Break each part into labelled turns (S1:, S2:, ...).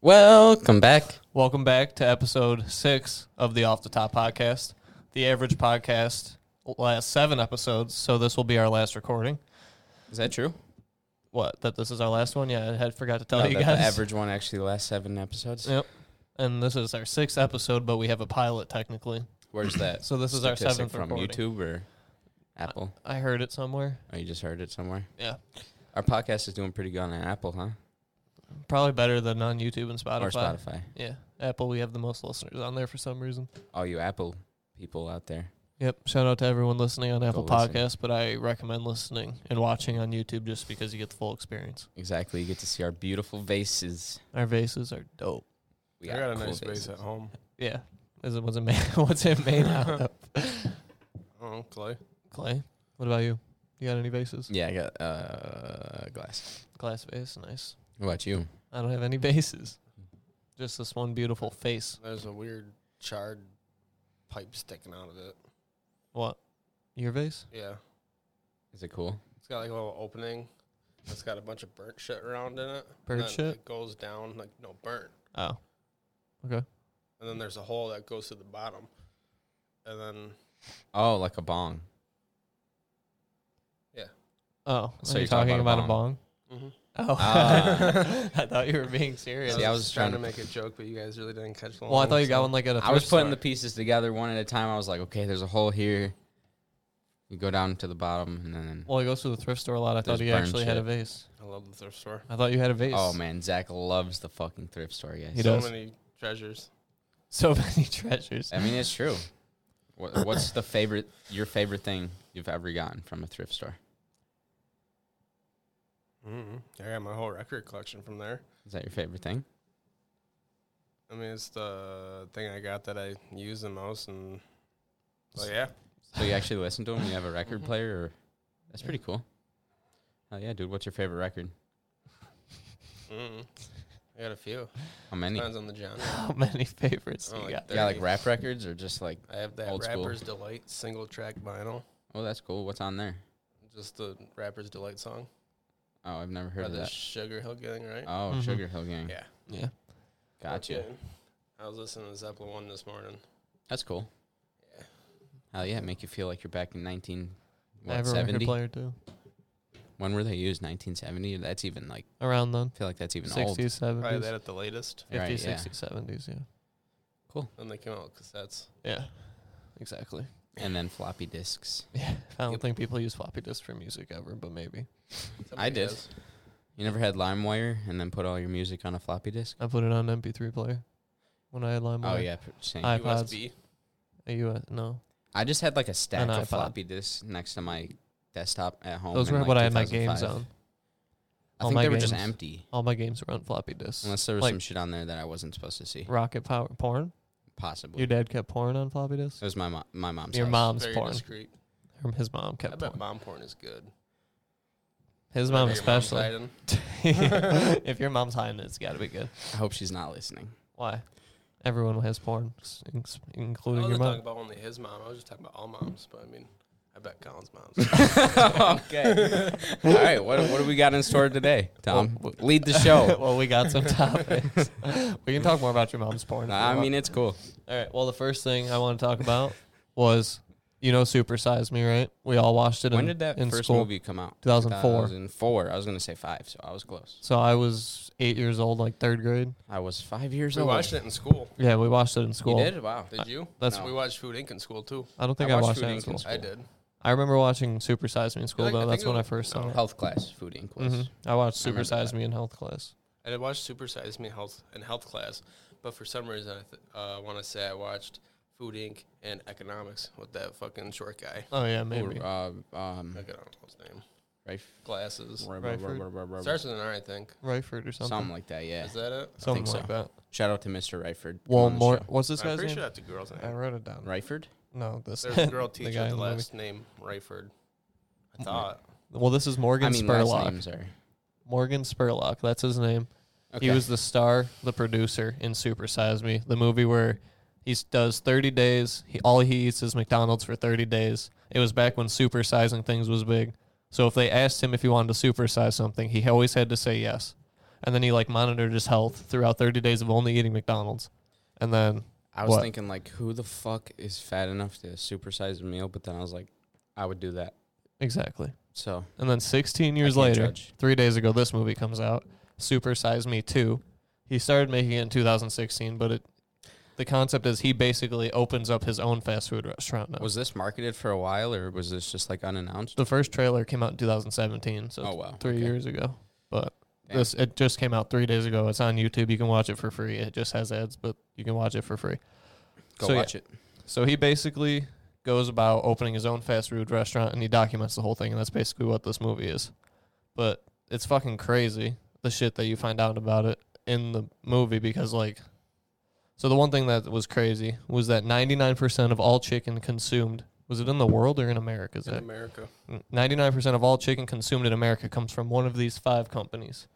S1: Welcome back.
S2: Welcome back to episode six of the Off the Top podcast, the average podcast. Last seven episodes, so this will be our last recording.
S1: Is that true?
S2: What? That this is our last one? Yeah, I had forgot to tell
S1: No,
S2: you
S1: that
S2: guys.
S1: The average one actually lasts seven episodes.
S2: Yep. And this is our sixth episode, but we have a pilot technically.
S1: Where's that?
S2: So this is our
S1: statistic
S2: seventh
S1: from
S2: recording.
S1: YouTube or Apple?
S2: I heard it somewhere.
S1: Oh, you just heard it somewhere.
S2: Yeah.
S1: Our podcast is doing pretty good on Apple, huh?
S2: Probably better than on YouTube and Spotify.
S1: Or Spotify.
S2: Yeah. Apple, we have the most listeners on there for some reason.
S1: All you Apple people out there.
S2: Yep. Shout out to everyone listening on Apple
S1: listen.
S2: Podcasts, but I recommend listening and watching on YouTube just because you get the full experience.
S1: Exactly. You get to see our beautiful vases.
S2: Our vases are dope.
S1: We
S3: I
S1: have
S3: got a
S1: cool
S3: nice
S1: vases.
S3: vase at home.
S2: Yeah. Is it what's it made what's it made out of?
S3: Oh, clay.
S2: Clay? What about you? You got any vases?
S1: Yeah, I got uh, glass.
S2: Glass vase, nice.
S1: What about you?
S2: I don't have any bases. Just this one beautiful face.
S3: There's a weird charred pipe sticking out of it.
S2: What? Your vase?
S3: Yeah.
S1: Is it cool?
S3: It's got like a little opening. It's got a bunch of burnt shit around in it.
S2: Burnt
S3: and then
S2: shit?
S3: It goes down like no burnt,
S2: Oh. Okay.
S3: and then there's a hole that goes to the bottom, and then
S1: Oh, like a bong.
S2: Oh.
S1: So
S2: are you
S1: you're talking
S2: talking
S1: about
S2: about,
S1: a
S2: a bong?
S3: Mhm.
S2: Oh.
S1: Ah.
S2: I thought you were being serious.
S1: See, I was
S3: just
S1: trying
S3: trying
S1: to
S3: to make a joke, but you guys really didn't catch. the
S2: well, I
S3: line,
S2: thought you
S3: so-
S2: got one like at a
S1: I was
S2: thrift
S1: putting the
S2: store.
S1: pieces together one at a time. I was like, okay, there's a hole here. You go down to the bottom, and then
S2: Well, he goes to the thrift store a lot. I thought
S1: There's
S2: he
S1: burn
S2: actually had a
S1: shit.
S2: vase.
S3: I love the thrift store.
S2: I thought you had a vase.
S1: oh man, Zach loves the fucking thrift store, guys.
S2: He
S3: so
S2: does.
S3: many treasures.
S2: So many treasures.
S1: I mean, it's true. What, what's the favorite your favorite thing you've ever gotten from a thrift store?
S3: Mm-hmm. I got my whole record collection from there.
S1: Is that your favorite thing?
S3: I mean, it's the thing I got that I use the most, and so yeah,
S1: So you actually listen to them? You have a record
S3: Mhm.
S1: player? Or, that's pretty cool. Hell yeah, dude. What's your favorite record?
S3: mm I got a few.
S1: How many?
S3: Depends on the genre.
S2: How many favorites
S3: Oh,
S2: you
S3: like
S2: got?
S1: Yeah, like
S3: 30.
S1: rap records or just like,
S3: I have that
S1: Old school.
S3: Rapper's Delight single track vinyl,
S1: oh, that's cool. What's on there?
S3: just the Rapper's Delight song.
S1: Oh, I've never heard
S3: Or
S1: of
S3: the
S1: that.
S3: Sugar Hill Gang, right?
S1: Oh,
S2: Mhm.
S1: Sugar Hill Gang.
S3: Yeah.
S2: Yeah.
S1: Gotcha.
S3: Okay. I was listening to Zeppelin 1 this morning.
S1: That's cool.
S3: Yeah.
S1: Hell yeah, make you feel like you're back in 19
S2: I
S1: what,
S2: have a record
S1: 70?
S2: player too.
S1: When were they used? 1970? That's even like
S2: Around then.
S1: I feel like that's even old.
S2: 60s, 70s.
S3: Probably that at the latest.
S2: 50s,
S1: Right, yeah.
S2: 60s, 70s, yeah.
S3: Then they came out with cassettes.
S2: Yeah. Exactly.
S1: And then floppy discs.
S2: Yeah, I don't
S3: Yep.
S2: think people use floppy disks for music ever, but maybe
S3: Somebody
S1: did.
S3: does.
S1: You never had LimeWire and then put all your music on a floppy disk?
S2: I put it on MP3 player when I had LimeWire.
S1: Oh yeah, pr- same.
S2: I-
S1: I,
S2: iPods.
S3: USB.
S2: A US, no,
S1: just had like a stack
S2: An
S1: of
S2: iPod.
S1: floppy disks next to my desktop at home.
S2: those
S1: in,
S2: were
S1: like,
S2: what I had my games
S1: 2005.
S2: on.
S1: I
S2: All
S1: think
S2: my
S1: they were just
S2: games.
S1: empty,
S2: All my games were on floppy disks.
S1: unless there was
S2: Like-
S1: some shit on there that I wasn't supposed to see.
S2: Rocket Power porn.
S1: Possibly,
S2: Your dad kept porn on floppy disks.
S1: it was my mo- my mom's.
S2: Your
S1: house.
S2: mom's
S3: Very
S2: porn.
S3: discreet.
S2: Her- His mom
S3: I
S2: kept
S3: bet
S2: porn.
S3: mom porn is good.
S2: His
S3: I
S2: mom
S3: bet your mom's
S2: especially.
S3: hiding.
S2: if your mom's hiding it, it's got to be good.
S1: I hope she's not listening.
S2: Why? Everyone has porn, s- in-
S3: I
S2: including your
S3: wasn't talking
S2: mom.
S3: about only his mom. I was just talking about all moms, but I mean, I bet Colin's mom's.
S1: okay. all right. What what do we got in store today, Tom?
S2: Well,
S1: Lead the show.
S2: well, we got some topics. we can talk more about your mom's porn. if you
S1: I
S2: want.
S1: mean, it's cool.
S2: All right. Well, the first thing I want to talk about was, you know, Super Size Me, right? We all watched it.
S1: When
S2: in,
S1: did that
S2: in
S1: first
S2: school.
S1: movie come out?
S2: 2004.
S1: 2004. I was gonna say five, so I was close.
S2: So I was eight years old, like third grade.
S1: I was five years
S3: we
S1: old.
S3: watched it in school.
S2: Yeah, we watched it in
S1: You
S2: school.
S1: did? Wow.
S3: Did you?
S2: That's-
S3: we watched Food Inc. in school too.
S2: I don't think
S1: I
S2: I,
S1: watched
S2: watched
S1: Food
S2: that in
S1: Inc. in
S2: school.
S3: I did.
S2: I remember watching Super Size Me in school,
S3: like- I
S2: though.
S3: think
S2: That's
S3: it
S2: when I
S3: was-
S2: first saw
S3: no.
S2: it.
S1: Health class, food inc. was.
S2: Mhm. I watched
S1: I
S2: Super
S1: remember
S2: Size
S1: that.
S2: Me in health class.
S3: I did watch Super Size Me health in health class, but for some reason I th- uh, want to say I watched Food Inc. and Economics with that fucking short guy.
S2: Oh yeah,
S1: Ooh,
S2: maybe.
S1: uh, um,
S2: Hmm.
S3: I don't know his name.
S1: Rafe-
S3: Glasses.
S1: Rafe-
S2: Rafe-
S1: Rafe-
S3: Starts with an R, I think.
S2: Ryford or something.
S1: something like that. Yeah.
S3: Is that it?
S2: Something
S1: so.
S2: like that.
S1: Shout out to Mr. Ryford. Come
S2: Well,
S1: on the
S2: more.
S1: show.
S2: What's this
S3: I'm
S2: guy's
S3: pretty
S2: name?
S3: sure that's a girl's
S2: I
S3: name.
S2: wrote it down.
S1: Ryford.
S2: No, this.
S3: There's a girl
S2: the
S3: teacher
S2: guy
S3: with
S2: in the
S3: the
S2: movie. Oh
S3: last name Rayford. I thought.
S2: Well, this is Morgan
S1: I mean, last
S2: Spurlock.
S1: names are.
S2: Morgan Spurlock. That's his name.
S1: Okay.
S2: He was the star, the producer in Super Size Me, the movie where he s- does 30 days. He, all he eats is McDonald's for 30 days. It was back when supersizing things was big. So if they asked him if he wanted to supersize something, he always had to say yes. and then he like monitored his health throughout 30 days of only eating McDonald's, and then
S1: I was
S2: What?
S1: thinking like, who the fuck is fat enough to supersize a meal? But then I was like, I would do that.
S2: exactly,
S1: So
S2: and then 16
S1: I
S2: years
S1: can't
S2: later,
S1: judge.
S2: three days ago, this movie comes out, Super Size Me Two. He started making it in 2016, but it. The concept is he basically opens up his own fast food restaurant now.
S1: was this marketed for a while, or was this just like unannounced?
S2: the first trailer came out in 2017, so
S1: Oh wow,
S2: three
S1: okay.
S2: years ago. But
S1: Damn.
S2: this it just came out three days ago. It's on YouTube. You can watch it for free. It just has ads, but you can watch it for free.
S1: Go
S2: so, yeah.
S1: watch it.
S2: So he basically goes about opening his own fast food restaurant and he documents the whole thing, and that's basically what this movie is. But it's fucking crazy the shit that you find out about it in the movie because like so the one thing that was crazy was that 99% of all chicken consumed was it in the world or in America? Zach?
S3: in America.
S2: 99% of all chicken consumed in America comes from one of these five companies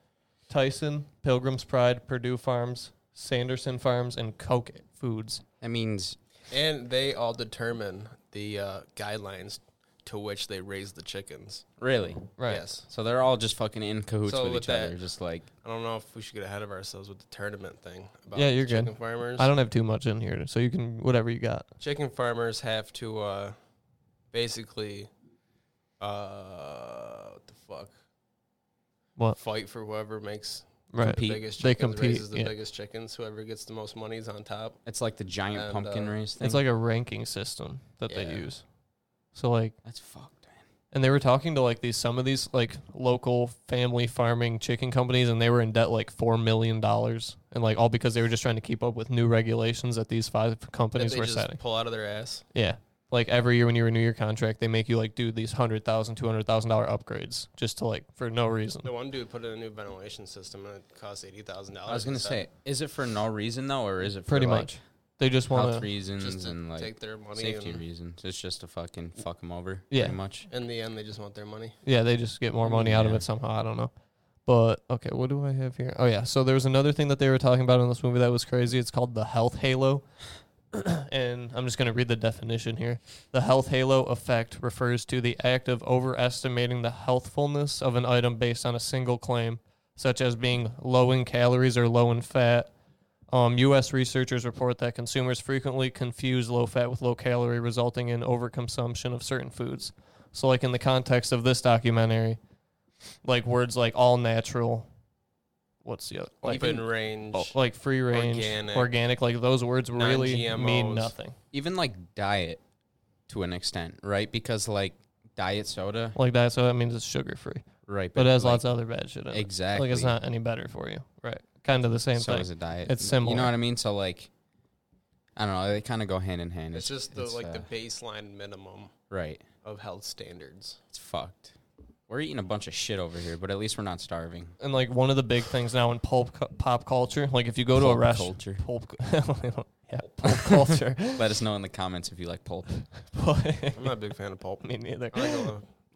S2: Tyson, Pilgrim's Pride, Purdue Farms, Sanderson Farms, and Coke Foods.
S1: That means
S3: And they all determine the uh, guidelines to which they raise the chickens.
S1: really.
S2: Right.
S3: Yes.
S1: So they're all just fucking in cahoots
S3: So
S1: with,
S3: with
S1: each
S3: that-
S1: other, just like
S3: I don't know if we should get ahead of ourselves with the tournament thing. About
S2: Yeah, you're
S3: chicken
S2: good.
S3: farmers.
S2: I don't have too much in here, so you can, whatever you got.
S3: chicken farmers have to uh, basically uh, what the fuck
S2: What?
S3: fight for whoever makes
S2: Right.
S3: the
S1: Compete.
S3: biggest chickens,
S2: They compete,
S3: raises the
S2: yeah.
S3: biggest chickens. Whoever gets the most money's on top.
S1: it's like the giant
S3: And,
S1: pumpkin
S3: uh,
S1: race thing.
S2: It's like a ranking system that
S3: Yeah.
S2: they use. So, like,
S1: that's fucked, man.
S2: and they were talking to like these, some of these like local family farming chicken companies, and they were in debt like $4 million. And like, all because they were just trying to keep up with new regulations that these five
S3: That
S2: companies
S3: they
S2: were
S3: just
S2: setting.
S3: pull out of their ass.
S2: Yeah. Like every year when you renew your contract, they make you like do these hundred thousand, two hundred thousand dollar upgrades just to like for no reason.
S3: The one dude put in a new ventilation system and it cost eighty thousand dollars.
S1: I was gonna say, Oh, is it for no reason though, or is it for
S2: Pretty
S1: like,
S2: much. They just want
S1: health
S2: to.
S1: reasons
S3: just to
S1: and like
S3: take their money.
S1: safety
S3: and
S1: reasons? It's just to fucking fuck them over,
S2: Yeah.
S1: pretty much.
S3: in the end, they just want their money.
S2: Yeah, they just get more money out of
S1: Yeah.
S2: it somehow. I don't know. But okay, what do I have here? Oh yeah, so there was another thing that they were talking about in this movie that was crazy. It's called the health halo. and I'm just going to read the definition here. The health halo effect refers to the act of overestimating the healthfulness of an item based on a single claim, such as being low in calories or low in fat. Um, U.S. researchers report that consumers frequently confuse low fat with low calorie, resulting in overconsumption of certain foods. So, like in the context of this documentary, like words like all natural, what's the other, like,
S3: Even range.
S2: oh, like free range,
S3: organic,
S2: organic, like those words really mean
S3: non-GMOs.
S2: nothing.
S1: Even like diet, to an extent, right? Because like diet soda,
S2: Like that, so that means it's sugar free,
S1: right?
S2: but it has
S1: like,
S2: lots of other bad shit in it.
S1: exactly.
S2: Like it's not any better for you, right? Kind of the same
S1: so
S2: thing.
S1: is a diet.
S2: It's
S1: You
S2: similar.
S1: know what I mean? So like, I don't know. They kind of go hand in hand.
S3: It's just the like the
S1: uh,
S3: baseline minimum
S1: right.
S3: of health standards.
S1: It's fucked. We're eating a bunch of shit over here, but at least we're not starving.
S2: and like one of the big things now in pulp cu- pop culture, like if you go to a
S1: Pulp
S2: restaurant,
S1: culture.
S2: pulp, cu- yeah, pulp culture.
S1: Let us know in the comments if you like pulp.
S2: But-
S3: I'm not a big fan of pulp.
S2: me neither.
S3: I like a,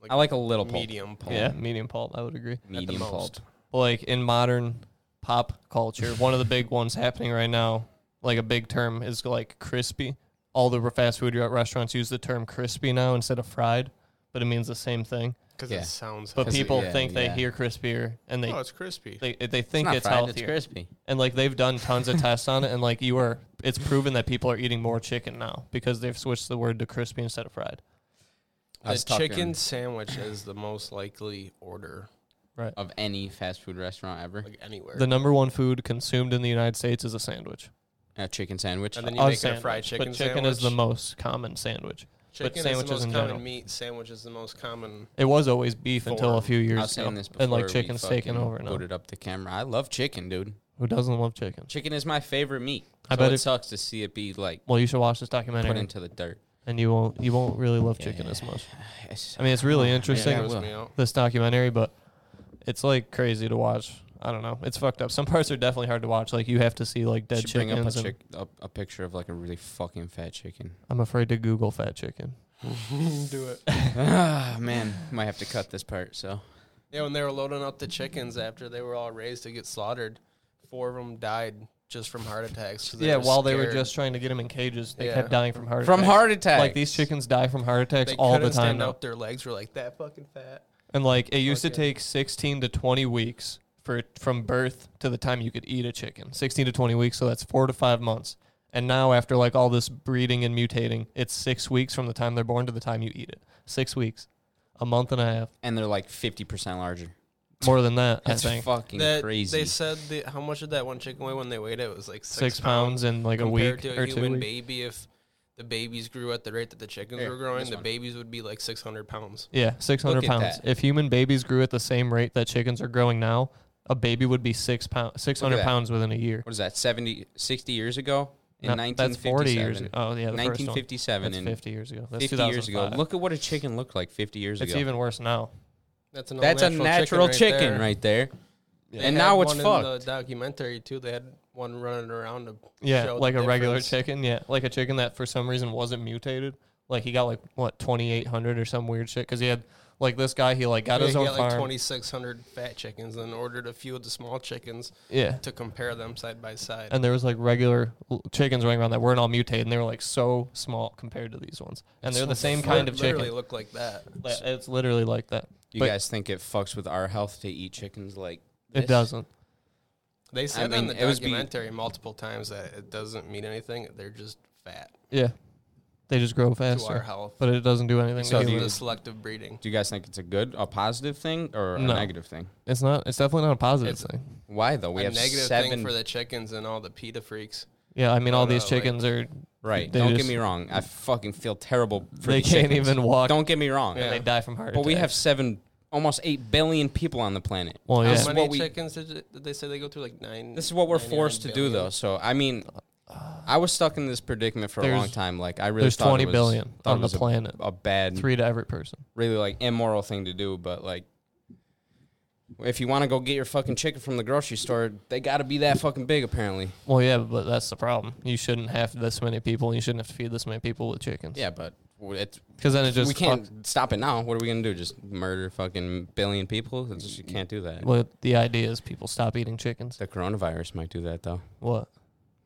S3: like,
S1: I like a little pulp.
S3: medium pulp.
S2: Yeah, medium pulp. I would agree.
S3: at the
S1: Medium pulp.
S3: most.
S2: But like in modern pop culture, one of the big ones happening right now, like a big term is like crispy. All the fast food restaurants use the term crispy now instead of fried, but it means the same thing.
S3: Because
S1: Yeah.
S3: it sounds.
S2: But
S1: 'Cause it-
S2: people
S1: yeah,
S2: think
S1: yeah.
S2: they hear crispier and they
S3: oh, it's crispy.
S2: they, they think
S1: not
S2: it's,
S1: fried,
S2: healthier.
S1: It's crispy.
S2: and like they've done tons of tests on it and like you are it's proven that people are eating more chicken now because they've switched the word to crispy instead of fried.
S3: the
S1: Us talking
S3: chicken sandwich is the most likely order,
S1: of any fast food restaurant ever.
S3: like anywhere.
S2: The number one food consumed in the United States is a sandwich.
S1: A chicken sandwich.
S3: and then
S2: A
S3: you make it a
S2: sandwich,
S3: fried chicken.
S2: but chicken
S3: sandwich.
S2: is the most common sandwich.
S3: Chicken
S2: sandwiches
S3: is the
S2: in
S3: most common
S2: general.
S3: meat. Sandwich is the most common.
S2: It was always beef until a
S3: Form.
S2: few
S1: I
S2: years
S1: was
S2: ago,
S1: saying this before.
S2: and like
S1: we
S2: chicken's taken
S1: fucking
S2: over now.
S1: Booted up the camera. I love chicken, dude.
S2: Who doesn't love chicken?
S1: Chicken is my favorite meat.
S2: I
S1: so
S2: bet
S1: it
S2: if-
S1: sucks to see it be like
S2: Well, you should watch this
S1: put
S2: documentary,
S1: into the dirt.
S2: and you won't you won't really love chicken as much.
S1: Yes.
S2: I mean, it's really interesting.
S1: I
S3: Gross
S1: will.
S3: me out.
S2: This documentary, but it's like crazy to watch. I don't know. It's fucked up. Some parts are definitely hard to watch. Like you have to see like dead
S1: Should bring up a,
S2: chickens. and-
S1: chick, up a picture of like a really fucking fat chicken.
S2: I'm afraid to Google fat chicken.
S3: Do it.
S1: ah, man, might have to cut this part. So
S3: Yeah, when they were loading up the chickens after they were all raised to get slaughtered, four of them died just from heart attacks. 'cause
S2: yeah, while they were
S3: scared.
S2: just trying to get them in cages, they
S3: Yeah.
S2: kept dying from heart
S1: from
S2: attacks.
S1: heart attack,
S2: Like these chickens die from heart attacks
S3: they
S2: all
S3: couldn't
S2: the time
S3: stand
S2: now.
S3: up. Their legs were like that fucking fat.
S2: And like it used to
S3: Fuck yeah.
S2: take 16 to 20 weeks for from birth to the time you could eat a chicken, 16 to 20 weeks. So that's four to five months. And now after like all this breeding and mutating, it's six weeks from the time they're born to the time you eat it. Six weeks, a month and a half,
S1: and they're like fifty percent larger.
S2: more than that.
S1: That's
S2: I think
S1: fucking
S3: That-
S1: crazy.
S3: They said the, how much did that one chicken weigh when they weighed it? It was like
S2: six, pounds in like a
S3: compared
S2: week
S3: to a
S2: or two.
S3: human
S2: weeks.
S3: baby. If the babies grew at the rate that the chickens
S1: Here,
S3: were growing,
S1: this
S3: the
S1: one.
S3: babies would be like 600 pounds.
S2: Yeah, 600
S1: Look at
S2: pounds.
S1: that.
S2: If human babies grew at the same rate that chickens are growing now, a baby would be six pounds, 600
S1: that.
S2: pounds within a year.
S1: what is that? 70, 60 years ago in
S2: No,
S1: nineteen
S2: that's
S1: fifty-seven.
S2: 40 years ago. Oh, yeah, the first one.
S1: 1957
S2: That's
S1: and
S2: 50 years ago. That's
S1: 50 years ago.
S2: 2005.
S1: Look at what a chicken looked like 50 years
S2: it's
S1: ago.
S2: even worse now.
S3: That's an
S1: That's a natural chicken,
S3: right?
S1: right there.
S3: They
S1: And
S3: had
S1: now it's
S3: one
S1: fucked.
S3: In the documentary too, they had one running around. To
S2: Yeah,
S3: show the
S2: like a regular
S3: difference.
S2: chicken. Yeah, like a chicken that for some reason wasn't mutated. Like he got like what 2800 or some weird shit because he had like this guy he like got
S3: Yeah,
S2: his
S3: he
S2: own
S3: got like
S2: farm.
S3: twenty six hundred fat chickens and ordered a few of the small chickens
S2: yeah,
S3: to compare them side by side.
S2: and there was like regular l- chickens running around that weren't all mutated and they were like so small compared to these ones. And they're the same kind of
S3: literally
S2: chicken.
S3: look like that.
S2: Like, It's literally like that.
S1: You
S2: But-
S1: guys think it fucks with our health to eat chickens like
S2: It
S1: this?
S2: doesn't.
S3: They said
S1: mean,
S3: in the
S1: it was be-
S3: documentary multiple times that it doesn't mean anything. They're just fat
S2: Yeah, they just grow
S3: to our
S2: faster,
S3: health.
S2: but it doesn't do anything.
S1: So
S2: to
S1: do
S3: because of
S1: you-
S3: the
S2: humans.
S3: selective breeding.
S1: Do you guys think it's a good, a positive thing or a
S2: No.
S1: negative thing?
S2: It's not. It's definitely not a positive
S3: It's-
S2: thing.
S1: Why though? We
S3: a
S1: have
S3: negative
S1: seven.
S3: thing for the chickens and all the PETA freaks.
S2: Yeah, I mean, all
S1: Oh,
S3: No,
S2: these
S3: no, like-
S2: chickens are.
S1: right.
S2: they
S1: Don't get
S2: just-
S1: me wrong. I fucking feel terrible. For
S2: They
S1: the
S2: can't
S1: chickens.
S2: even walk.
S1: Don't get me wrong.
S3: Yeah.
S2: They die from heart.
S1: But we have
S2: attacks.
S1: seven, almost eight billion people on the planet.
S2: Well, yeah.
S1: This
S3: How
S1: is
S3: many
S1: what we.
S3: chickens did, you- did they say they go through? Like nine.
S1: This is what we're
S3: 99
S1: forced to do
S3: billion?
S1: though. So I mean, I was stuck in this predicament for a long
S2: There's-
S1: time. Like I really
S2: There's
S1: thought it
S2: 20
S1: was-
S2: billion
S1: thought it
S2: on the
S1: was a-
S2: planet.
S1: A bad
S2: Three to every person.
S1: really like immoral thing to do, but like if you want to go get your fucking chicken from the grocery store, they got to be that fucking big apparently.
S2: Well, yeah, but that's the problem. You shouldn't have this many people. and You shouldn't have to feed this many people with chickens.
S1: Yeah, but it's
S2: Because then it just.
S1: we
S2: fuck-
S1: can't stop it now. What are we gonna do? Just murder fucking billion people? It's just- you can't do that.
S2: well, the idea is people stop eating chickens.
S1: The coronavirus might do that though.
S2: What?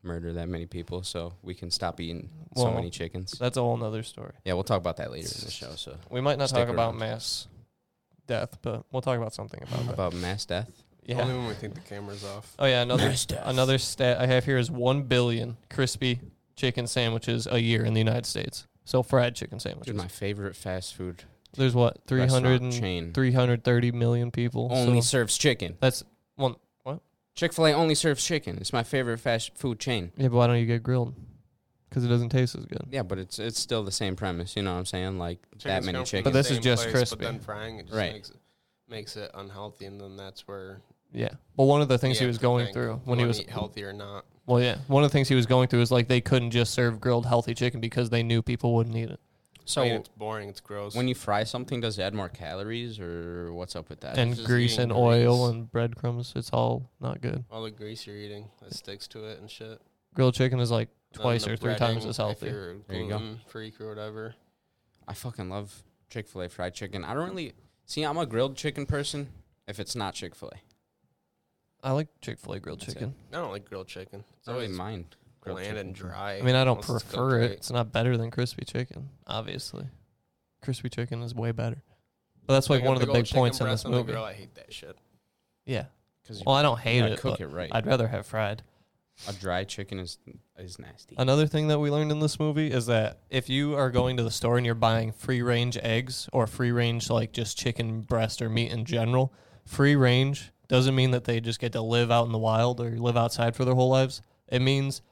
S1: Murder that many people, so we can stop eating so
S2: Well-
S1: many chickens.
S2: That's a whole nother story.
S1: Yeah, we'll talk about that later in the show. So
S2: We might not
S1: Stick
S2: talk about
S1: around.
S2: mass death, but we'll talk about something about that.
S1: about mass death.
S2: Yeah.
S3: Only when we think the camera's off.
S2: Oh yeah, another
S1: Mass death.
S2: another stat I have here is one billion crispy chicken sandwiches a year in the United States. So fried chicken sandwiches.
S1: Dude, my favorite fast food
S2: There's what
S1: restaurant
S2: 300 and
S1: chain
S2: 330 million people.
S1: only
S2: so
S1: serves chicken.
S2: that's one.
S1: Chick Fil A only serves chicken. It's my favorite fast food chain.
S2: Yeah, but why don't you get grilled? Because it doesn't taste as good.
S1: Yeah, but it's it's still the same premise. You know what I'm saying? Like that
S3: Chicken's
S1: many
S3: come from
S1: chickens.
S2: But
S3: the
S2: this is
S3: same
S2: just
S3: But
S2: crispy.
S3: then frying it just
S1: Right.
S3: makes, makes it unhealthy, and then that's where
S2: Yeah. Well, one of the things
S3: you
S2: he
S3: have
S2: was
S3: to
S2: going
S3: think,
S2: through
S3: do
S2: when he
S3: you wanna
S2: was
S3: eat healthy or not.
S2: well, yeah, one of the things he was going through is like they couldn't just serve grilled healthy chicken because they knew people wouldn't eat it.
S1: so
S3: I mean, it's boring. It's gross.
S1: when you fry something, does it add more calories or what's up with that?
S2: and
S3: just
S2: grease
S3: eating
S2: and oil
S3: grease.
S2: and breadcrumbs, it's all not good.
S3: all the grease you're eating that sticks to it and shit.
S2: Grilled chicken is like
S3: None of
S2: twice
S3: the
S2: or three times
S3: breading,
S2: as healthy.
S3: If you're
S1: There you go.
S3: gluten freak or whatever.
S1: I fucking love Chick Fil A fried chicken. I don't really see. I'm a grilled chicken person. If it's not Chick Fil A,
S2: I like Chick Fil A grilled
S1: That's it.
S2: chicken.
S3: I don't like grilled chicken. It's
S1: I don't
S3: always
S1: really mind. grilled
S3: bland
S1: chicken.
S3: and dry.
S2: I mean, I don't
S3: unless it's cooked
S2: prefer it.
S3: right.
S2: It's not better than crispy chicken, obviously. Crispy chicken is way better. But that's like
S3: a
S2: one of the
S3: big old
S2: big points
S3: chicken
S2: in this
S3: breast on the
S2: movie.
S3: grill, I hate that shit.
S2: Yeah.
S1: 'Cause you
S2: Well, I don't hate
S1: gotta
S2: it.
S1: cook
S2: but
S1: it right.
S2: I'd rather have fried.
S1: a dry chicken is is nasty.
S2: Another thing that we learned in this movie is that if you are going to the store and you're buying free range eggs or free range like just chicken breast or meat in general, free range doesn't mean that they just get to live out in the wild or live outside for their whole lives. It means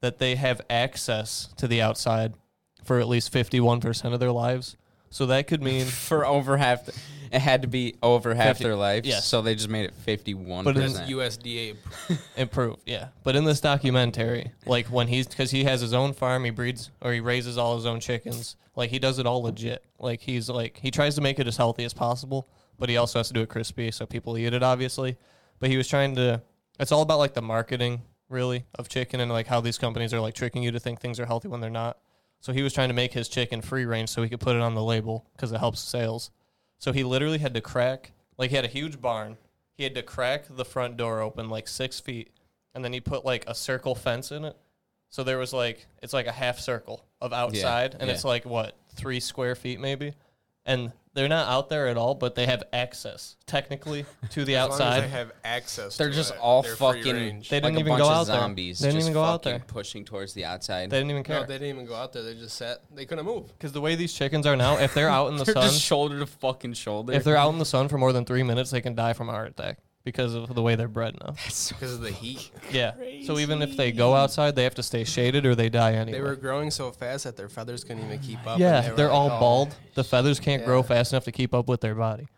S2: that they have access to the outside for at least 51% of their lives. So that could mean
S1: for over half, the, it had to be over half
S2: 50
S1: their life.
S2: yes.
S1: So they just made it 51.
S2: But
S3: That's
S1: percent.
S3: USDA. pr-
S2: improved, yeah. But in this documentary, like when he's because he has his own farm, he breeds or he raises all his own chickens. Like he does it all legit. Like he's like he tries to make it as healthy as possible, but he also has to do it crispy so people eat it, obviously. But he was trying to. It's all about like the marketing really of chicken and like how these companies are like tricking you to think things are healthy when they're not. So he was trying to make his chicken free range so he could put it on the label because it helps sales. So he literally had to crack, like he had a huge barn. He had to crack the front door open like six feet, and then he put like a circle fence in it. So there was like it's like a half circle of outside, and
S1: yeah.
S2: it's like what three square feet maybe, and they're not out there at all, but they have access technically to the
S3: As long as
S2: outside.
S3: they have access.
S1: They're
S3: to
S1: just
S2: uh,
S3: it,
S1: all
S3: they're free
S1: fucking.
S3: range.
S2: They
S1: like
S2: didn't
S1: a
S2: even
S1: bunch
S2: go
S1: of
S2: out there.
S1: zombies
S2: They didn't
S1: just
S2: even go out
S1: fucking
S2: there.
S1: pushing towards the outside.
S2: They didn't even
S3: no,
S2: care
S3: they didn't even go out there. They just sat. They couldn't move.
S2: because the way these chickens are now, if they're out in the
S1: they're
S2: sun,
S1: just shoulder to fucking shoulder.
S2: if they're out in the sun for more than three minutes, they can die from a heart attack because of the way they're bred now.
S3: Because of the heat.
S2: Yeah. So even if they go outside, they have to stay shaded or they die anyway.
S3: They were growing so fast that their feathers couldn't even keep up.
S2: yeah,
S3: and they were
S2: they're
S3: like,
S2: all
S3: "Oh,
S2: bald. The feathers can't grow
S3: Yeah.
S2: fast enough to keep up with their body.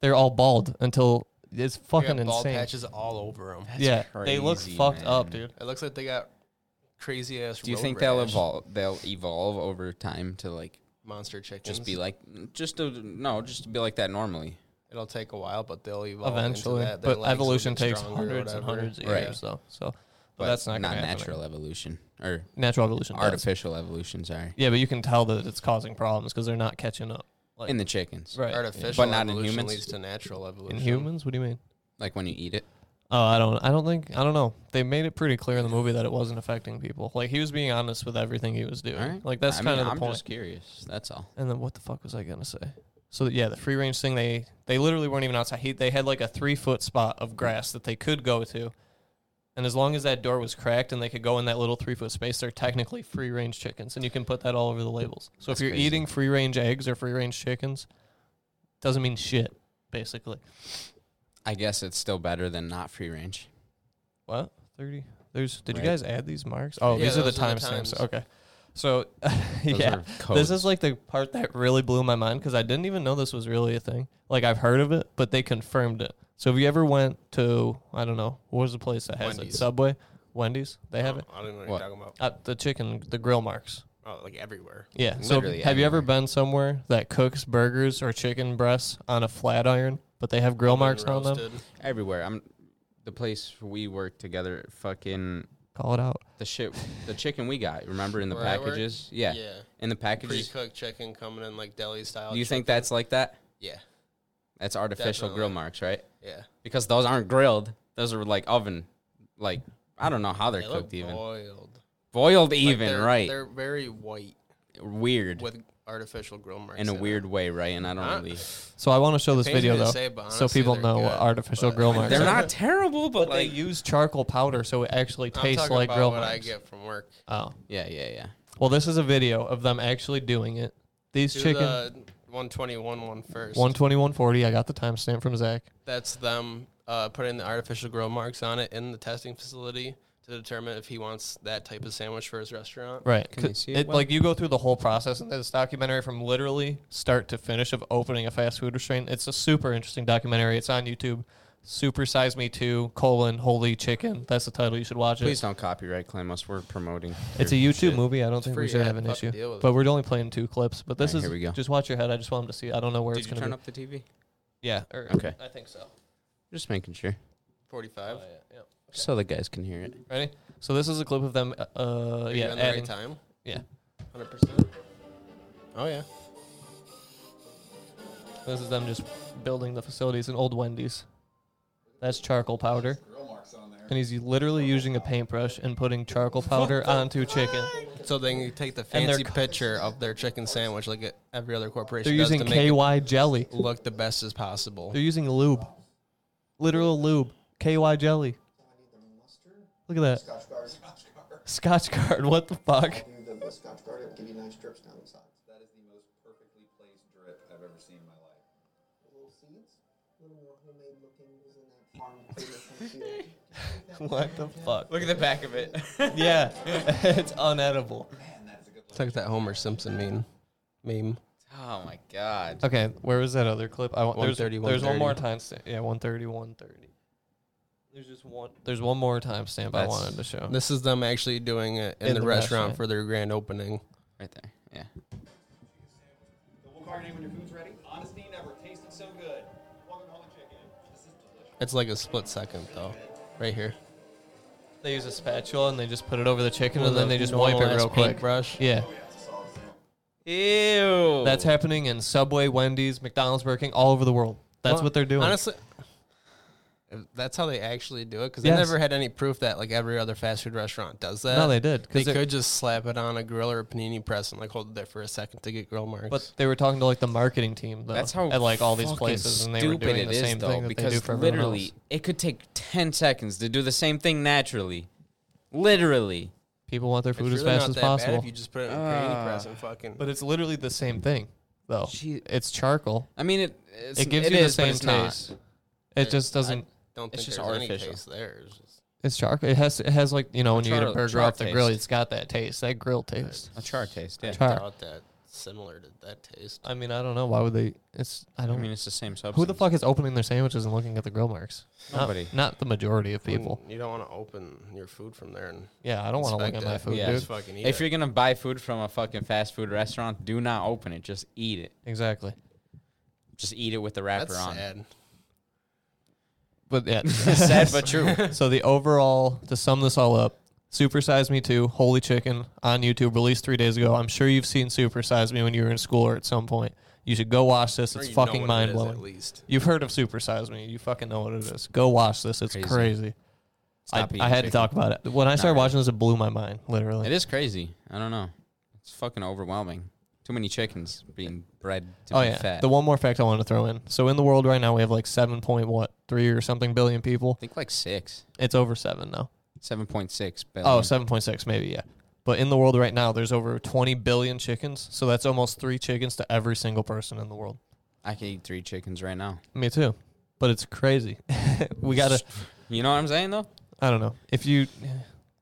S2: They're all bald until it's
S3: they
S2: fucking
S3: got bald
S2: insane.
S3: patches all over them.
S2: yeah, they look
S1: crazy,
S2: fucked up,
S1: man.
S2: dude.
S3: It looks like they got crazy ass.
S1: Do you
S3: road
S1: think they'll
S3: rash.
S1: evolve? They'll evolve over time to like
S3: Monster chickens.
S1: just be like just to no, just to be like that normally.
S3: It'll take a while, but they'll evolve.
S2: Eventually,
S3: into that. Their
S2: but
S3: legs will
S2: evolution
S3: get
S2: takes
S3: stronger or
S2: hundreds and
S3: whatever.
S2: hundreds of
S1: Right.
S2: years, though. So,
S1: But
S2: but that's not,
S1: not
S2: gonna happen.
S1: natural evolution or
S2: Natural evolution. does.
S1: artificial evolution. Sorry,
S2: Yeah, but you can tell that it's causing problems because they're not catching up. Like
S1: in the chickens,
S2: right
S3: Artificial
S1: But not in
S3: evolution
S1: humans?
S3: leads to natural
S2: in
S3: evolution.
S2: humans. What do you mean?
S1: like when you eat it.
S2: Oh, I don't. I don't think. I don't know. They made it pretty clear in the movie that it wasn't affecting people. Like he was being honest with everything he was doing.
S1: All right,
S2: Like that's
S1: I
S2: kind
S1: mean,
S2: of the
S1: I'm
S2: point.
S1: just curious. That's all.
S2: And then what the fuck was I gonna say? So yeah, the free range thing. They they literally weren't even outside. He, they had like a three foot spot of grass that they could go to, and as long as that door was cracked and they could go in that little three foot space, they're technically free range chickens, and you can put that all over the labels. So
S1: That's
S2: if you're
S1: crazy.
S2: eating free range eggs or free range chickens, doesn't mean shit basically.
S1: I guess it's still better than not free range.
S2: What? 30? There's did
S1: Right.
S2: you guys add these marks? Oh,
S3: Yeah,
S2: these are the
S3: those are the
S2: timestamps.
S3: times.
S2: Okay. So
S1: Those
S2: yeah.
S1: are
S2: This
S1: codes.
S2: is like the part that really blew my mind cuz I didn't even know this was really a thing. Like I've heard of it, but they confirmed it. So if you ever went to I don't know, what was the place that has it?
S3: Wendy's.
S2: Subway, Wendy's, they
S3: I
S2: have
S3: don't,
S2: it.
S3: Oh, I don't know what,
S1: What?
S3: you're talking about.
S2: Uh, the chicken, the grill marks.
S3: Oh, like everywhere.
S2: Yeah. So have
S1: Literally
S2: you ever
S1: everywhere.
S2: been somewhere that cooks burgers or chicken breasts on a flat iron, but they have grill
S3: Been
S2: marks on them?
S3: roasted.
S1: everywhere. I'm the place we worked together. Fucking
S2: Call it out.
S1: the shit, the chicken we got. Remember in the
S3: Where I work?
S1: packages? Yeah.
S3: Yeah.
S1: in the packages.
S3: Pre-cooked chicken coming in like deli style.
S1: Do you think that's like that?
S3: Yeah.
S1: That's artificial grill
S3: Definitely.
S1: marks, right?
S3: Yeah.
S1: Because those aren't grilled. Those are like oven, like I don't know how they're
S3: They look
S1: cooked even,
S3: boiled.
S1: boiled
S3: Like,
S1: even,
S3: they're-
S1: right?
S3: They're very white
S1: weird
S3: with artificial grill marks
S1: in a
S3: it.
S1: weird way, right? And I don't
S3: Huh?
S1: really.
S2: So I want to show this
S3: pains me
S2: video
S3: to
S2: though,
S3: say, but
S2: so
S3: honestly,
S2: people
S3: they're
S2: know what
S3: good,
S2: artificial
S3: but-
S2: grill
S3: I mean,
S2: marks.
S1: They're
S2: are.
S1: not terrible, but
S2: But they
S1: like,
S2: use charcoal powder, so it actually
S3: I'm
S2: tastes
S3: talking
S2: like
S3: about
S2: grill
S3: what I
S2: marks.
S3: get from work.
S2: Oh,
S1: yeah, yeah, yeah.
S2: well, this is a video of them actually doing it. These
S3: Do
S2: chicken
S3: the 121 one first.
S2: one twenty one forty. I got the timestamp from Zach.
S3: That's them uh, putting the artificial grill marks on it in the testing facility to determine if he wants that type of sandwich for his restaurant.
S2: Right,
S1: Can you see
S2: c-
S1: it, Will?
S2: like you go through the whole process, and this documentary from literally start to finish of opening a fast food restraint. It's a super interesting documentary. It's on YouTube. Super Size Me Two: colon Holy Chicken. That's the title. You should watch it.
S1: Please don't copyright claim us. We're promoting.
S2: It's a
S1: your
S2: YouTube
S1: shit.
S2: movie. I don't think we
S3: free,
S2: should
S3: yeah,
S2: have an
S3: fuck,
S2: issue.
S3: deal with
S2: But we're only playing two clips. But this
S1: Alright,
S2: is
S1: here we go.
S2: just watch your head. I just want them to see. I don't know where
S1: Did
S2: it's
S1: you
S2: gonna
S1: turn
S2: be.
S1: up the TV?
S2: Yeah. Or
S1: Okay.
S2: I think so.
S1: Just making sure,
S3: 45.
S2: Oh, yeah, yeah.
S1: just so the guys can hear it.
S2: Ready? So this is a clip of them. uh, Uh,
S3: Are you
S2: yeah.
S3: on the
S2: Adding,
S3: right time?
S2: yeah.
S3: 100%. Oh, yeah.
S2: This is them just building the facilities in old Wendy's. That's charcoal powder. And he's literally using a paintbrush and putting charcoal powder onto chicken.
S3: So they can take the
S2: And they're
S3: fancy
S2: co-
S3: picture of their chicken sandwich like it- every other corporation
S2: They're
S3: does
S2: using
S3: to make
S2: KY jelly.
S3: it look the best as possible.
S2: They're using lube. Literal lube. KY jelly. Look at that.
S4: Scotch guard.
S2: Scotch guard. What the fuck?
S4: Do the, the Scotch guard. It'll give you nice drips down the sides. That is the most perfectly placed drip I've ever seen in my life. Little seeds, little more homemade looking, isn't that farm feel?
S2: What the fuck?
S1: Look at the back of it.
S2: Yeah, it's unedible.
S3: It's like that Homer Simpson meme. Meme.
S1: oh my god.
S2: Okay, where was that other clip? I want there's,
S3: 130,
S2: there's one more
S3: 130.
S2: time stamp. Yeah, 130, 130. There's just one. There's one more time stamp I
S1: That's-
S2: wanted to show.
S3: This is them actually doing it in,
S2: In
S3: the,
S2: the
S3: restaurant,
S2: restaurant.
S3: for their grand opening.
S1: Right there. Yeah.
S5: We'll call your name when your food's ready. Honesty never tasted so good. Welcome to Holy Chicken. This is delicious.
S3: It's like a split second though, right here.
S2: They use a spatula and they just put it over the chicken and then they just wipe it real quick.
S3: Brush.
S2: Yeah,
S1: Ew.
S2: that's happening in Subway, Wendy's, McDonald's, Burger King, all over the world. That's what they're doing.
S3: Honestly, If That's how they actually do it because
S2: Yes.
S3: they never had any proof that like every other fast food restaurant does that.
S2: No, they did, 'cause
S3: They
S2: they're-
S3: could just slap it on a grill or a panini press and like hold it there for a second to get grill marks.
S2: But they were talking to like the marketing team though,
S1: That's how
S2: at like all these
S1: fucking
S2: places, and they were
S1: stupid
S2: doing the
S1: it is,
S2: same
S1: though,
S2: thing that they
S1: because
S2: do for everyone
S1: literally
S2: else.
S1: it could take ten seconds to do the same thing naturally, literally.
S2: People want their
S3: It's
S2: food as
S3: really
S2: fast
S3: not
S2: as
S3: that bad
S2: possible.
S3: if you just put it in a panini
S1: Ah.
S3: press and fucking.
S2: But it's literally the same thing though.
S1: Gee.
S2: It's charcoal.
S1: I mean, it it's,
S2: It gives you the
S1: is, but
S2: same
S1: it's not.
S2: taste. It just doesn't.
S3: don't
S1: it's
S3: think
S1: just
S3: there's
S1: artificial.
S3: any taste there. It's just-
S2: It's charcoal. It has. It has like you know when you get a
S1: char-
S2: burger
S1: char
S2: off the grill,
S1: taste.
S2: it's got that taste, that grill taste.
S1: A char taste, yeah.
S2: Char-
S3: I doubt that similar to that taste.
S2: I mean, I don't know why would they. It's. I
S1: I
S2: don't.
S1: mean, it's the same substance.
S2: who the fuck is opening their sandwiches and looking at the grill marks? Not-
S1: Nobody.
S2: Not, the majority of people.
S3: You don't want to open your food from there and
S2: Yeah, I don't want to look
S3: inspect
S2: at my
S3: it.
S2: food,
S1: Yeah.
S2: dude.
S3: Just fucking eat
S1: If
S3: it.
S1: you're gonna buy food from a fucking fast food restaurant, do not open it. Just eat it.
S2: Exactly.
S1: Just eat it with the wrapper
S3: That's
S1: on.
S3: sad.
S2: But yeah,
S1: sad but true.
S2: so the overall to sum this all up super size me 2 holy chicken on youtube released three days ago i'm sure you've seen super size me when you were in school or at some point you should go watch this
S3: Or
S2: it's
S3: you know
S2: fucking
S3: what it is,
S2: mind-blowing
S3: At least
S2: you've heard of super size me you fucking know what it is go watch this it's
S1: Crazy.
S2: crazy, I,
S1: Stop eating
S2: I had to
S1: chicken.
S2: talk about it when i started watching this it blew my mind literally
S1: It is crazy. I don't know. It's fucking overwhelming. Too many chickens being bred to
S2: oh
S1: be
S2: yeah
S1: fat.
S2: the one more fact i wanted to throw in so in the world right now we have like 7 point what 3 or something billion people
S1: I think like six,
S2: it's over 7 now
S1: seven point six billion.
S2: Oh, 7.6, maybe, yeah. But in the world right now, there's over 20 billion chickens. So that's almost three chickens to every single person in the world.
S1: I can eat three chickens right now.
S2: Me too. But it's crazy. we got to,
S1: You know what I'm saying though?
S2: I don't know. If you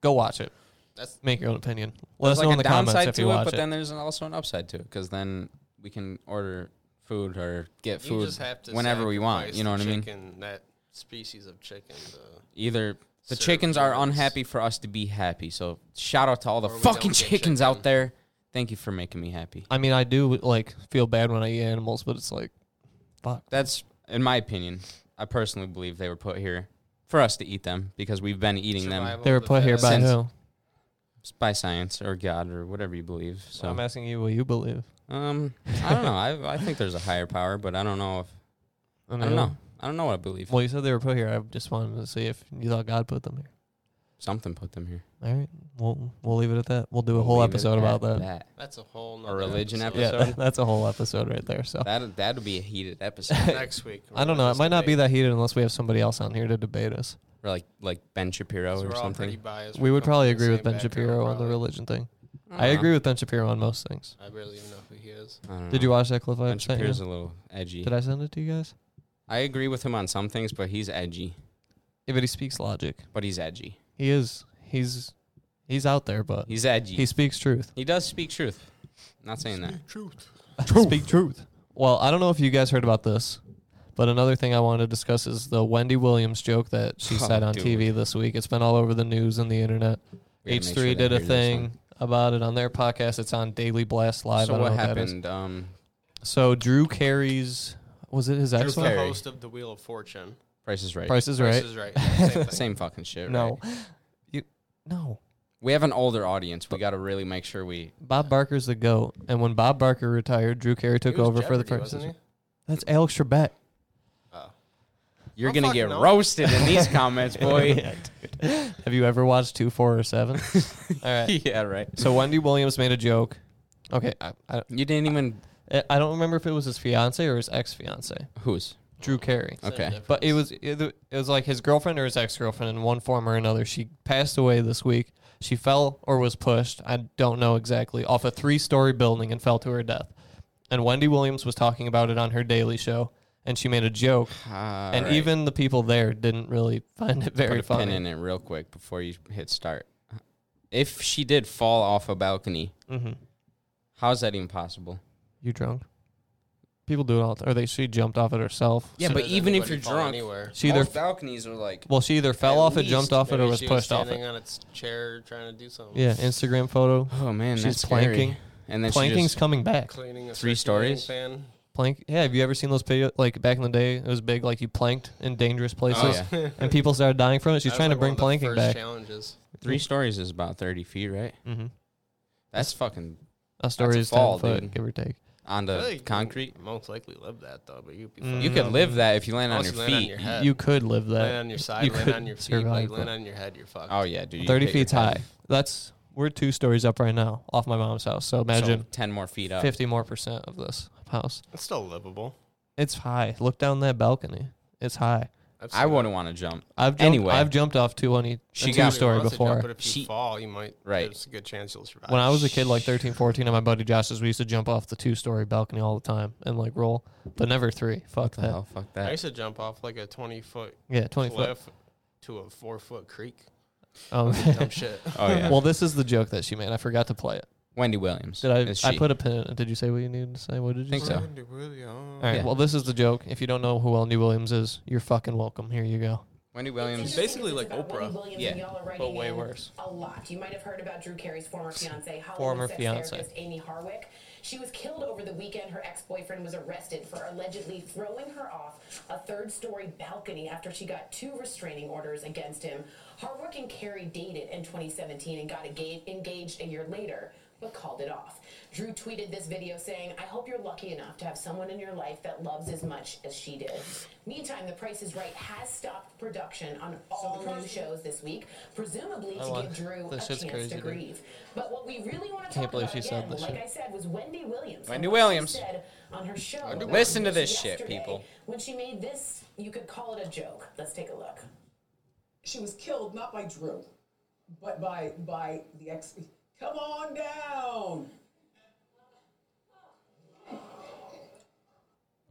S2: go watch it,
S3: that's
S2: make your own opinion. Let us
S1: There's
S2: know
S1: like
S2: in
S1: a
S2: the comments
S1: downside
S2: if
S1: to
S2: you
S1: it,
S2: watch
S1: but
S2: it.
S1: then there's an- also an upside to it because then we can order food or get
S3: you
S1: food
S3: just have to
S1: whenever we want.
S3: sacrifice
S1: You know what
S3: the
S1: I mean?
S3: Chicken, that species of chicken. The,
S1: Either the
S3: Serve
S1: chickens are
S3: humans.
S1: unhappy for us to be happy. So shout out to all the
S3: Or we
S1: fucking
S3: don't get
S1: chickens out
S3: chicken.
S1: there. Thank you for making me happy.
S2: I mean, I do like feel bad when I eat animals, but it's like, fuck.
S1: That's in my opinion. I personally believe they were put here for us to eat them because we've been eating them
S3: Survival.
S2: They were
S3: the
S2: put here by
S1: Since-
S2: who?
S1: by science or God or whatever you believe. So
S2: I'm asking you what you believe.
S1: um, I don't know. I I think there's a higher power, but I don't know if I don't know. I don't know what I believe.
S2: Well, you said they were put here. I just wanted to see if you thought God put them here.
S1: Something put them here.
S2: All right, we'll we'll leave it at that. We'll do a whole
S1: Leave it
S2: episode
S1: at
S2: about that.
S3: that's a whole
S1: A religion
S2: Yeah,
S1: episode?
S2: that's a whole episode right there. So
S1: That that'll be a heated
S3: Yeah.
S1: episode.
S3: Next week.
S2: I don't know. It might not be that heated unless we have somebody else on here to debate us.
S1: or like like Ben Shapiro or something.
S3: Biased.
S2: We would
S3: come
S2: probably
S3: from the
S2: agree with
S3: same
S2: Ben
S3: background,
S2: Shapiro on the
S3: probably.
S2: religion thing. I
S1: Uh-huh.
S2: agree with Ben Shapiro on most things.
S3: I barely even know who he is.
S1: Uh, I don't
S2: Did
S1: know.
S2: you watch that clip I
S1: Uh-huh. Ben
S2: sent you?
S1: Shapiro's a little edgy.
S2: Did I send it to you guys?
S1: I agree with him on some things, but he's edgy.
S2: Yeah, but he speaks logic.
S1: But he's edgy.
S2: He is. He's. He's out there, but
S1: He's edgy.
S2: he speaks truth.
S1: he does speak truth. Not saying that.
S2: Speak truth. Well, I don't know if you guys heard about this, but another thing I want to discuss is the Wendy Williams joke that she
S1: Oh,
S2: said on
S1: dude.
S2: TV this week. It's been all over the news and the internet.
S1: We gotta
S2: H3
S1: make sure they
S2: did a
S1: hear this
S2: thing
S1: one.
S2: about it on their podcast. It's on Daily Blast Live. I
S1: So
S2: don't
S1: what
S2: know that is.
S1: happened? Um,
S2: So Drew Carey's was it his
S3: Drew
S2: ex
S3: the
S1: Carey.
S2: wife?
S3: host of the Wheel of Fortune.
S1: Price is right.
S2: Price is
S3: Price
S2: right.
S3: is right. Same thing.
S1: Same fucking shit.
S2: no,
S1: right?
S2: you no.
S1: We have an older audience. We got to really make sure we.
S2: Bob Barker's the goat, and when Bob Barker retired, Drew Carey took
S3: He was
S2: over for the
S3: Jeopardy,
S2: Price. is
S3: wasn't
S2: Right.
S3: he?
S2: That's Alex Trebek.
S1: You're
S3: I'm
S1: gonna
S3: fucking
S1: get
S3: old.
S1: roasted in these comments, boy.
S2: Yeah, dude. Have you ever watched two, four, or seven? All right.
S1: yeah, right.
S2: So Wendy Williams made a joke. Okay, I, I, eh,
S1: You didn't even
S2: I don't remember if it was his fiance or his ex fiance,
S1: who's
S2: Drew Carey.
S3: Same
S1: Okay.
S3: difference.
S2: But it was it was like his girlfriend or his ex girlfriend in one form or another. She passed away this week. She fell or was pushed, I don't know exactly, off a three story building and fell to her death. And Wendy Williams was talking about it on her Daily Show, and she made a joke.
S1: Ah,
S2: and
S1: right.
S2: even the people there didn't really find it very
S1: put a pin in
S2: funny.
S1: it real quick before you hit start. If she did fall off a balcony,
S2: Mm-hmm.
S1: how is that even possible?
S2: You drunk? People do it all. Or they she jumped off it herself.
S1: Yeah,
S3: So
S1: but
S3: does
S1: even if
S3: anybody
S1: you're
S3: fall
S1: drunk,
S3: anywhere.
S2: She either
S1: Most balconies are like
S2: well she either fell
S1: At
S2: off it,
S1: least
S2: jumped off it,
S3: Maybe
S2: or was
S3: she
S2: pushed off
S3: standing
S2: it.
S3: on its chair trying to do something.
S2: Yeah, Instagram photo.
S1: Oh man,
S2: She's
S1: that's scary.
S2: planking.
S1: And then she
S2: Planking's
S1: just,
S2: coming back.
S3: Cleaning a
S1: Three
S3: circulating
S1: stories?
S3: Fan.
S2: plank. Yeah, have you ever seen those video? Like back in the day, it was big. Like you planked in dangerous places,
S1: yeah.
S2: and people started dying from it. She's
S3: Oh, That was
S2: trying
S3: like
S2: to bring
S3: one of the
S2: planking
S3: first
S2: back.
S3: Challenges.
S1: three stories is about thirty feet, right?
S2: Mm-hmm.
S1: That's fucking.
S2: A story
S1: a
S2: is
S1: fall,
S2: ten foot,
S1: dude.
S2: give or take.
S1: on
S3: I feel
S1: the
S3: like
S1: concrete.
S3: You most likely live that though, but you'd be
S2: Mm.
S1: You
S3: fucking-
S1: could live that if you land on
S3: Unless
S1: your
S3: you land on
S1: feet.
S3: your
S1: You-
S3: head.
S2: You could live
S3: land
S2: that.
S3: on your side,
S2: you
S3: land
S2: could
S3: on your feet,
S2: survive
S3: like land
S2: that.
S3: on your head. You're fucked.
S1: oh yeah, dude. you
S2: Thirty
S1: hit your
S2: feet
S1: head.
S2: high. That's we're two stories up right now off my mom's house. So
S1: So,
S2: imagine
S1: ten more feet up.
S2: fifty more percent of this house.
S3: it's still livable.
S2: It's high. Look down that balcony. It's high.
S3: I've
S1: I
S3: seen
S1: wouldn't want to jump.
S2: I've jumped,
S1: Anyway.
S2: I've jumped off two hundred
S1: She
S2: she
S1: got
S2: two
S1: me
S3: that.
S2: story
S3: Honestly,
S2: before.
S3: Jump, but if you
S1: She-
S3: fall, you might.
S1: Right.
S3: There's a good chance you'll survive.
S2: when I was a kid, like 13, 14, and my buddy Josh's, we used to jump off the two story balcony all the time and like roll, but never three. Fuck
S1: The
S2: that.
S1: hell, fuck
S3: I
S1: that.
S3: used to jump off like a 20 foot
S2: Yeah, 20 foot.
S3: cliff to a four foot creek.
S2: Um,
S3: Dumb shit.
S1: Oh yeah.
S2: well, this is the joke that she made. I forgot to play it.
S1: Wendy Williams.
S2: Did I?
S1: is
S2: I
S1: she.
S2: put a pin. in it. Did you say what you needed to say? What did you
S1: Think
S2: say?
S1: so.
S2: All right.
S1: Yeah.
S2: Well, this is the joke. If you don't know who Wendy Williams is, you're fucking welcome. Here you go.
S1: Wendy
S3: It's
S1: Williams.
S3: basically
S6: It's
S3: like
S6: about Wendy
S3: Oprah.
S6: Williams
S1: Yeah,
S6: and y'all are
S2: but
S6: writing
S2: way
S6: in
S2: worse.
S6: A lot. You might have heard about Drew Carey's former fiance, Hollywood
S2: Former
S6: sex
S2: fiance.
S6: therapist Amy Harwick. She was killed over the weekend. Her ex-boyfriend was arrested for allegedly throwing her off a third-story balcony after she got two restraining orders against him. Harwick and Carey dated in 2017 and got engaged, engaged a year later. But called it off. Drew tweeted this video saying, I hope you're lucky enough to have someone in your life that loves as much as she did. Meantime, The Price is Right has stopped production on all new shows this week, presumably to
S2: like-
S6: give Drew
S2: this
S6: a
S2: Oh, shit's
S6: chance
S2: crazy,
S6: to
S2: dude.
S6: grieve. But what we really want to
S2: Can't
S6: talk
S2: believe
S6: about
S2: she said
S6: again,
S2: this
S6: like
S2: shit.
S6: I said, was Wendy Williams.
S1: Wendy
S6: and what she
S1: Williams.
S6: said on her show.
S1: Listen to this shit,
S6: yesterday
S1: people.
S6: When she made this, you could call it a joke. Let's take a look.
S7: she was killed not by Drew, but by by the ex. Come on down.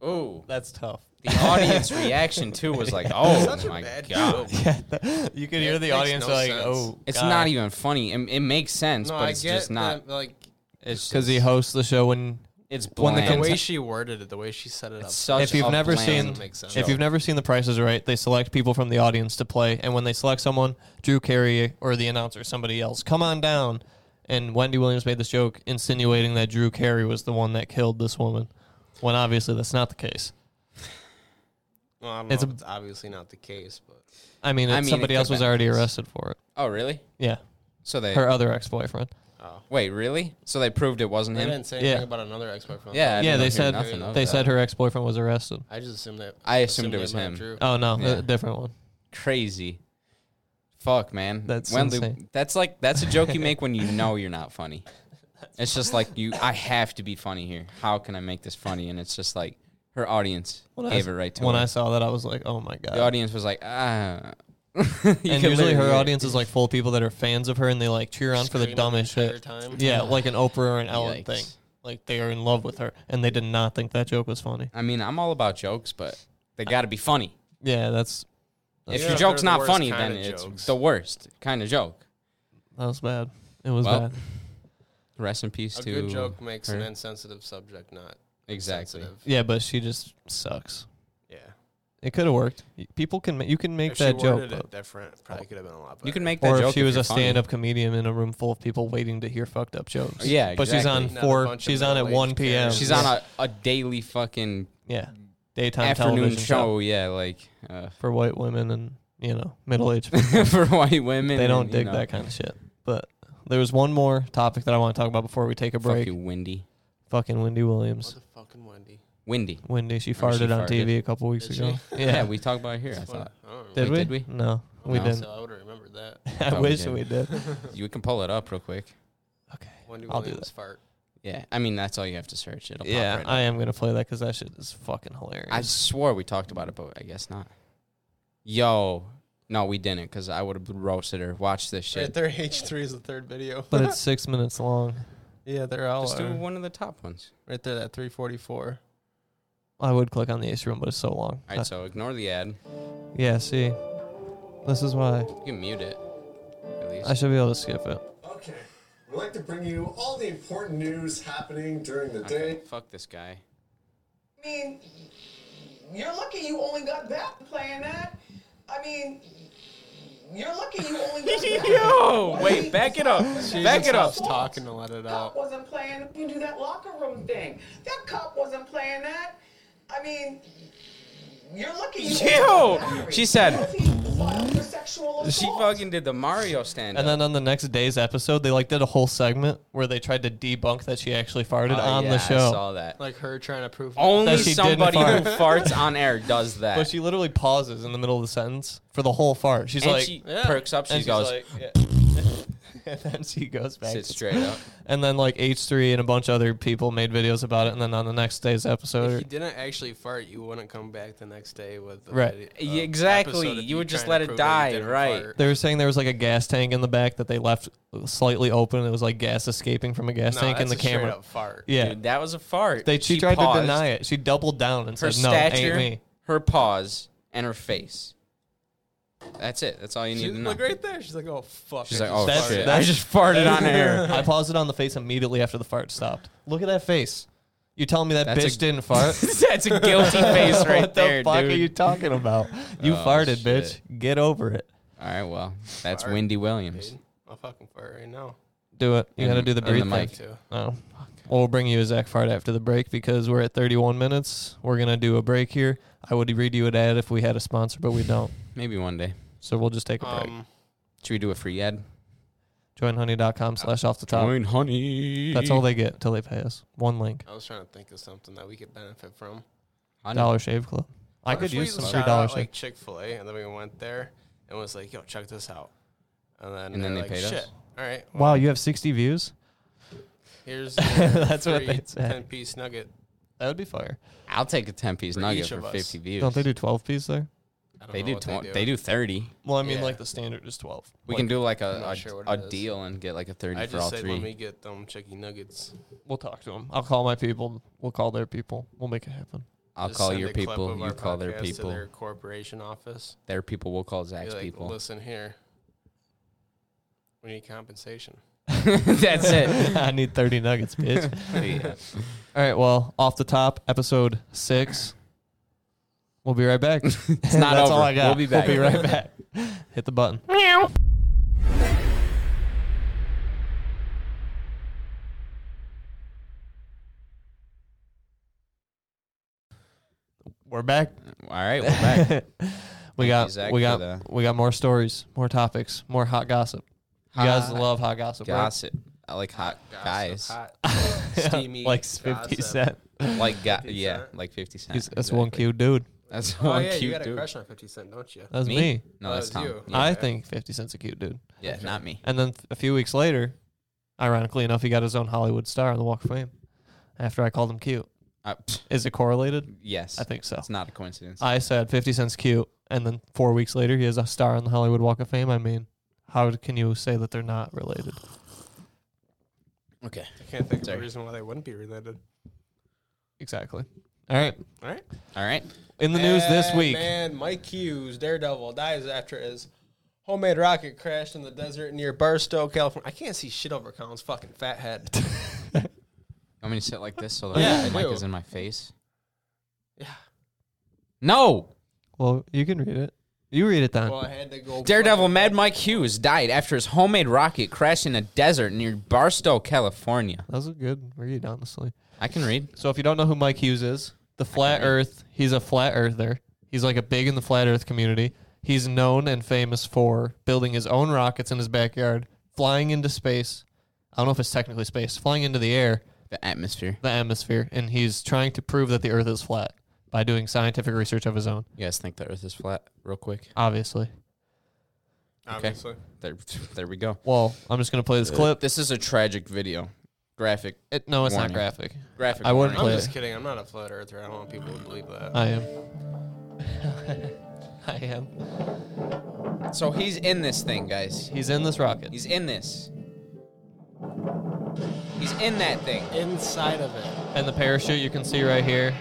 S1: Ooh.
S2: That's tough.
S1: The audience reaction too was like, oh
S3: Such a
S1: my
S3: bad
S1: god.
S3: joke.
S2: You could
S3: hear
S2: hear the
S3: It the makes audience
S2: audience like,
S3: no like, sense.
S2: "Oh,
S3: "Oh,
S1: It's not even funny. It, it makes sense,
S3: No,
S1: but
S3: I
S1: it's
S3: get
S1: just not.
S3: that, like
S1: It's
S2: because
S1: because
S2: he hosts the show." And
S1: It's
S2: when the
S1: bland.
S3: the
S2: Conti-
S3: way she worded it, the way she set it up.
S1: It's such
S2: if you've
S1: a
S2: never
S1: bland
S2: seen,
S3: make sense.
S2: if you've never seen The Price is Right, they select people from the audience to play, and when they select someone, Drew Carey or the announcer, somebody else, come on down. And Wendy Williams made this joke insinuating that Drew Carey was the one that killed this woman, when obviously that's not the case.
S3: well, I don't
S2: it's
S3: know
S2: a-
S3: if it's obviously not the case, but
S2: I mean,
S1: I
S2: it's
S1: mean, it
S2: somebody
S1: could
S2: else was
S1: have
S2: already
S1: been.
S2: arrested for it.
S1: oh really?
S2: Yeah,
S1: So they
S2: her other ex-boyfriend.
S1: wait really? So they proved it wasn't
S3: they
S1: him.
S3: didn't say
S2: Yeah.
S3: anything about another ex-boyfriend.
S1: Yeah, I
S2: Yeah,
S1: didn't
S2: they
S1: hear
S2: said
S1: nothing of
S2: they
S1: that.
S2: said her ex-boyfriend was arrested.
S3: I just assumed that.
S1: I assumed it was
S3: might have
S1: him.
S3: Drew.
S2: Oh no,
S1: Yeah.
S2: a different one.
S1: crazy. Fuck man,
S2: That's insane.
S1: That's like that's a joke you make when you know you're not funny. It's just like you. I have to be funny here. How can I make this funny? And it's just like her audience
S2: I
S1: gave
S2: s-
S1: it right to
S2: When
S1: her.
S2: I saw that, I was like, "Oh my god!"
S1: the audience was like, ah. You
S2: and
S1: could
S2: usually her
S1: literally-
S2: audience is like full of people that are fans of her and they like cheer on for the
S3: Screaming
S2: dumbest
S3: the entire
S2: shit.
S3: time.
S2: Yeah, like an Oprah or an Ellen
S1: Yikes.
S2: thing. Like they are in love with her and they did not think that joke was funny.
S1: I mean, I'm all about jokes, but they got to be funny.
S2: Yeah, that's
S1: If
S3: Yeah,
S1: your
S3: if
S1: joke's
S3: they're
S1: not
S3: the worst
S1: funny, then
S3: kinda
S1: it's
S3: jokes.
S1: the worst kind of joke.
S2: that was bad. It was
S1: Well,
S2: bad.
S1: Rest in peace
S3: A
S1: to
S3: good joke makes an
S1: her.
S3: insensitive subject not
S1: Exactly.
S3: sensitive.
S2: Yeah, but she just sucks.
S3: Yeah.
S2: It could have worked. Y- People can ma- you can make
S3: If
S2: that
S3: she
S2: joke.
S3: worded it different, it probably could have been a lot better.
S1: Oh. You can make
S2: but-
S1: that
S2: Or
S1: joke
S2: if she was
S1: you're
S2: a
S1: funny.
S2: stand-up comedian in a room full of people waiting to hear fucked up jokes.
S1: Yeah,
S2: but she's on
S1: exactly.
S3: Not a
S2: four.
S3: bunch of
S2: She's on at
S3: middle-aged
S2: one p.m.
S3: Karen.
S1: She's on a, a daily fucking
S2: yeah daytime
S1: afternoon
S2: television
S1: show. Yeah, like uh,
S2: for white women and you know middle-aged
S1: for white women.
S2: they don't
S1: and, you
S2: dig
S1: know,
S2: that kind of shit. But there was one more topic that I want to talk about before we take a
S1: Fuck
S2: break.
S1: you, Wendy.
S2: Fucking Wendy Williams.
S3: Motherfucking Wendy.
S1: Windy.
S2: Wendy, she
S1: Remember
S2: farted
S1: she
S2: on
S1: farted?
S2: TV a couple weeks
S3: Did
S2: ago.
S1: Yeah.
S2: Yeah.
S1: we talked about it here. I thought
S3: I don't
S2: did,
S1: Wait,
S2: we?
S1: did we?
S2: No, we
S1: No.
S2: didn't.
S3: So I would have remembered that.
S2: I
S1: thought we
S2: wish
S1: did.
S2: we did.
S1: you can pull it up real quick.
S2: Okay.
S3: Wendy
S2: I'll do
S3: Williams fart.
S1: Yeah, I mean that's all you have to search. It'll
S2: yeah,
S1: pop right
S2: I
S1: up.
S2: am gonna play that because that shit is fucking hilarious.
S1: I swore we talked about it, but I guess not. Yo, no, we didn't because I would have roasted her. Watch this shit.
S3: Right there, H three is the third video.
S2: but it's six minutes long.
S3: yeah, they're all
S1: Let's do
S3: are.
S1: one of the top ones.
S3: right there. That three forty four.
S2: I would click on the ace room, but it's so long. Uh,
S1: All right, so ignore the ad.
S2: yeah, see, this is why
S1: You can mute it. At least.
S2: I should be able to skip it.
S8: Okay. We'd like to bring you all the important news happening during the
S1: okay,
S8: day.
S1: fuck this guy.
S7: I mean, you're lucky you only got that playing that. I mean, you're lucky you only got that.
S1: Yo, wait, back it up. Back it up.
S3: Stops talking to let it
S7: cop
S3: out.
S7: wasn't playing. You do that locker room thing. That cop wasn't playing that. I mean, you're lucky. You
S1: Yo! She said,
S7: sexual assault.
S1: She fucking did the Mario stand.
S2: And then on the next day's episode, they like did a whole segment where they tried to debunk that she actually farted on the
S1: Oh, I
S2: show.
S1: saw that.
S3: Like her trying to prove.
S1: Only
S2: That she didn't
S1: somebody who
S2: fart.
S1: farts on air does that.
S2: But she literally pauses in the middle of the sentence for the whole fart. She's
S1: and
S2: like,
S1: she
S3: yeah.
S1: perks up. She
S2: and she's
S1: goes,
S2: like, yeah. and then she goes back.
S1: sits straight up.
S2: And then like H3 and a bunch of other people made videos about it. And then on the next day's
S3: If
S2: episode,
S3: you didn't actually fart, you wouldn't come back the next day with the
S2: Right.
S3: video-
S1: Yeah,
S3: uh,
S1: exactly.
S3: episode if
S1: You would just
S3: trying
S1: let
S3: to
S1: it
S3: prove
S1: die,
S3: that you didn't
S1: right.
S3: fart.
S2: they were saying there was like a gas tank in the back that they left slightly open. It was like gas escaping from a gas
S3: No,
S2: tank in
S3: that's
S2: the
S3: a straight
S2: camera.
S3: up fart.
S2: Yeah.
S1: Dude, that was a fart.
S2: They, she, tried to deny it. She doubled down and
S1: Her
S2: said, "No,
S1: stature,
S2: ain't me."
S1: her paws, and her face. That's it. That's all you need
S3: She's
S1: to know.
S3: like right there. She's like, oh fuck.
S1: She's
S3: I
S1: like,
S3: just
S1: oh
S2: That's-
S1: shit,
S2: that's-
S1: I just farted on air.
S2: I paused it on the face immediately after the fart stopped. Look at that face. You telling me that
S1: That's
S2: bitch
S1: a-
S2: didn't fart?
S1: that's a guilty face right
S2: what
S1: there,
S2: the fuck
S1: dude.
S2: are you talking about? You
S1: Oh,
S2: farted,
S1: shit.
S2: bitch. Get over it.
S1: all right, well, that's
S3: Fart.
S1: Wendy Williams.
S3: I'll fucking fart right now.
S2: Do it. You
S1: In-
S2: got to do the
S1: in the
S2: breathe
S1: mic.
S2: mic.
S3: Too.
S2: Oh. Well, we'll bring you a Zach fart after the break because we're at 31 minutes. We're going to do a break here. I would read you an ad if we had a sponsor, but we don't.
S1: Maybe one day.
S2: So we'll just take a break.
S3: Um,
S1: Should we do a free ad?
S2: Joinhoney.com slash off the top.
S1: honey.
S2: That's all they get until they pay us. One link.
S3: I was trying to think of something that we could benefit from.
S2: Dollar Shave Club. I
S3: What
S2: could
S3: if we
S2: use some
S3: shout
S2: free Dollar
S3: out,
S2: Shave.
S3: like Chick Fil A, and then we went there and was like, "Yo, check this out," and then
S1: And then
S3: they're
S1: they
S3: like,
S1: paid us?
S3: Shit. All right,
S2: wow, you have 60 views?
S3: here's that's
S2: That's what they said.
S3: ten piece nugget.
S2: That would be fire.
S1: I'll take a ten piece
S3: For
S1: nugget
S3: each
S1: for
S3: of us.
S1: fifty views.
S2: Don't they do 12 piece there?
S3: I don't
S1: They
S3: know
S1: do
S3: what
S1: twen- They do thirty.
S2: Well, I mean,
S3: Yeah.
S2: like the standard is 12.
S1: We can do like
S3: I'm
S1: a
S3: not
S1: a,
S3: sure what
S1: a
S3: it is.
S1: deal and get like a thirty
S3: I
S1: for
S3: just
S1: all
S3: said
S1: three.
S3: let me get them chicky nuggets.
S2: We'll talk to them. I'll call my people. We'll call their people. We'll make it happen.
S1: I'll
S3: Just
S1: call
S3: send
S1: your
S3: a clip
S1: people.
S3: of
S1: You
S3: our
S1: call their
S3: podcast to
S1: people.
S3: Their
S1: Their,
S3: corporation office.
S1: people. We'll call
S3: Be
S1: Zach's
S3: like,
S1: people.
S3: listen here. We need compensation.
S1: That's it.
S2: I need 30 nuggets, bitch.
S1: Yeah.
S2: All right, well, off the top, episode six. We'll be right back. it's not
S1: not
S2: That's
S1: over.
S2: all I got.
S1: We'll be back.
S2: We'll be right back. Hit the button. We're back.
S1: All right, we're back.
S2: we
S1: Thank
S2: got
S1: you, Zach,
S2: we
S1: for
S2: got
S1: the-
S2: we got more stories, more topics, more hot gossip. You guys
S1: Hot
S2: love hot gossip, right?
S1: Gossip. I like hot guys.
S3: Hot, steamy,
S2: like fifty
S3: gossip.
S2: cent.
S1: Like ga-
S3: 50
S1: yeah,
S3: Cent.
S1: like fifty cent.
S2: He's, That's one cute dude.
S1: That's one
S3: Oh yeah, you
S1: cute
S3: got a
S1: dude.
S3: crush on Fifty Cent, don't you?
S2: That's me.
S1: me? No,
S3: Oh,
S1: that's
S3: it's
S1: Tom.
S3: you.
S1: Yeah,
S2: I
S3: okay.
S2: think Fifty Cent's a cute dude.
S1: yeah, not me.
S2: And then a few weeks later, ironically enough, he got his own Hollywood star on the Walk of Fame. After I called him cute,
S1: Uh, pfft,
S2: is it correlated?
S1: yes,
S2: I think so.
S1: it's not a coincidence.
S2: I said Fifty Cent's cute, and then four weeks later, he has a star on the Hollywood Walk of Fame. I mean, how can you say that they're not related?
S1: okay.
S3: I can't think of
S1: Sorry.
S3: a reason why they wouldn't be related.
S2: Exactly. All right.
S3: All right.
S1: All right.
S2: In the news this
S3: And
S2: week.
S3: Man, Mike Hughes, Daredevil, dies after his homemade rocket crashed in the desert near Barstow, California. I can't see shit over Colin's fucking fat head.
S1: I'm gonna sit like this so that
S3: Yeah,
S1: the
S3: I
S1: mic
S3: do.
S1: is in my face.
S3: yeah.
S1: No.
S2: Well, you can read it. You read it then.
S3: Well, I had to go.
S1: Daredevil
S3: fucking-
S1: Mad Mike Hughes died after his homemade rocket crashed in a desert near Barstow, California.
S2: that was a good read, honestly.
S1: I can read.
S2: So if you don't know who Mike Hughes is, the flat earth, he's a flat earther. He's like a big in the flat earth community. He's known and famous for building his own rockets in his backyard, flying into space. I don't know if it's technically space, flying into the air,
S1: The atmosphere.
S2: the atmosphere, and he's trying to prove that the earth is flat by doing scientific research of his own,
S1: You guys think the Earth is flat? Real quick.
S2: obviously.
S3: Obviously.
S1: There, there we go.
S2: Well, I'm just going to play
S1: Uh,
S2: this clip.
S1: This is a tragic video. Graphic.
S2: It, no, it's
S1: Warning.
S2: not graphic.
S1: Graphic.
S2: I wouldn't
S1: warning.
S2: play
S3: I'm
S2: it.
S3: just kidding. I'm not a flat earther. I don't want people to believe that.
S2: I am. I am.
S1: So he's in this thing, guys.
S2: He's in this rocket.
S1: He's in this. He's in that thing.
S3: Inside of it.
S2: And the parachute you can see right here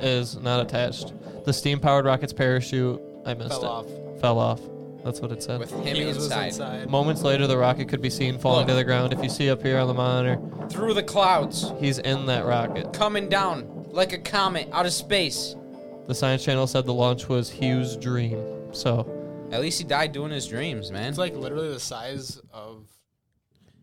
S2: is not attached. The steam powered rocket's parachute, I missed
S3: Fell
S2: it.
S3: off.
S2: Fell off. That's what it said.
S1: With him
S3: Hughes was
S1: inside.
S3: inside.
S2: Moments later, the rocket could be seen falling to the ground. If you see up here on the monitor,
S1: Through the clouds.
S2: he's in that rocket.
S1: Coming down like a comet out of space.
S2: The Science Channel said the launch was Hughes' dream. So,
S1: At least he died doing his dreams, man.
S3: It's like literally the size of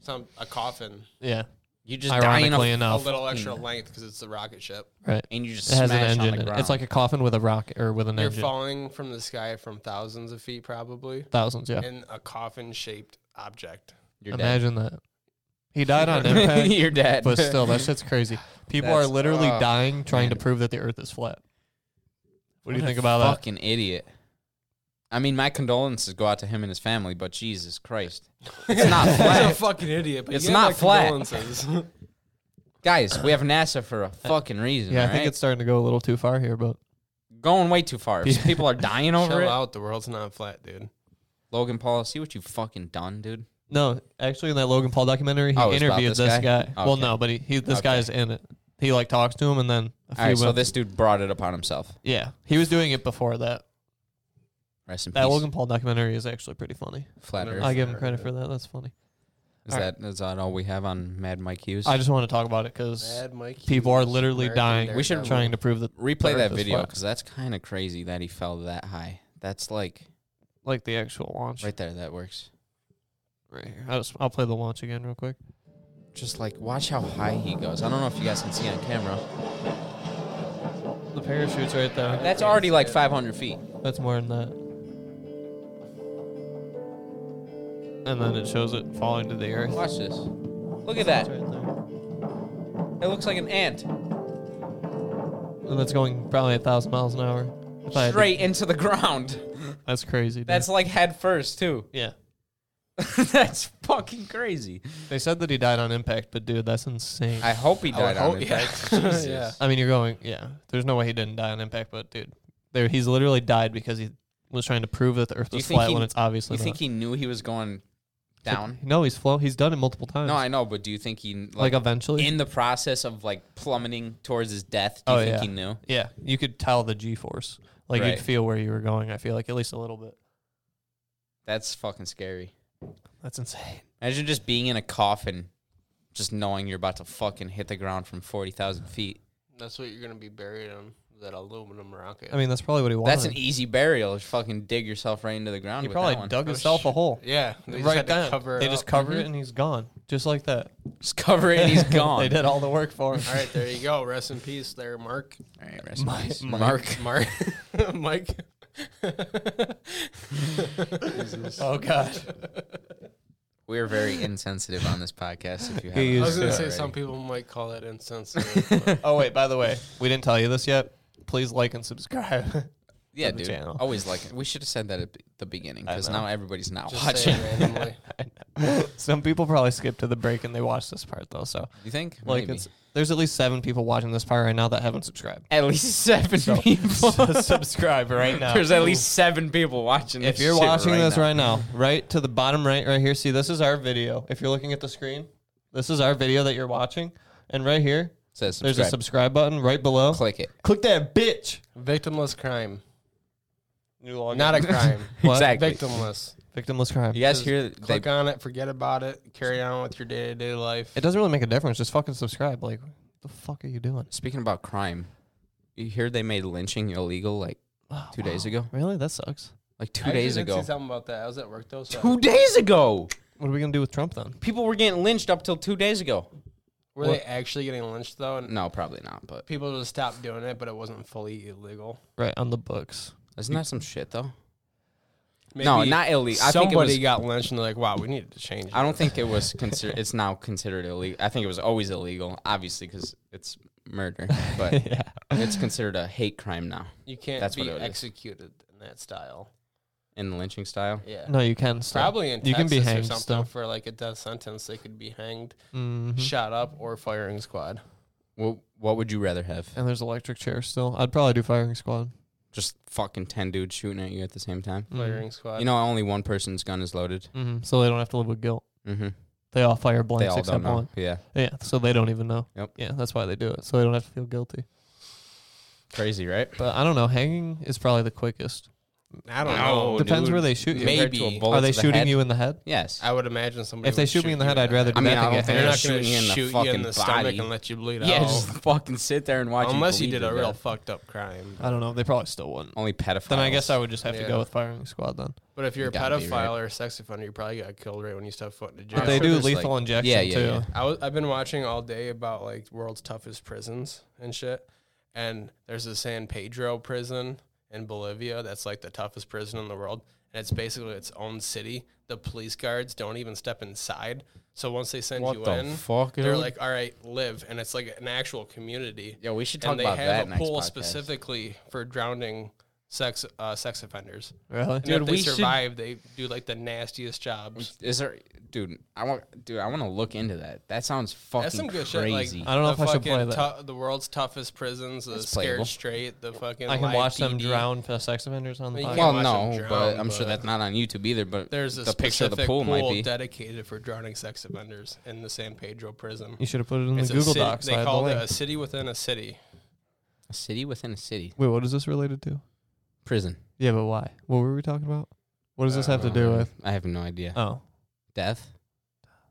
S3: some a coffin.
S2: yeah.
S1: You just dying
S2: ironically
S1: of,
S2: enough.
S3: a little extra length because it's a rocket ship.
S2: right.
S1: and you just
S2: It has an
S1: smash
S2: engine.
S1: on the
S2: in it.
S1: ground.
S2: It's like a coffin with a rocket or with an
S3: You're
S2: engine.
S3: falling from the sky from thousands of feet, probably,
S2: Thousands, yeah.
S3: in a coffin-shaped object.
S1: you're
S2: Imagine that. He died on impact.
S1: dead. you're dead.
S2: but still, that shit's crazy. People are
S1: That's-
S2: literally
S1: oh,
S2: dying trying
S1: man.
S2: to prove that the Earth is flat. What, do you
S1: a
S2: think about that?
S1: Fucking idiot. I mean, my condolences go out to him and his family, but Jesus Christ, it's not
S3: He's a
S1: flat,
S3: fucking idiot. But
S1: It's
S3: you get
S1: not
S3: my
S1: flat.
S3: condolences.
S1: guys. We have NASA for a fucking reason.
S2: Yeah, I think
S1: alright?
S2: it's starting to go a little too far here, but
S1: going way too far. If
S2: Yeah.
S1: People are dying over
S3: Chill
S1: it.
S3: out. The world's not flat, dude.
S1: Logan Paul, see what you fucking done, dude.
S2: no, actually, in that Logan Paul documentary, he
S1: Oh, it's about
S2: interviewed
S1: this
S2: this,
S1: guy? Oh,
S2: guy. Well,
S1: Okay.
S2: no, but he, he this guy's in it. He like talks to him, and then a few
S1: All right, so
S2: minutes-
S1: this dude brought it upon himself.
S2: yeah, he was doing it before that.
S1: Rest in
S2: That
S1: peace.
S2: Logan Paul documentary is actually pretty funny.
S1: Flat Earth.
S2: I give him credit for that. That's funny.
S1: is
S2: all
S1: that is that all we have on Mad Mike Hughes?
S2: I just want to talk about it because
S3: Bad Mike.
S2: people are literally dying.
S1: We should
S2: trying to prove that
S1: replay
S2: the
S1: that
S2: Earth is
S1: video
S2: flat.
S1: because that's kind of crazy that he fell that high. That's like
S2: like the actual launch.
S1: right there. That works.
S2: right here. I'll, just, I'll play the launch again real quick.
S1: Just like watch how high he goes. I don't know if you guys can see on camera.
S2: The parachute's right there.
S1: That's already like 500 feet.
S2: That's more than that. And then it shows it falling to the earth.
S1: Watch this. Look at that.
S2: It's right there.
S1: It looks like an ant
S2: And that's going probably a thousand miles an hour. If I had to-
S1: straight into the ground.
S2: that's crazy. Dude.
S1: That's like head first too.
S2: yeah.
S1: that's fucking crazy.
S2: They said that he died on impact, but dude, that's insane.
S1: I hope he died on
S3: hope-
S1: it.
S3: yeah.
S1: right? Jesus.
S3: Yeah.
S2: I mean, you're going, yeah. There's no way he didn't die on impact, but dude, there he's literally died because he was trying to prove that the Earth
S1: Do you
S2: was
S1: think
S2: flat
S1: he-
S2: when it's obviously
S1: You
S2: not.
S1: think he knew he was going down?
S2: No, he's flown. He's done it multiple times.
S1: No, I know, but do you think he
S2: like,
S1: like,
S2: eventually.
S1: in the process of like plummeting towards his death? Do you
S2: Oh,
S1: think
S2: yeah.
S1: he knew?
S2: yeah, you could tell the G-force. Like
S1: Right.
S2: you'd feel where you were going. I feel like at least a little bit.
S1: That's fucking scary.
S2: That's insane.
S1: Imagine just being in a coffin, just knowing you're about to fucking hit the ground from forty thousand feet.
S3: That's what you're gonna be buried on. That aluminum rocket.
S2: I mean, that's probably what he wanted.
S1: That's an easy burial. Just fucking dig yourself right into the ground.
S2: he
S1: with that
S2: probably
S1: one.
S2: dug himself a hole.
S3: yeah. They just
S2: Oh, Right
S3: had
S2: down.
S3: to cover. it
S2: they just
S3: up. Mm-hmm.
S2: cover it and he's gone, just like that.
S1: Just cover it. and He's gone.
S2: they did all the work for him.
S3: All right, there you go. Rest in peace, there, Mark.
S1: All right, rest in
S2: My-
S1: peace.
S2: my-
S1: Mark.
S3: Mark. Mike.
S2: Oh gosh.
S1: We are very insensitive on this podcast. If you have,
S2: He
S3: I was
S2: is,
S3: gonna say
S1: already.
S3: some people might call that insensitive. but
S2: Oh wait, by the way, we didn't tell you this yet. Please like and subscribe.
S1: yeah,
S2: on the
S1: dude.
S2: channel.
S1: Always like it. We should have said that at the beginning
S2: I
S1: because
S2: know.
S1: now everybody's not
S3: Just say
S1: watching.
S3: it randomly.
S2: Some people probably skip to the break and they watch this part though. So
S1: You think?
S2: like,
S1: Maybe.
S2: it's there's at least seven people watching this part right now that haven't subscribed.
S1: at least seven people.
S2: So subscribe right now.
S1: There's at least seven people watching.
S2: if
S1: this
S2: you're
S1: shit
S2: watching
S1: right
S2: this
S1: now.
S2: right now, right to the bottom right, right here. See, this is our video. If you're looking at the screen, this is our video that you're watching. And right here,
S1: It says
S2: there's a
S1: subscribe.
S2: subscribe button right below.
S1: Click it.
S2: Click that bitch.
S3: Victimless crime.
S2: New log.
S3: Not a crime.
S2: What?
S1: Exactly.
S3: Victimless.
S2: victimless crime.
S1: You guys hear? They,
S3: Click on it. Forget about it. Carry on with your day to day life.
S2: It doesn't really make a difference. Just fucking subscribe. Like, what the fuck are you doing?
S1: speaking about crime, you hear they made lynching illegal like two days ago.
S2: Really? That sucks.
S1: Like two
S3: I actually
S1: days
S3: did
S1: ago.
S3: See something about that. I was at work though. So
S1: Two days ago,
S2: What are we gonna do with Trump then?
S1: people were getting lynched up till two days ago.
S3: were they actually getting lynched though? And
S1: No, probably not. But
S3: people just stopped doing it, but it wasn't fully illegal.
S2: Right on the books.
S1: isn't that some shit though? no, not illegal. I think it
S3: somebody
S1: was,
S3: got lynched and they're like, "Wow, we need to change."
S1: I
S3: it."
S1: don't think it was considered. it's now considered illegal. I think it was always illegal, obviously, because it's murder. But
S2: yeah.
S1: it's considered a hate crime now
S3: You can't
S1: That's
S3: be
S1: what it is.
S3: executed in that style.
S1: in the lynching style.
S3: Yeah.
S2: No, you can still.
S3: Probably in
S2: you
S3: Texas
S2: can be
S3: or
S2: hanged
S3: something
S2: still.
S3: for like a death sentence. They could be hanged,
S2: Mhm.
S3: shot up, or firing squad.
S2: Mm-hmm.
S1: Well, what would you rather have?
S2: And there's electric chair still. I'd probably do firing squad.
S1: Just fucking ten dudes shooting at you at the same time.
S3: Firing squad.
S1: You know, only one person's gun is loaded.
S2: hmm So they don't have to live with guilt.
S1: Mm-hmm.
S2: They all fire blanks
S1: They all
S2: except
S1: don't know.
S2: one.
S1: Yeah,
S2: Yeah. So they don't even know.
S1: Yep.
S2: Yeah. That's why they do it. So they don't have to feel guilty.
S1: crazy, right?
S2: But I don't know. Hanging is probably the quickest.
S3: I don't
S1: No,
S3: know.
S2: Depends
S3: dude.
S2: where they shoot you.
S1: oh, compared
S3: Maybe.
S1: to a bullet. Bullets
S2: Are they
S1: to the
S2: shooting
S1: head?
S2: you in the head?
S1: Yes.
S3: I would imagine somebody.
S2: If they
S3: would
S2: shoot me in the
S3: you
S2: head, I'd rather do
S1: I mean,
S2: that
S1: I
S2: than
S1: don't
S2: get
S1: think
S3: They're
S2: hit.
S3: not going to
S1: Shooting you in the
S3: shoot you in
S1: fucking
S3: the stomach
S1: body.
S3: and let you bleed out.
S1: yeah, just fucking sit there and watch.
S3: Unless you
S1: bleed
S3: did
S1: to
S3: a real
S1: death.
S3: fucked up crime.
S2: I don't know. They probably still wouldn't.
S1: only pedophile.
S2: Then I guess I would just have to
S3: Yeah.
S2: go with firing squad then.
S3: But if you're a
S1: You gotta be,
S3: pedophile
S1: right?
S3: or a sex offender, you probably got killed right when you stepped foot in jail.
S1: I'm
S2: But they
S1: sure
S2: do
S1: there's,
S2: lethal
S1: like-
S2: injection
S1: Yeah, yeah,
S2: too.
S1: yeah.
S3: I was, I've been watching all day about like world's toughest prisons and shit. And there's a San Pedro prison in Bolivia that's like the toughest prison in the world. And it's basically its own city. The police guards don't even step inside. So once they send
S1: What
S3: you
S1: the
S3: in,
S1: fuck,
S3: they're
S1: dude?
S3: like, all right, live. And it's like an actual community.
S1: Yeah, we should talk
S3: and they
S1: about
S3: have
S1: that
S3: a
S1: next
S3: pool
S1: podcast.
S3: specifically for drowning sex uh, sex offenders.
S2: Really?
S3: And
S1: Dude,
S3: if they
S1: we should-
S3: survive, they do like the nastiest jobs.
S1: Is there, dude? I want, dude. I want to look into that. That sounds fucking
S3: That's some good
S1: crazy.
S3: shit. Like uh,
S2: I don't know
S3: the
S2: if I should play
S3: fucking
S2: that.
S3: tou- the world's toughest prisons, the
S1: That's
S3: scared
S1: playable.
S3: straight, the fucking.
S2: I can
S3: live
S2: watch them
S3: PD.
S2: drown for sex offenders on the
S3: Well, you
S1: well,
S2: podcast.
S3: watch
S1: no,
S3: them drown,
S1: but I'm sure
S3: but-
S1: that's not on YouTube either. But
S3: There's a
S1: the picture of the pool, might be.
S3: dedicated for drowning sex offenders in the San Pedro prison.
S2: You should have put it in
S3: It's
S2: the
S3: a
S2: Google
S3: city-
S2: Docs. I
S3: They
S2: had the
S3: called it
S2: link.
S3: a city within a city.
S1: a city within a city,
S2: Wait, what is this related to?
S1: prison.
S2: Yeah, but why? What were we talking about? What does this have to do
S1: Um,
S2: with?
S1: I have no idea.
S3: Uh,
S2: Oh,
S1: Death.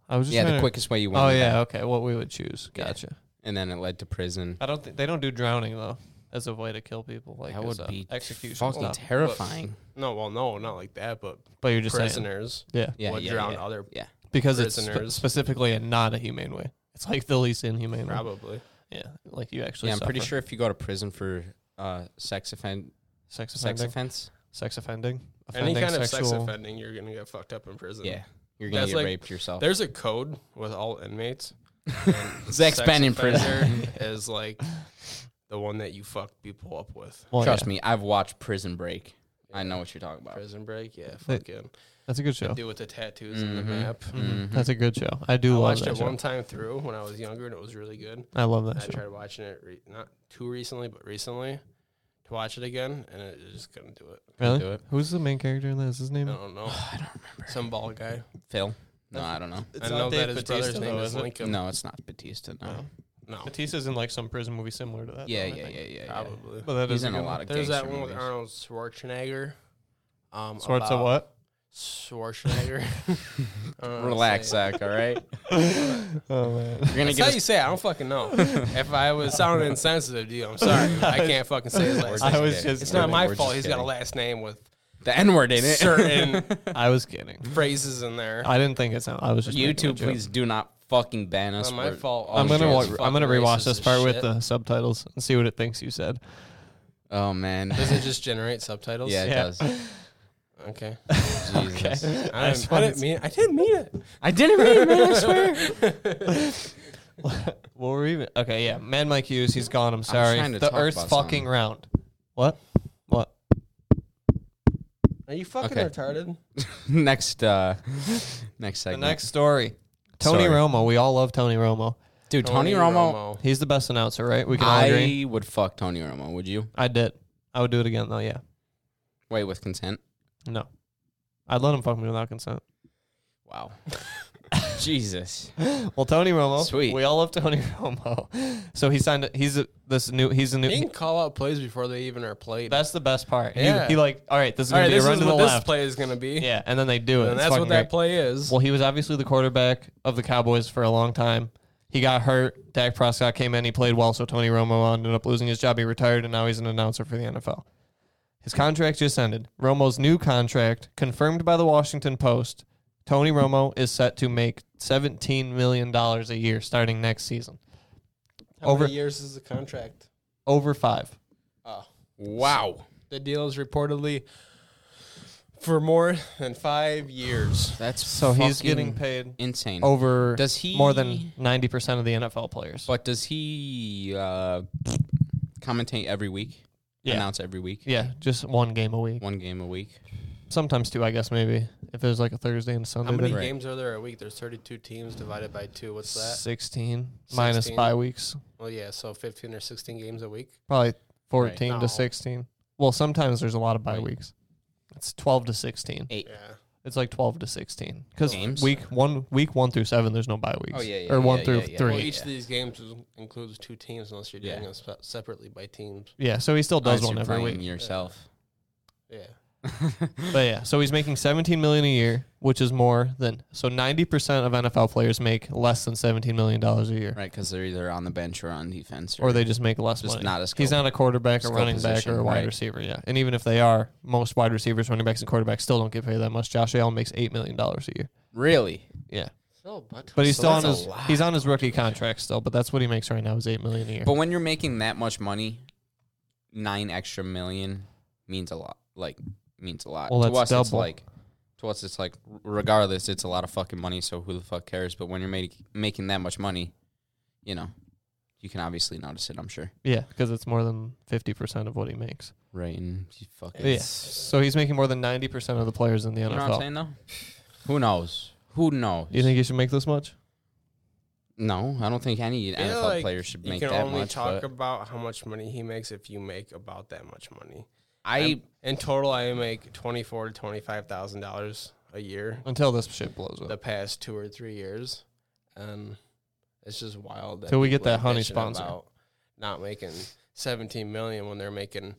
S2: I was just
S1: Yeah,
S2: trying
S1: the
S2: to-
S1: quickest way you went.
S2: Oh
S1: to
S2: yeah,
S1: death.
S2: okay. What we would choose?
S1: Yeah.
S2: Gotcha.
S1: and then it led to prison.
S2: I don't. think they don't do drowning though, as a way to kill people. Like
S1: that
S2: as
S1: would
S2: a
S1: be
S2: execution
S1: fucking
S2: stuff.
S1: terrifying.
S3: No, well, no, not like that, but
S2: But you're just saying,
S3: prisoners
S2: yeah,
S1: Yeah,
S3: would
S1: yeah,
S3: drown
S1: yeah.
S3: other.
S1: Yeah.
S2: because it's spe-
S3: prisoners.
S2: specifically and not a humane way. It's like the least inhumane. way.
S3: Probably.
S2: Yeah, like you actually.
S1: Yeah, I'm pretty
S2: suffer.
S1: sure if you go to prison for uh, sex offend
S2: Sex
S1: sex
S2: offending.
S1: offense,
S2: Sex offending.
S3: Any
S2: offending
S3: kind of sex
S2: sexual-
S3: offending, you're gonna get fucked up in prison.
S1: yeah, you're gonna
S3: That's
S1: get
S3: like-
S1: raped yourself.
S3: There's a code with all inmates. and
S1: Zach's
S3: sex
S1: been in prison.
S3: offender is like the one that you fuck people up with.
S2: Well,
S1: Trust
S2: Oh, yeah,
S1: me, I've watched Prison Break. I know what you're talking about.
S3: Prison Break, yeah,
S2: They-
S3: fucking
S2: that's a good show.
S3: do with the tattoos and the map.
S2: Mhm,
S1: Mm-hmm.
S2: That's a good show. I do
S3: I
S2: love
S3: watched
S2: that
S3: it
S2: show.
S3: one time through when I was younger, and it was really good.
S2: I love that
S3: I
S2: show.
S3: tried watching it re- not too recently, but recently to watch it again, and it it just couldn't do it.
S2: Really?
S1: do it.
S2: Who's the main character in that? Is his
S3: I
S2: name?
S3: don't know. I don't remember. Some bald guy.
S1: Phil? No, I don't know.
S3: I know that his brother's name is Lincoln.
S1: No, it's not Batista. No.
S3: no,
S2: Batista's in like some prison movie similar to that.
S1: Yeah,
S2: though,
S1: yeah,
S2: I
S1: yeah,
S2: think.
S1: yeah, yeah.
S3: probably.
S2: But that
S1: He's
S2: is
S1: in a
S2: good
S1: lot
S2: one.
S1: of
S3: There's that
S1: gangster
S3: one with
S1: movies.
S3: Arnold Schwarzenegger. Um,
S2: sorts of
S3: about-
S2: what?
S3: Schwarzenegger. Uh, I don't know how to
S1: Relax,
S3: say it.
S1: Zach. All right,
S2: Oh man.
S1: you're gonna
S3: That's how
S1: get.
S3: you say it. I don't fucking know. if I was sounding insensitive to you, I'm sorry. I can't fucking say his last
S2: I
S3: name.
S2: was
S1: kidding.
S2: just
S3: It's not my
S1: We're
S3: fault.
S1: just
S3: He's got a
S1: kidding.
S3: last name with
S1: the N word in it.
S3: certain
S2: I was kidding.
S3: phrases in there.
S2: I didn't think it's I was just making a
S1: YouTube,
S2: joke.
S1: please do not fucking ban us.
S3: Not my
S1: We're-
S3: fault.
S2: I'm gonna
S3: shit
S2: wa-
S3: is
S2: I'm
S3: fucking
S2: gonna rewatch
S3: racist
S2: this
S3: as
S2: part with
S3: shit.
S2: the subtitles and see what it thinks you said.
S1: Oh man.
S3: Does it just generate subtitles?
S1: Yeah, it
S2: Yeah.
S1: does.
S3: Okay.
S1: Jesus.
S3: I
S2: just
S3: didn't, I
S2: wanted
S3: didn't
S2: to-
S3: mean. I didn't mean it.
S1: I didn't read it, man. I swear.
S2: what were we even? Okay, yeah. Man Mike Hughes, he's gone. I'm
S1: trying
S2: sorry.
S1: to
S2: The
S1: talk
S2: Earth's
S1: about
S2: fucking
S1: something.
S2: round. What? What?
S3: Are you fucking
S1: Okay.
S3: retarded?
S1: next, uh, next
S2: The
S1: segment.
S2: next story. Tony
S1: Sorry.
S2: Romo. We all love Tony Romo.
S1: dude, Tony, Romo.
S2: He's the best announcer, right? We can all agree.
S1: I would fuck Tony Romo. Would you?
S2: I did. I would do it again though. Yeah.
S1: Wait, with consent?
S2: No. I'd let him fuck me without consent.
S1: Wow. Jesus.
S2: Well, Tony Romo.
S1: Sweet.
S2: We all love Tony Romo. So he signed. He's a, this new. He's a new.
S3: He can call out plays before they even are played.
S2: that's the best part. He-
S3: Yeah.
S2: He, like. All right. This is
S3: All
S2: gonna
S3: right,
S2: be a
S3: this
S2: run
S3: is
S2: to the
S3: what this
S2: left.
S3: play is gonna be.
S2: Yeah, and then they do it.
S3: and
S2: It's
S3: that's what
S2: fucking
S3: that
S2: great.
S3: play is.
S2: Well, he was obviously the quarterback of the Cowboys for a long time. He got hurt. Dak Prescott came in. He played well. So Tony Romo ended up losing his job. He retired, and now he's an announcer for the NFL. His contract just ended. Romo's new contract, confirmed by the Washington Post, Tony Romo is set to make $17 million a year starting next season.
S3: How
S2: over-
S3: many years is the contract?
S2: Over five.
S1: Wow.
S3: The deal is reportedly for more than five years.
S1: That's
S2: So he's
S1: fucking
S2: getting paid
S1: insane.
S2: over
S1: Does he-
S2: more than 90% of the NFL players.
S1: But does he uh, commentate every week?
S2: Yeah.
S1: Announce every week?
S2: yeah, just one game a week.
S1: One game a week.
S2: Sometimes two, I guess, maybe. If there's like a Thursday and Sunday.
S3: How many
S2: then-
S1: Right.
S3: games are there a week? There's 32 teams divided by two. What's that?
S2: 16 minus
S3: 16.
S2: bye weeks.
S3: Well, yeah, so 15 or 16 games a week.
S2: Probably 14
S3: No.
S2: to 16. Well, sometimes there's a lot of bye
S1: Right.
S2: weeks. It's 12 to 16.
S1: Eight.
S3: Yeah.
S2: It's like 12 to 16 cuz
S1: Games? Oh,
S2: week 1 week 1 through 7 there's no bye weeks.
S1: yeah, yeah,
S2: or
S1: yeah,
S2: 1
S1: yeah,
S2: through
S1: yeah, yeah.
S2: 3.
S3: Well,
S1: Yeah.
S3: each of these games is- includes two teams unless you're doing
S1: Yeah.
S3: them sep- separately by teams.
S2: yeah, so he still does
S1: Unless
S2: one
S1: you're
S2: every
S1: playing
S2: week.
S1: yourself.
S3: Yeah.
S2: But yeah, so he's making 17 million a year, which is more than so 90% of NFL players make less than 17 million dollars a year,
S1: right? Because they're either on the bench or on defense,
S2: or they just make less
S1: Just
S2: money.
S1: not a skill-
S2: he's not a quarterback, a
S1: skill
S2: running back,
S1: position,
S2: or a wide
S1: right.
S2: receiver. Yeah, and even if they are, most wide receivers, running backs, and quarterbacks still don't get paid that much. Josh Allen makes eight million dollars a year.
S1: really.
S2: Yeah,
S3: Oh, but
S2: but he's
S1: So
S2: still on
S1: that's a
S2: his
S1: lot.
S2: he's on his rookie contract still. But that's what he makes right now is eight million a year.
S1: But when you're making that much money, nine extra million means a lot. Like means a lot.
S2: Well,
S1: to us,
S2: that's
S1: it's
S2: double.
S1: like to us, it's like r- regardless, it's a lot of fucking money. So who the fuck cares? But when you're make, making that much money, you know, you can obviously notice it. I'm sure.
S2: Yeah, because it's more than 50 percent of what he makes.
S1: Right, and you fucking.
S2: Yeah, so he's making more than 90 percent of the players in the
S1: You know what I'm
S2: NFL.
S1: saying though? Who knows? Who knows?
S2: Do you think he should make this much?
S1: No, I don't think any
S3: I feel
S1: NFL
S3: like
S1: player should
S3: you
S1: make
S3: can
S1: that
S3: only
S1: much.
S3: talk
S1: but
S3: about how much money he makes if you make about that much money.
S1: I
S3: I'm- in total, I make twenty four to twenty five thousand dollars a year
S2: Until this shit blows up.
S3: the past two or three years, and it's just wild. that
S2: Till we get
S3: people
S2: that
S3: are
S2: honey
S3: bitching
S2: sponsor.
S3: about not making seventeen million when they're making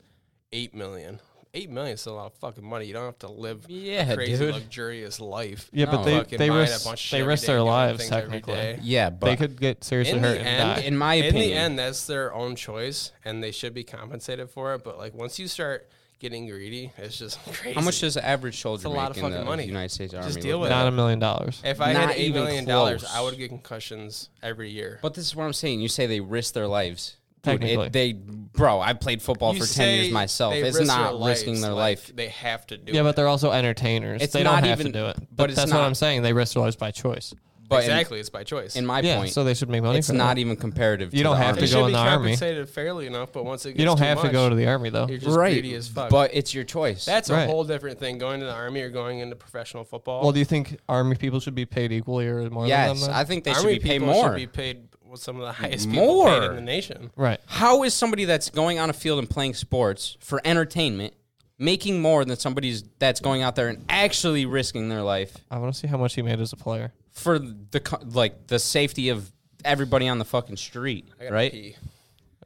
S3: eight million. Eight million is still a lot of fucking money. You don't have to live
S1: Yeah,
S3: a crazy
S1: dude.
S3: luxurious life.
S2: Yeah,
S1: No.
S2: but they
S3: Fucking
S2: they
S3: buying a
S2: risk,
S3: bunch of shit
S2: they
S3: every
S2: risk
S3: day,
S2: their
S3: doing
S2: lives
S3: things every
S2: technically.
S3: day.
S1: yeah, but
S2: They could get seriously
S3: In
S2: hurt
S3: the
S2: and
S3: end,
S2: die.
S1: in my
S3: in
S1: opinion,
S3: the end, that's their own choice, and they should be compensated for it. But like once you start getting greedy, it's just crazy.
S1: how much does the average soldier
S3: a
S1: make
S3: lot of
S1: in
S3: fucking
S1: the
S3: money.
S1: United States Army?
S3: Just deal with it.
S2: Not a million dollars.
S3: if I
S1: Not
S3: had eight
S1: even
S3: million dollars,
S1: close.
S3: I would get concussions every year.
S1: But this is what I'm saying. You say they risk their lives. Dude,
S2: Technically.
S1: it, they, bro, I played football
S3: You
S1: for 10 years
S3: say
S1: myself.
S3: they
S1: It's
S3: risk
S1: not
S3: their
S1: risking
S3: lives,
S1: their
S3: like,
S1: life.
S3: They have to do.
S2: Yeah,
S3: it.
S2: but they're also entertainers.
S1: It's
S2: they don't
S1: not
S2: have
S1: even-
S2: to do it.
S1: but
S2: But
S1: it's
S2: that's what
S1: not-
S2: I'm saying. They risk their lives by choice.
S1: But in-
S3: exactly, it's by choice.
S1: in, my
S2: Yeah,
S1: point,
S2: so they should make money.
S1: it's
S2: for
S1: not
S2: that.
S1: even comparative.
S2: You
S1: to
S2: don't
S1: the
S2: have
S1: Army.
S3: they
S2: to go
S3: should
S2: in
S3: be
S2: the army.
S3: compensated fairly enough, but once it gets
S2: You don't
S3: too
S2: have to go
S3: much,
S2: to the army though.
S3: You're just
S1: right,
S3: greedy as fuck.
S1: but it's your choice.
S3: that's
S2: Right.
S3: a whole different thing. Going to the army or going into professional football.
S2: Well, do you think army people should be paid equally or more than
S1: yes.
S2: them? then?
S1: I think they
S3: army
S1: should be paid
S3: people
S1: more.
S3: Should be paid well, some of the highest people paid
S1: More.
S3: in the nation.
S2: right.
S1: How is somebody that's going on a field and playing sports for entertainment making more than somebody's that's going out there and actually risking their life
S2: I want to see how much he made as a player.
S1: for the co- like the safety of everybody on the fucking street,
S3: I gotta
S1: right?
S3: pee.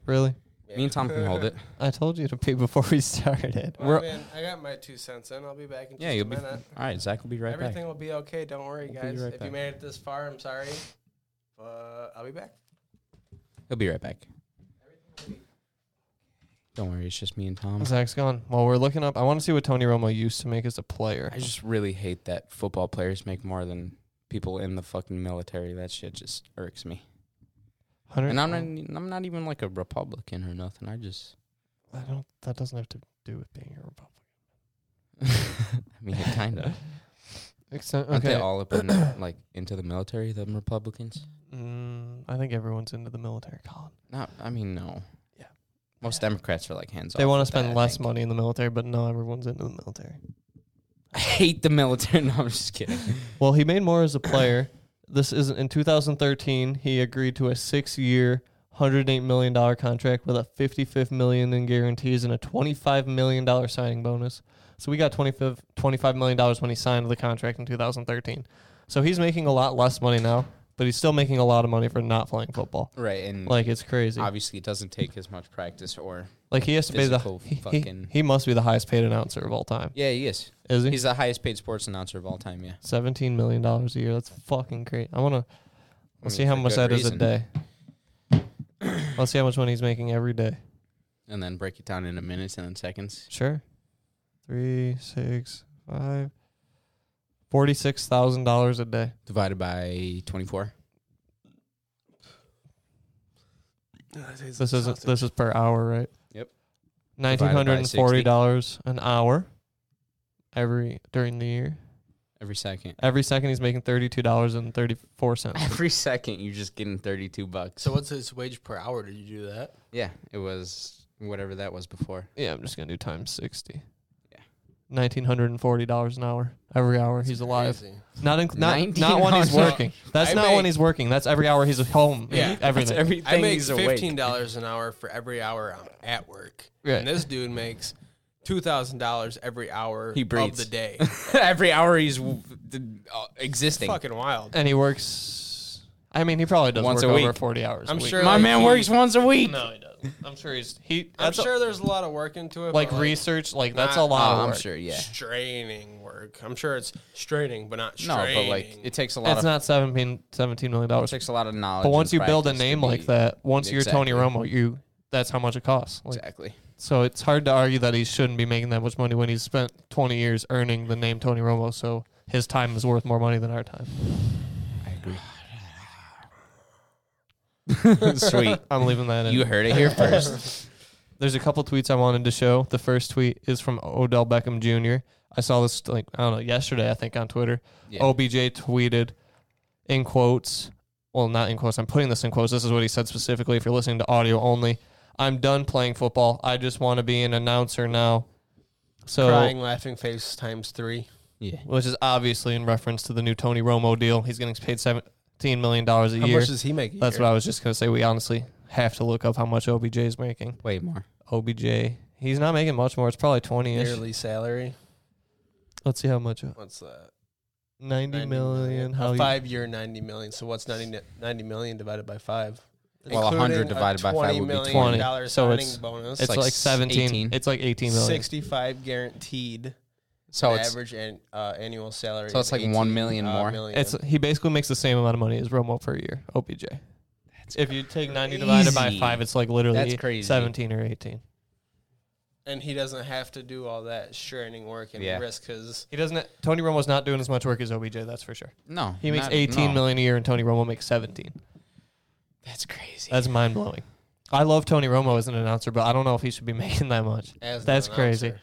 S2: Really?
S1: Me and Tom can hold it.
S2: I told you to pee before we started.
S3: Well,
S2: We're-
S3: man, I got my two cents in. I'll be back in just
S1: Yeah, you'll be
S3: a minute.
S1: all right. Zach will be right
S3: Everything
S1: back.
S3: will be okay. Don't worry, guys.
S1: right
S3: if
S1: back.
S3: you made it this far, I'm sorry, but I'll be back.
S1: He'll be right back. Don't worry, it's just me and Tom.
S2: Zach's gone. Well, we're looking up. I want to see what Tony Romo used to make as a player.
S1: I just really hate that football players make more than people in the fucking military. That shit just irks me.
S2: Hundred-
S1: And I'm not, e, I'm not even like a Republican or nothing. I just,
S2: I don't. That doesn't have to do with being a Republican.
S1: I mean, it kind of.
S2: Except,
S1: Aren't
S2: okay.
S1: they all up in, like into the military? The Republicans?
S2: Mm, I think everyone's into the military, Colin.
S1: Not. I mean, no.
S2: Yeah.
S1: Most Democrats are like hands off.
S2: They want to
S1: with
S2: spend
S1: that, I
S2: less
S1: think.
S2: money in the military, but no, everyone's into the military.
S1: I hate the military. No, I'm just kidding.
S2: Well, he made more as a player. This is in 2013. He agreed to a six-year, 108 million dollar contract with a 55 million in guarantees and a 25 million dollar signing bonus. So we got 25 25 million dollars when he signed the contract in 2013. So he's making a lot less money now, but he's still making a lot of money for not playing football.
S1: Right, and
S2: Like it's crazy.
S1: obviously it doesn't take as much practice or.
S2: Like he has to be the
S1: physical
S2: he, he-
S1: fucking-
S2: he must be the highest paid announcer of all time.
S1: Yeah, he is.
S2: Is he?
S1: He's the highest paid sports announcer of all time. Yeah.
S2: Seventeen million dollars a year. That's fucking great. I wanna
S1: mean,
S2: let's see how
S1: for
S2: much
S1: good
S2: that is a
S1: reason.
S2: day. let's see how much money he's making every day.
S1: And then break it down into minutes and then seconds.
S2: Sure. Three, six, five. Forty six thousand dollars a day.
S1: Divided by 24.
S2: This isn't this is per hour, right?
S1: Yep.
S2: Nineteen hundred and forty dollars an hour every during the year.
S1: Every second.
S2: Every second he's making thirty two dollars and thirty four cents.
S1: Every second, you're just getting 32 bucks.
S3: So what's his wage per hour? Did you do that?
S1: yeah, it was whatever that was before.
S2: Yeah, I'm just gonna do times sixty.
S1: Yeah.
S2: Nineteen hundred and forty dollars an hour. Every hour he's alive.
S3: Crazy.
S2: Not inc- not, not when he's
S1: 1900.
S2: working. That's
S3: I
S2: not when
S3: make-
S2: he's working. That's every hour he's home.
S3: Yeah.
S2: everything.
S1: Everything
S3: I make
S1: is awake.
S3: fifteen dollars an hour for every hour I'm at work,
S2: Right.
S3: and this dude makes two thousand dollars every hour
S1: He
S3: of
S1: breathes.
S3: the day.
S1: Every hour he's w- d- uh, existing.
S3: Fucking wild.
S2: and he works I mean, he probably does
S1: Once
S2: work
S1: a
S2: over
S1: week.
S2: forty hours.
S3: I'm
S2: a week.
S3: sure-
S1: My
S3: Like,
S1: man
S3: he-
S1: works once a week.
S2: No, he doesn't. I'm sure he's he.
S3: I'm
S2: That's a-
S3: sure there's a lot of work into it.
S2: like
S3: but,
S2: research. Like that's a
S3: not-
S2: lot.
S1: Oh,
S2: of
S1: I'm
S2: work.
S1: sure, yeah.
S3: straining work. I'm sure it's straining, but not
S1: No,
S3: straining.
S1: but like it takes a lot
S2: It's
S1: of
S2: not 17, 17 million
S1: it
S2: dollars.
S1: takes a lot of knowledge.
S2: But
S1: and
S2: once you build a
S1: practice to
S2: name like
S1: be-
S2: that, once you're Tony
S1: Exactly.
S2: Romo, you that's how much it costs. Like,
S1: Exactly.
S2: So it's hard to argue that he shouldn't be making that much money when he's spent 20 years earning the name Tony Romo. So his time is worth more money than our time.
S1: Sweet.
S2: I'm leaving that in.
S1: You heard it here first.
S2: There's a couple tweets I wanted to show. The first tweet is from Odell Beckham Jr. I saw this like I don't know yesterday I think on Twitter.
S1: Yeah.
S2: OBJ tweeted in quotes. Well, not in quotes. I'm putting this in quotes. This is what he said specifically. If you're listening to audio only, I'm done playing football. I just want to be an announcer now. So
S3: crying, laughing face times three.
S1: Yeah.
S2: which is obviously in reference to the new Tony Romo deal. He's getting paid seventeen million dollars a
S3: How
S2: year.
S3: much does he make? a
S2: That's
S3: year?
S2: what I was just gonna say. We honestly have to look up how much OBJ is making.
S1: Way more.
S2: OBJ, he's not making much more. It's probably twenty ish.
S3: yearly salary.
S2: Let's see how much.
S3: What's that?
S2: 90 million. How
S3: a
S2: you-
S3: five year, ninety million. So what's 90, ni- 90 million divided by five?
S1: Well, 100
S3: Including a
S1: divided by five would be
S3: $20
S2: 20.
S3: million dollar
S2: So
S3: signing
S2: it's-
S3: bonus.
S2: It's
S1: like
S2: like,
S1: s-
S2: 17.
S1: 18.
S2: It's like 18 million.
S3: 65 guaranteed
S1: So Oh, it's
S3: average an, uh, annual salary.
S1: So it's
S3: of
S1: like
S3: 18,
S1: one million
S3: uh,
S1: more?
S3: million.
S2: It's he basically makes the same amount of money as Romo per year. OBJ. if you take 90 divided by
S1: crazy.
S2: five, it's like literally
S1: That's crazy.
S2: 17 or 18.
S3: and he doesn't have to do all that straining work and
S1: Yeah.
S3: risk his
S2: He doesn't. Tony Romo's not doing as much work as OBJ. That's for sure.
S1: no.
S2: He makes
S1: not-
S2: eighteen million
S1: no.
S2: a year, and Tony Romo makes 17.
S1: That's crazy.
S2: That's mind blowing. I love Tony Romo as an announcer, but I don't know if he should be making that much.
S3: as an
S2: That's crazy.
S3: announcer.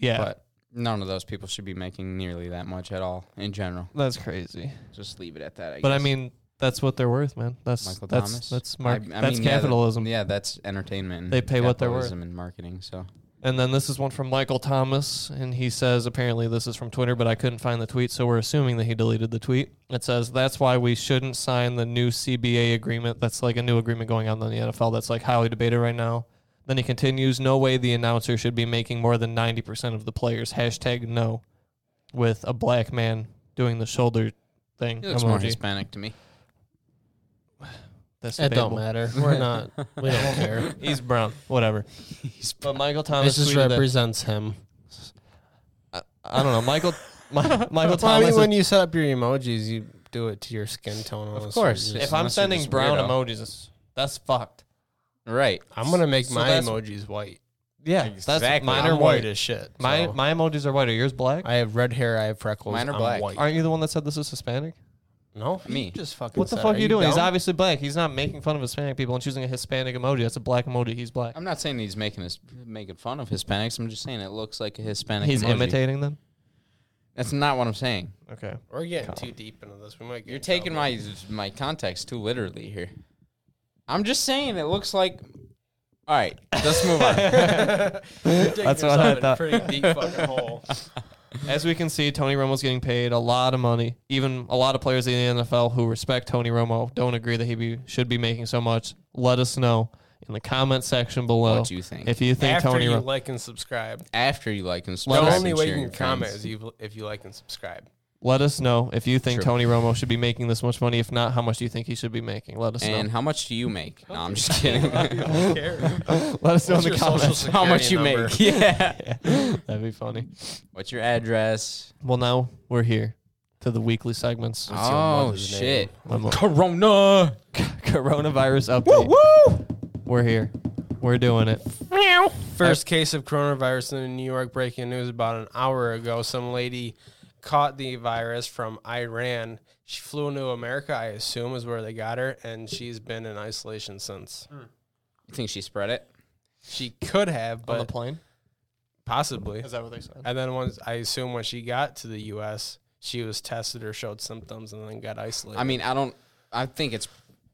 S2: Yeah,
S1: But none of those people should be making nearly that much at all in general.
S2: that's crazy.
S1: Just leave it at that. I
S2: But I
S1: guess.
S2: mean, that's what they're worth, man. That's
S1: Michael
S2: that's
S1: Thomas.
S2: that's mar-
S1: I- I
S2: that's
S1: mean, yeah, that-
S2: capitalism.
S1: Yeah, that's entertainment. and
S2: They pay what they're worth.
S1: capitalism and marketing. So
S2: And then this is one from Michael Thomas, and he says apparently this is from Twitter, but I couldn't find the tweet, so we're assuming that he deleted the tweet. It says that's why we shouldn't sign the new CBA agreement. That's like a new agreement going on in the NFL that's like highly debated right now. Then he continues, no way the announcer should be making more than ninety percent of the players. Hashtag no, with a black man doing the shoulder thing.
S1: he looks more Hispanic to me.
S2: That's
S3: It don't
S2: debatable.
S3: matter. We're not. We don't care.
S2: He's brown, whatever. but Michael Thomas
S3: This just
S2: tweeted that-
S3: represents him.
S2: I don't know. Michael Mi- Michael
S3: Tommy,
S2: Thomas.
S3: when you set up your emojis, you do it to your skin tone.
S1: honestly. course. Just-
S2: if I'm
S1: unless you're
S2: sending
S1: just
S2: brown
S1: weirdo.
S2: emojis, it's- that's fucked.
S1: Right.
S3: I'm gonna make
S2: So
S3: my
S2: that's-
S3: emojis white.
S2: Yeah, that's
S1: Exactly.
S2: mine
S1: I'm
S2: are
S3: I'm
S2: white.
S3: white as shit.
S2: My
S3: so.
S2: my emojis are white. Are yours black?
S3: I have red hair. I have freckles.
S1: Mine are
S3: I'm
S1: black.
S3: White.
S2: Aren't you the one that said this is Hispanic?
S3: no,
S1: Me.
S3: you Just fucking.
S2: What the
S3: said
S2: fuck
S3: it.
S2: are you doing? He's
S3: dumb?
S2: obviously black. He's not making fun of Hispanic people and choosing a Hispanic emoji. That's a black emoji. He's black.
S1: I'm not saying he's making us making fun of Hispanics. I'm just saying it looks like a Hispanic.
S2: He's
S1: emoji.
S2: imitating them.
S1: That's not what I'm saying.
S2: Okay.
S3: We're getting too deep into this. We might. Get
S1: You're
S3: in
S1: taking
S3: trouble.
S1: my my context too literally here. I'm just saying it looks like. All right, let's move on.
S2: That's what I thought.
S3: Pretty deep fucking hole.
S2: As we can see, Tony Romo's getting paid a lot of money. Even a lot of players in the NFL who respect Tony Romo don't agree that he be, should be making so much. Let us know in the comment section below
S1: What you think.
S2: if you think
S3: After
S2: Tony
S3: you
S2: Romo.
S3: like and subscribe.
S1: After you like and
S3: The
S1: subscribe,
S3: only
S1: and
S3: way
S1: share
S3: you can
S1: your
S3: comment
S1: friends.
S3: is you, if you like and subscribe.
S2: Let us know if you think
S1: True.
S2: Tony Romo should be making this much money. If not, how much do you think he should be making? Let us
S1: And
S2: know.
S1: how much do you make? No, I'm just kidding.
S2: Let us know in the
S3: your social
S2: comments
S1: how much
S3: Security
S1: you
S3: number.
S1: make? Yeah.
S2: That'd be funny.
S1: What's your address?
S2: Well, now we're here to the weekly segments.
S1: Oh shit!
S2: My mo-
S1: Corona.
S2: coronavirus update.
S1: Woo!
S2: We're here. We're doing it.
S3: First case of coronavirus in New York. Breaking news about an hour ago. Some lady caught the virus from Iran. She flew into America, I assume, is where they got her, and she's been in isolation since.
S2: Hmm.
S1: You think she spread it?
S3: She could have,
S2: On the
S3: but
S2: plane?
S3: possibly.
S2: Is that what they said?
S3: And then once I assume when she got to the U.S., she was tested or showed symptoms, and then got isolated.
S1: I mean, I don't. I think it's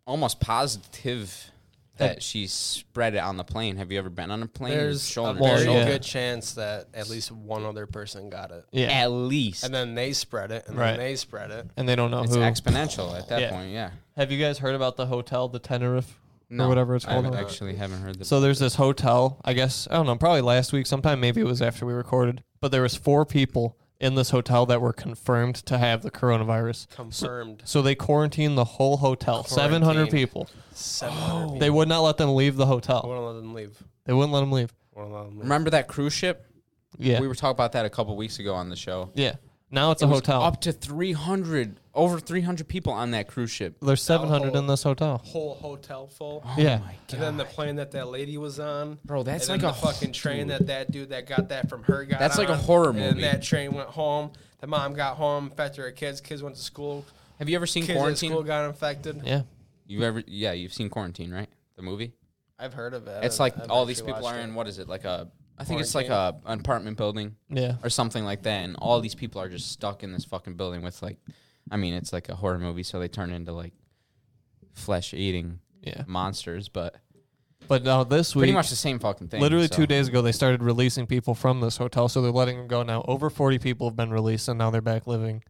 S1: almost positive that she spread it on the plane. Have you ever been on a plane?
S3: there's
S1: shoulder
S3: a
S1: to
S3: very
S1: shoulder.
S2: yeah.
S3: good chance that at least one other person got it,
S2: Yeah.
S1: At least
S3: and then they spread it, and
S2: Right.
S3: then they spread it.
S2: And they don't know
S1: it's
S2: who.
S1: exponential at that
S2: Yeah.
S1: point. Yeah.
S2: Have you guys heard about the hotel, the Tenerife,
S1: No,
S2: or whatever it's
S1: I
S2: called?
S1: haven't- actually haven't heard that.
S2: So there's this hotel. I guess I don't know. Probably last week, sometime maybe it was after we recorded, but there was four people in this hotel that were confirmed to have the coronavirus.
S3: Confirmed.
S2: So they quarantined the whole hotel, 700
S3: Quarantined.
S2: people.
S3: Seven
S1: oh.
S3: hundred people.
S2: They would not let them leave the
S3: I
S2: hotel.
S3: wouldn't let them leave.
S2: They wouldn't let them leave.
S3: Wouldn't let them leave.
S1: Remember that cruise ship?
S2: Yeah.
S1: We were talking about that a couple weeks ago on the show.
S2: yeah. Now it's
S1: It
S2: a
S1: was
S2: hotel.
S1: Up to 300, over 300 people on that cruise ship.
S2: There's 700 in this hotel.
S3: Whole hotel full.
S2: yeah.
S3: And then the plane that that lady was
S1: Oh,
S3: on,
S1: Bro, that's
S3: and then
S1: like
S3: the
S1: a-
S3: fucking train that that dude that got that from her got.
S1: That's like a
S3: on,
S1: horror
S3: And
S1: movie.
S3: then that train went home. The mom got home, fetched her kids. Kids went to school.
S1: Have you ever seen
S3: Kids
S1: Quarantine?
S3: at school got infected.
S2: Yeah.
S1: You've ever, yeah, you've seen Quarantine, right? The movie.
S3: I've heard of it.
S1: It's
S3: I've-
S1: like
S3: Uh, I've
S1: all these
S3: actually
S1: people
S3: watched
S1: are
S3: it.
S1: in what is it like a? I think it's like a an apartment building
S2: Yeah.
S1: or something like that, and all these people are just stuck in this fucking building with like, I mean, it's like a horror movie, so they turn into like flesh eating
S2: Yeah.
S1: monsters, but
S2: But now this week,
S1: pretty much the same fucking thing.
S2: literally
S1: so-
S2: two days ago, they started releasing people from this hotel. So they're letting them go now. Over 40 people have been released, and now they're back living,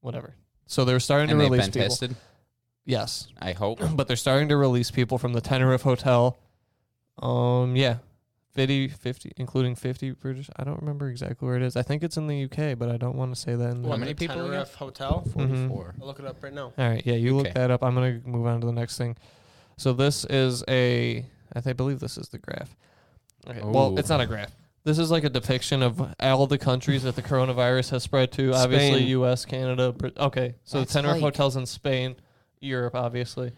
S2: whatever. So they're starting
S1: and
S2: to
S1: they've
S2: release
S1: been
S2: people.
S1: tested.
S2: Yes.
S1: I hope.
S2: but they're starting to release people from the Tenerife Hotel. Um, yeah, 50, 50, including 50 British. I don't remember exactly where it is. I think it's in the UK, but I don't want to say that. In the
S1: How many
S3: The
S1: people again? Mm-hmm.
S3: Tenerife Hotel.
S1: Forty-four.
S3: I'll look it up right now.
S2: All right, yeah, you
S1: Okay.
S2: look that up. I'm gonna move on to the next thing. So this is a, I think, believe this is the graph. Okay, well,
S1: Ooh.
S2: it's not a graph. This is like a depiction of all the countries that the coronavirus has spread to. Obviously,
S3: Spain.
S2: U.S., Canada. Br- Okay, so the Tenerife hotels in Spain, Europe, obviously.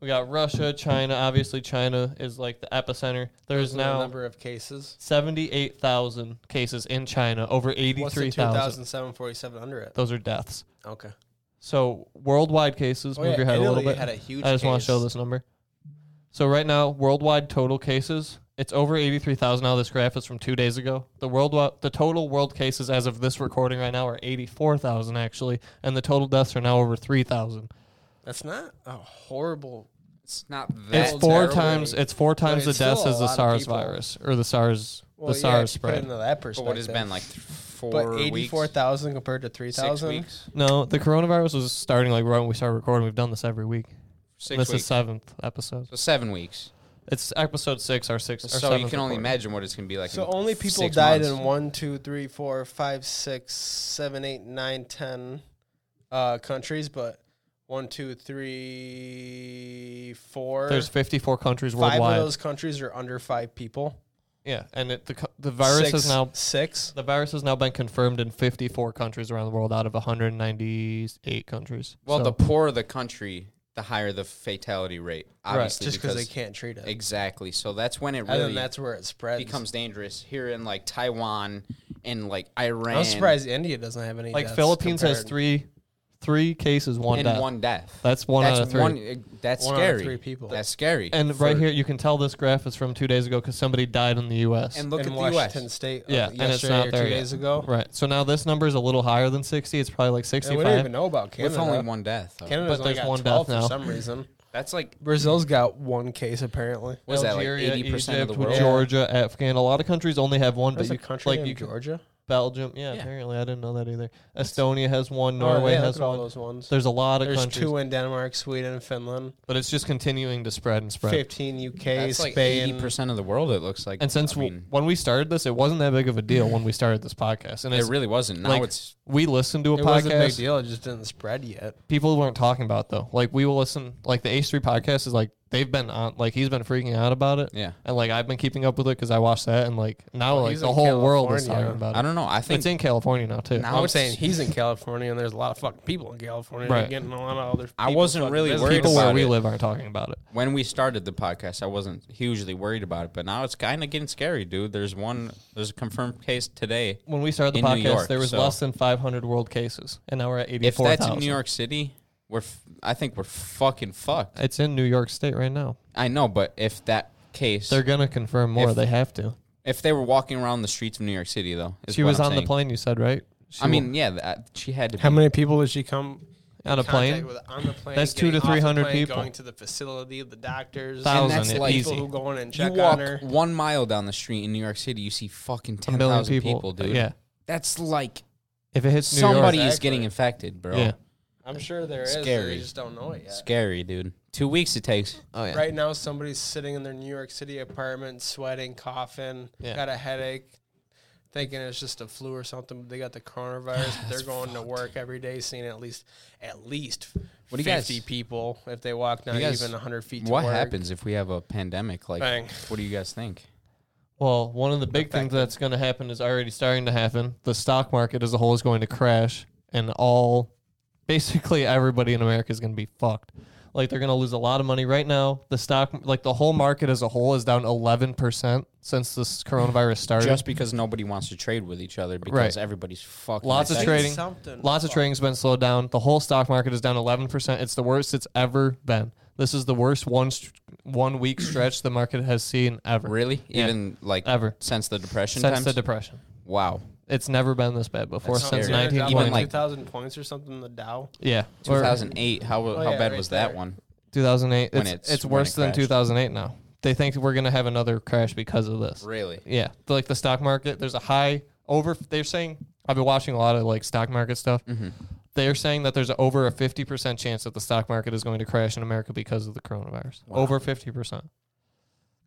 S2: We got Russia, China. Obviously, China is like the epicenter. There's
S3: The
S2: now
S3: number of cases.
S2: seventy-eight thousand cases in China, over
S3: What's the
S2: eighty-three thousand.
S3: 2,747 under it?
S2: Those are deaths.
S3: Okay.
S2: So worldwide cases.
S3: Oh,
S2: move
S3: yeah,
S2: your head a little
S3: Italy
S2: bit.
S3: had a huge
S2: I just want
S3: case.
S2: to show this number. So right now, worldwide total cases, it's over eighty-three thousand. Now this graph is from two days ago. The worldwide, the total world cases as of this recording right now are eighty-four thousand actually, and the total deaths are now over three thousand.
S3: That's not a horrible.
S1: It's not that.
S2: It's four
S3: terrible.
S2: times. It's four times
S3: it's
S2: the deaths
S3: still a
S2: as the
S3: lot of
S2: SARS
S3: people.
S2: virus or the SARS
S3: Well,
S2: the
S3: yeah,
S2: SARS
S3: if you put it
S2: spread.
S3: into that
S1: but
S3: perspective.
S1: what has been like th- four
S3: But eighty-four
S1: weeks,
S3: thousand compared to three
S1: six
S3: thousand.
S1: weeks,
S2: No, the coronavirus was starting like right when we started recording. We've done this every week.
S1: six
S2: this
S1: weeks.
S2: is seventh episode.
S1: so seven weeks.
S2: It's episode six or six. Or
S1: So you
S2: seventh
S1: can only
S2: recording.
S1: imagine what it's gonna be like.
S3: So
S1: in
S3: only
S1: f-
S3: people
S1: six
S3: died
S1: months.
S3: in one, two, three, four, five, six, seven, eight, nine, ten uh, countries, but one, two, three, four.
S2: There's 54 countries
S3: five
S2: worldwide.
S3: of those countries are under five people.
S2: Yeah, and it, the co- the virus
S3: six,
S2: has now
S3: six.
S2: the virus has now been confirmed in 54 countries around the world out of 198 countries.
S1: Well,
S2: So-
S1: the poorer the country, the higher the fatality rate. Obviously,
S3: Just because they can't treat it,
S1: Exactly. So that's when it
S3: and
S1: really
S3: then that's where it spreads.
S1: becomes dangerous here in like Taiwan and like Iran.
S3: I'm surprised India doesn't have any.
S2: like
S3: deaths
S2: Philippines has
S3: compared.
S2: three three cases, one
S1: and
S2: death.
S1: one death.
S2: That's one
S1: that's
S2: out of three.
S1: One, eh, that's
S3: One out of
S1: scary.
S3: three people.
S1: That's scary.
S2: and right
S1: for-
S2: here, you can tell this graph is from two days ago because somebody died in the U.S.
S1: And look
S3: in
S1: at the
S3: Washington
S1: U.S.
S3: State. uh,
S2: yeah, and it's
S3: yesterday
S2: not
S3: or
S2: there
S3: two
S2: yet.
S3: days ago.
S2: Right. So now this number is a little higher than 60. It's probably like
S3: And we didn't even
S2: 65.
S3: know about Canada.
S1: with only one death. though.
S3: Canada's
S2: But
S3: only
S2: there's
S3: got
S2: one
S3: 12
S2: death now.
S3: for some reason.
S1: That's like
S3: Brazil's got one case apparently.
S1: was that like
S2: Algeria,
S1: eighty percent of the
S2: Egypt,
S1: world?
S2: Georgia, Afghan. A lot of countries only have one,
S3: There's
S2: but
S3: a
S2: you
S3: country
S2: like
S3: named
S2: you can-
S3: Georgia.
S2: Belgium. Yeah,
S1: Yeah.
S2: apparently I didn't know that either. Estonia has one. Norway
S3: Oh, yeah, look
S2: has
S3: at all
S2: one.
S3: those ones.
S2: There's a lot of
S3: There's
S2: countries,
S3: two in Denmark, Sweden, Finland.
S2: but it's just continuing to spread and spread.
S3: Fifteen UK,
S1: That's like eighty
S3: Spain.
S1: percent of the world. It looks like.
S2: And since
S1: I
S2: w
S1: mean,
S2: when we started this, it wasn't that big of a deal when we started this podcast, and
S1: it
S2: it's
S1: really wasn't. Now
S2: like
S1: it's
S2: we listened to a
S3: it
S2: podcast.
S3: wasn't a big deal. It just didn't spread yet.
S2: People weren't talking about it, though. Like we will listen. Like the H three podcast is like they've been on. Like he's been freaking out about it.
S1: Yeah.
S2: and like I've been keeping up with it because I watched that, and like now like
S3: he's
S2: the
S3: in
S2: whole world is
S3: California.
S2: talking about it.
S1: I don't know. I think
S2: It's in California now too.
S1: Now
S3: I'm
S1: it's-
S3: saying he's in California, and there's a lot of fucking people in California
S2: Right.
S3: getting a lot of other.
S1: I
S3: people's
S1: wasn't
S3: fucking
S1: really
S3: business.
S1: worried
S2: People where
S1: about
S2: we
S1: it.
S2: live aren't talking about it.
S1: when we started the podcast, I wasn't hugely worried about it, but now it's kind of getting scary, dude. There's one, there's a confirmed case today.
S2: when we started the
S1: in New
S2: podcast,
S1: York,
S2: there was
S1: so-
S2: less than 500 world cases, and now we're at
S1: If that's
S2: 84,000.
S1: in New York City, we're, f- I think we're fucking fucked.
S2: It's in New York State right now.
S1: I know, but if that case,
S2: They're gonna confirm more.
S1: If-
S2: they have to.
S1: if they were walking around the streets of New York City, though, is
S2: She
S1: what
S2: was
S1: I'm
S2: on
S1: saying.
S2: the plane. You said right? She
S1: I mean, yeah, that, she had to.
S3: How
S1: be.
S3: many people did she come
S2: on a plane.
S3: With on the plane,
S2: That's two
S3: getting
S2: to
S3: off the
S2: 300
S3: plane,
S2: people.
S3: going to the facility, the doctors,
S2: Thousand,
S1: And that's
S2: it-
S1: like-
S2: easy.
S3: people who go in and
S1: You
S3: check on
S1: walk
S3: her.
S1: one mile down the street in New York City, you see fucking
S2: A million
S1: 10,000
S2: people.
S1: people, dude.
S2: Yeah.
S1: That's like
S2: If it hits New
S1: somebody
S2: York,
S1: is getting infected, bro.
S2: yeah.
S3: I'm sure there is.
S1: Scary.
S3: They just don't know it yet.
S1: Scary, dude. Two weeks it takes.
S2: Oh yeah.
S3: Right now, somebody's sitting in their New York City apartment, sweating, coughing,
S2: Yeah.
S3: got a headache, thinking it's just a flu or something. But they got the coronavirus. but they're going to work every day, seeing at least at least
S1: What do you guys-
S3: fifty people if they walk not
S1: You guys-
S3: even hundred feet. To
S1: What
S3: work.
S1: happens if we have a pandemic? Like,
S3: Bang.
S1: what do you guys think?
S2: Well, one of the big things that's going to happen is already starting to happen. The stock market as a whole is going to crash, and all basically everybody in America is going to be fucked. Like they're going to lose a lot of money right now. The stock, like the whole market as a whole, is down eleven percent since this coronavirus started.
S1: Just because nobody wants to trade with each other because
S2: Right.
S1: everybody's fucking.
S2: lots of
S1: affected.
S2: trading,
S3: something.
S2: lots of trading's been slowed down. The whole stock market is down eleven percent. It's the worst it's ever been. This is the worst one st- one week stretch the market has seen ever.
S1: Really?
S2: Yeah.
S1: Even like
S2: Ever.
S1: since the depression
S2: since
S1: times.
S2: the depression.
S1: wow.
S2: It's never been this bad before
S1: That's scary.
S2: since
S3: They're down
S2: 1920.
S1: Even, like-
S3: two thousand points or something. The Dow.
S2: yeah, or
S1: 2008. How how
S3: Oh, yeah,
S1: bad
S3: right
S1: was that
S3: there.
S1: one?
S2: 2008.
S1: when
S2: It's, it's,
S1: it's- when
S2: worse
S1: it
S2: than
S1: crashed.
S2: 2008 now. They think we're gonna have another crash because of this.
S1: Really?
S2: Yeah, the- like the stock market. There's a high over. They're saying I've been watching a lot of like stock market stuff.
S1: Mm-hmm.
S2: They're saying that there's over a 50 percent chance that the stock market is going to crash in America because of the coronavirus. Over 50 percent.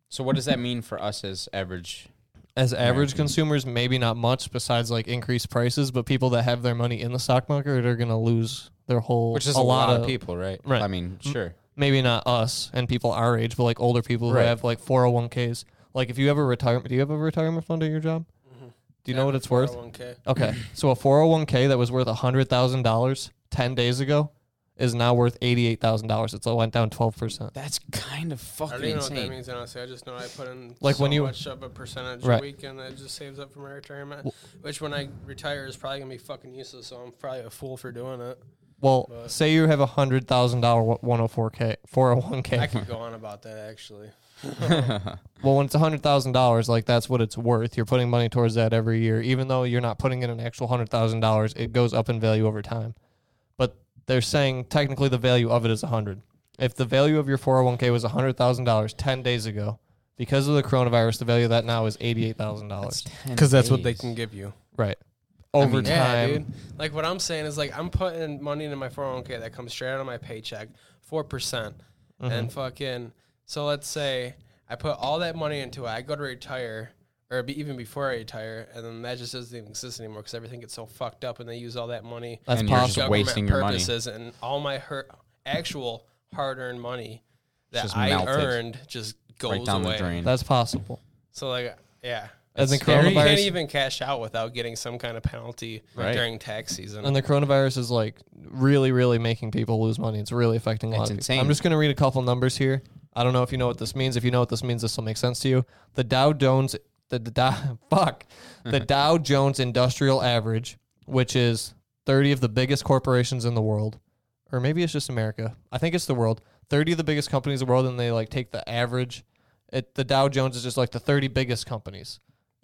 S1: So what does that mean for us as average?
S2: As average consumers, maybe not much besides like increased prices, but people that have their money in the stock market are gonna lose their whole.
S1: Which is a, lot, of people, right?
S2: Right. Mm.
S1: I mean, sure.
S2: maybe not us and people our age, but like older people who
S1: Right.
S2: have like 401ks. Like if you have a retirement, do you have a retirement fund at your job? Do you know what it's worth?
S3: 401k.
S2: Okay, so a 401k that was worth hundred thousand dollars ten days ago is now worth eighty eight thousand dollars. It's went down twelve percent.
S1: That's kind of
S3: I don't
S1: fucking
S3: even know what that
S1: insane.
S3: means honestly. I just know I put in
S2: Like
S3: so
S2: when you-
S3: much of a percentage
S2: Right.
S3: a week, and it just saves up for my retirement. which when I retire is probably gonna be fucking useless. So I'm probably a fool for doing it.
S2: Well, say you have a hundred thousand dollar one hundred four k four hundred one k.
S3: I could go on about that actually.
S2: Well, when it's hundred thousand dollars, like that's what it's worth. You're putting money towards that every year, even though you're not putting in an actual hundred thousand dollars. It goes up in value over time. But they're saying technically the value of it is a hundred. If the value of your four hundred one k was hundred thousand dollars ten days ago, because of the coronavirus, the value of that now is eighty eight thousand dollars.
S3: Because that's what they can give you.
S2: Right. Over time,
S3: dude. Like what I'm saying is like I'm putting money into my 401k that comes straight out of my paycheck, four percent,
S2: Mm-hmm.
S3: and fucking. So let's say I put all that money into it. I go to retire, or be, even before I retire, and then that just doesn't even exist anymore because everything gets so fucked up, and they use all that money.
S2: that's
S1: And you're just
S2: possible.
S3: government
S1: wasting your money.
S3: purposes and all my her- actual hard-earned money that
S1: Just
S3: I
S1: melted.
S3: earned just goes
S1: right down
S3: away.
S1: the drain.
S2: That's possible.
S3: So like, yeah.
S2: And the
S3: It's scary. You can't
S2: coronavirus-
S3: even cash out without getting some kind of penalty
S1: Right.
S3: during tax season.
S2: And the coronavirus is like really, really making people lose money. It's really affecting a lot
S1: It's
S2: of
S1: insane.
S2: people. I'm just going to read a couple numbers here. I don't know if you know what this means. If you know what this means, this will make sense to you. The Dow Jones, the, the Dow, fuck, the Dow Jones Industrial Average, which is 30 of the biggest corporations in the world, or maybe it's just America. I think it's the world. 30 of the biggest companies in the world, and they like take the average. It, the Dow Jones is just like the 30 biggest companies.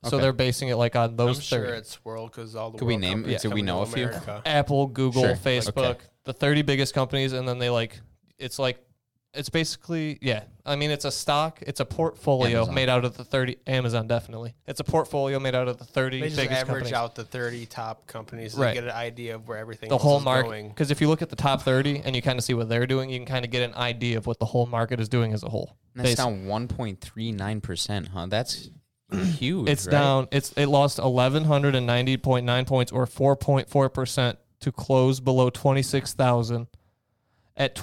S2: So
S1: Okay.
S2: they're basing it like on those
S3: I'm
S2: 30.
S3: sure it's world because all the
S1: Could we
S3: world
S1: name-
S3: companies
S1: do we
S3: come
S1: know
S3: to
S1: a few?
S3: America.
S2: Apple, Google,
S1: Sure.
S2: Facebook,
S1: Okay.
S2: the 30 biggest companies, and then they like it's like it's basically yeah. I mean, it's a stock, it's a portfolio
S1: Amazon.
S2: made out of the 30 Amazon definitely. It's a portfolio made out of the 30
S3: They just
S2: biggest
S3: average
S2: companies.
S3: out the 30 top companies to
S2: Right.
S3: get an idea of where everything
S2: the
S3: else
S2: whole
S3: is
S2: market,
S3: going.
S2: because if you look at the top 30 and you kind of see what they're doing, you can kind of get an idea of what the whole market is doing as a whole.
S1: And that's
S2: Basi-
S1: down 1.39 percent, huh? That's huge.
S2: it's
S1: right?
S2: down. It's it lost 1190.9 points or 4.4 percent to close below 26,000 at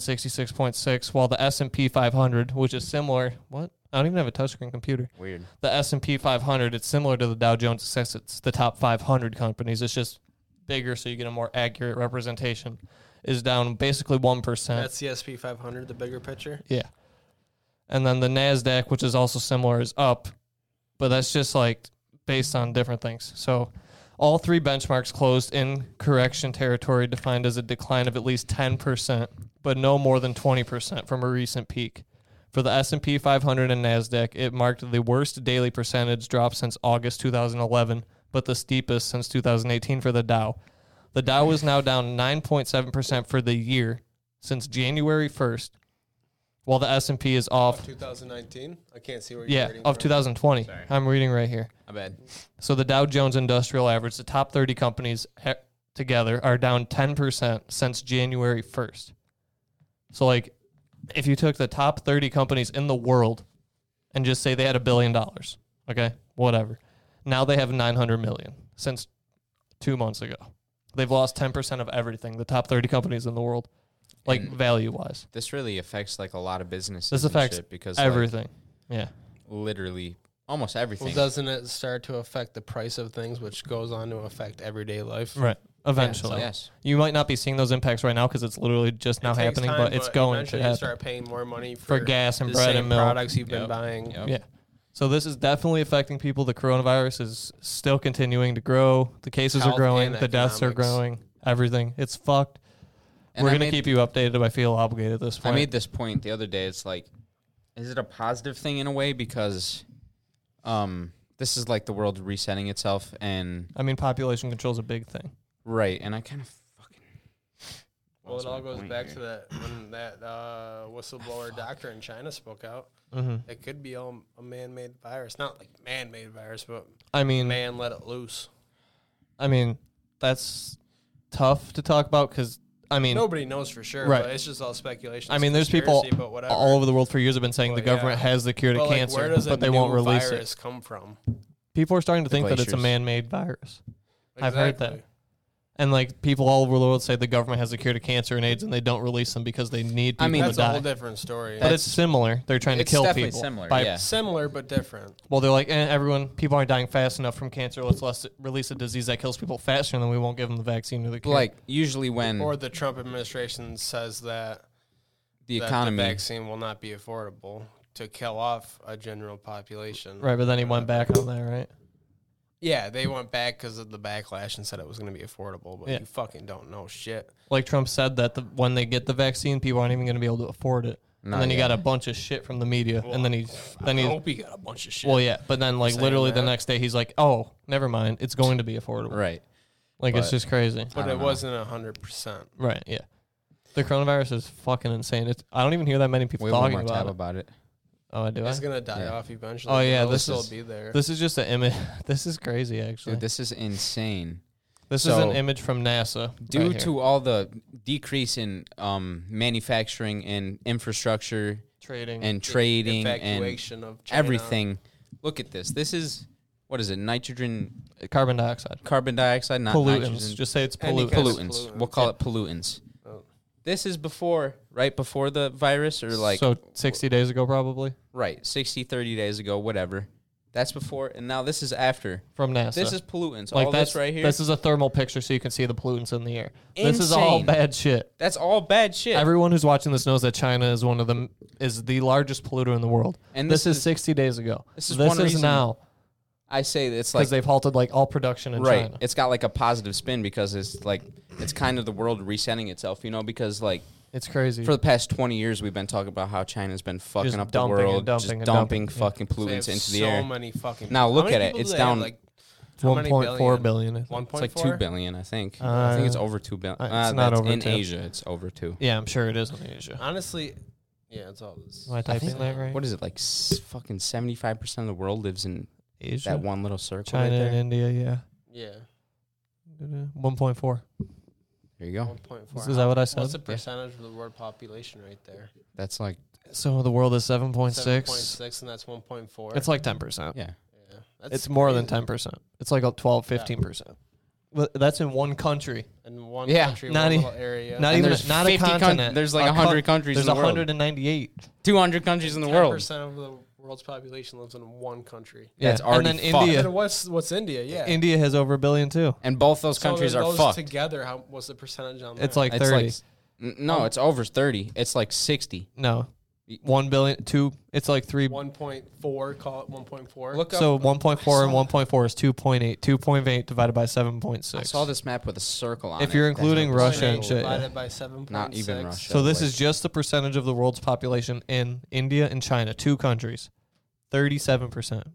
S2: 25,766.6, while the S and P 500, which is similar, what I don't even have a touchscreen computer.
S1: Weird.
S2: The S and P 500, it's similar to the Dow Jones since it's the top 500 companies. It's just bigger, so you get a more accurate representation. Is down basically one percent.
S3: That's the SP 500, the bigger picture.
S2: Yeah. And then the NASDAQ, which is also similar, is up, but that's just like based on different things. So all three benchmarks closed in correction territory defined as a decline of at least 10%, but no more than 20% from a recent peak. For the S&P 500 and Nasdaq, it marked the worst daily percentage drop since August 2011, but the steepest since 2018 for the Dow. The Dow is now down 9.7% for the year since January 1st, while the S&P is off
S3: 2019. I can't see where you're
S2: yeah,
S3: reading
S2: of
S3: from.
S2: 2020. I'm reading right here.
S1: I bet.
S2: So the Dow Jones Industrial Average, the top 30 companies he- together are down 10% since January 1st. So like if you took the top 30 companies in the world and just say they had a billion dollars, okay? Whatever. Now they have 900 million since two months ago. They've lost 10% of everything, the top 30 companies in the world, like value wise.
S1: This really affects like a lot of businesses.
S2: This
S1: and
S2: affects
S1: shit because like,
S2: everything. yeah.
S1: literally almost everything.
S3: Well, doesn't it start to affect the price of things, which goes on to affect everyday life?
S2: Right. Eventually.
S1: yes.
S2: You might not be seeing those impacts right now because it's literally just now
S3: It takes
S2: happening,
S3: time,
S2: but it's going to
S3: eventually
S2: happen.
S3: You start paying more money for,
S2: gas and
S3: the
S2: bread
S3: same
S2: and milk.
S3: products you've been
S1: Yep.
S3: buying.
S1: Yep.
S2: Yeah. So this is definitely affecting people. The coronavirus is still continuing to grow. The cases
S3: Health
S2: are growing.
S3: and
S2: The deaths are
S3: economics.
S2: growing. Everything. It's fucked.
S1: And
S2: We're
S1: I
S2: gonna
S1: made-
S2: keep you updated. I feel obligated at this
S1: I
S2: point.
S1: made this point the other day. It's like, is it a positive thing in a way because, um, this is like the world resetting itself and
S2: I mean, population control is a big thing.
S1: right. And I kind of fucking.
S3: Well,
S1: lost
S3: it
S1: my
S3: all goes
S1: point
S3: back
S1: here.
S3: to that when that uh, whistleblower doctor in China spoke out.
S2: Mm-hmm.
S3: It could be all a man-made virus, not like man-made virus, but
S2: I mean,
S3: man let it loose.
S2: I mean, that's tough to talk about because I mean,
S3: Nobody knows for sure,
S2: Right.
S3: but it's just all speculation.
S2: I
S3: it's
S2: mean, there's people
S3: conspiracy, but whatever.
S2: all over the world for years have been saying the
S3: But
S2: government
S3: yeah.
S2: has the cure to
S3: But, like,
S2: cancer,
S3: where does a
S2: but they
S3: new
S2: won't release
S3: virus
S2: it.
S3: come from?
S2: People are starting to think that it's a
S1: glaciers.
S2: man-made virus. I've heard that.
S3: Exactly.
S2: And like people all over the world say the government has a cure to cancer and AIDS, and they don't release them because they need people
S1: I mean,
S2: to
S3: That's a
S2: die.
S3: whole different story.
S2: but it's similar. They're trying to
S1: It's
S2: kill
S1: definitely
S2: people.
S1: similar,
S2: by-
S1: yeah.
S3: Similar but different.
S2: Well, they're like, eh, everyone, people aren't dying fast enough from cancer. Let's less, release a disease that kills people faster, and then we won't give them the vaccine or the cure.
S1: Like usually when
S3: Or the Trump administration says that
S1: the
S3: that
S1: economy,
S3: the vaccine will not be affordable to kill off a general population.
S2: right, but then he went back on that, right?
S3: Yeah, they went back because of the backlash and said it was going to be affordable, but
S2: Yeah.
S3: you fucking don't know shit.
S2: Like Trump said that the, when they get the vaccine, people aren't even going to be able to afford it.
S1: Not
S2: and then he
S1: yet.
S2: got a bunch of shit from the media, and then he, then
S3: I
S2: he,
S3: hope he got a bunch of shit.
S2: well, yeah, but then like
S3: Saying
S2: literally the
S3: that.
S2: next day he's like, oh, never mind, it's going to be affordable.
S1: right?
S2: Like it's
S1: But-
S2: just crazy.
S3: but
S1: don't
S3: it
S1: know.
S3: wasn't hundred percent.
S2: Right. Yeah. The coronavirus is fucking insane. It's, I don't even hear that many people
S1: We have one more
S2: talking about
S1: tab
S2: it.
S1: about it.
S2: Oh, I do. I?
S3: It's going to die
S1: Yeah.
S3: off eventually.
S2: Oh,
S3: but
S2: yeah,
S3: it'll
S2: this
S3: still
S2: is-
S3: be there.
S2: This is just an image. This is crazy, actually.
S1: Dude,
S2: this
S1: this is insane.
S2: is
S1: so-
S2: an image from NASA.
S1: Due
S2: right here.
S1: to all the decrease in um, manufacturing and infrastructure
S2: trading,
S1: and trading and
S3: evacuation of China.
S1: everything. Look at this. This is what is it? Nitrogen,
S2: carbon dioxide,
S1: carbon dioxide, not
S2: pollutants.
S1: nitrogen.
S2: Just say it's
S3: Any
S2: pollutants.
S3: kind of
S1: pollutants.
S3: pollutants.
S1: We'll call it pollutants.
S3: Oh.
S1: This is before, right before the virus, or like
S2: so 60 days ago, probably
S1: right 60, 30 days ago, whatever. That's before, and now this is after.
S2: from NASA.
S1: This is pollutants.
S2: like
S1: all
S2: that's
S1: this right here.
S2: This is a thermal picture, so you can see the pollutants in the air. This is all
S1: Insane.
S2: bad shit.
S1: that's all bad shit.
S2: Everyone who's watching this knows that China is one of them is the largest polluter in the world.
S1: And
S2: this,
S1: this
S2: is
S1: is-
S2: 60 days ago.
S1: this is
S2: this
S1: one
S2: is
S1: reason-
S2: now
S1: I say it's
S2: because
S1: like
S2: they've halted like all production in
S1: right.
S2: China.
S1: It's got like a positive spin because it's like it's kind of the world resetting itself, you know, because like
S2: It's crazy.
S1: for the past 20 years we've been talking about how China's been fucking
S2: Just
S1: up the
S2: dumping and
S1: world,
S2: dumping
S1: just
S2: and
S1: dumping,
S2: dumping. Yeah.
S1: fucking
S3: They
S1: pollutants
S3: have
S1: into
S3: so
S1: the air.
S3: many fucking.
S1: Now
S3: How
S1: look
S3: many
S1: at it.
S3: people do
S1: It's
S3: they have?
S1: down-
S3: Like how many
S2: 1.4
S3: billion?
S2: billion. I think.
S3: One
S1: It's
S3: point
S1: like
S3: four.
S1: 2 billion, I think. I think it's
S2: Uh,
S1: over 2 billion.
S2: uh, it's
S1: Uh,
S2: not
S1: that's-
S2: over
S1: in
S2: two.
S1: Asia it's over 2.
S2: Yeah, I'm sure it is in Asia.
S3: Honestly, yeah, it's all this.
S2: Am I typing that right?
S1: What is it like s- fucking 75% of the world lives in
S2: Asia?
S1: that one little circle
S2: China
S1: right there?
S2: and India, yeah.
S3: Yeah,
S2: 1.4.
S1: There you go.
S3: one point four.
S2: Is that what I said?
S3: What's the
S2: Yeah.
S3: percentage of the world population right there?
S1: That's like
S2: So the world is 7.6.
S3: Seven point six, and that's one point four.
S2: It's like 10%.
S1: yeah.
S3: yeah, that's
S2: It's more than
S3: crazy.
S2: 10%. It's like a 12, 15%. Well, that's in one country.
S3: in one
S1: Yeah,
S3: country,
S2: not
S3: one
S2: e-
S3: little area.
S2: Not
S1: And
S2: even
S1: there's
S2: not a
S1: 50 coun-
S2: continent.
S1: there's like
S2: A
S1: 100 countries
S2: There's
S1: in the world.
S2: 198.
S1: 200 countries in the world.
S3: percent of the world's population lives in one country.
S2: Yeah.
S1: That's already
S2: and then
S1: fucked.
S2: India.
S3: And what's what's India? Yeah,
S2: India has over a billion too.
S1: And both those
S3: So
S1: countries are
S3: those
S1: fucked.
S3: together. How what's the percentage on that?
S2: It's like
S1: It's
S2: 30.
S1: like s- n- no, it's over 30. It's like 60.
S2: no. 1 billion, 2. It's like 3
S3: one point four. Call it one point four.
S1: Look up
S2: So 1.4 and 1.4 is 2.8. 2.8 divided by 7.6.
S1: I saw this map with a circle on it.
S2: If you're
S1: That's
S2: including
S1: what the
S2: Russia and
S1: circle-
S2: shit,
S3: divided by seven.
S1: Not even Russia.
S2: So this
S1: like-
S2: is just the percentage of the world's population in India and China, two countries. Thirty-seven percent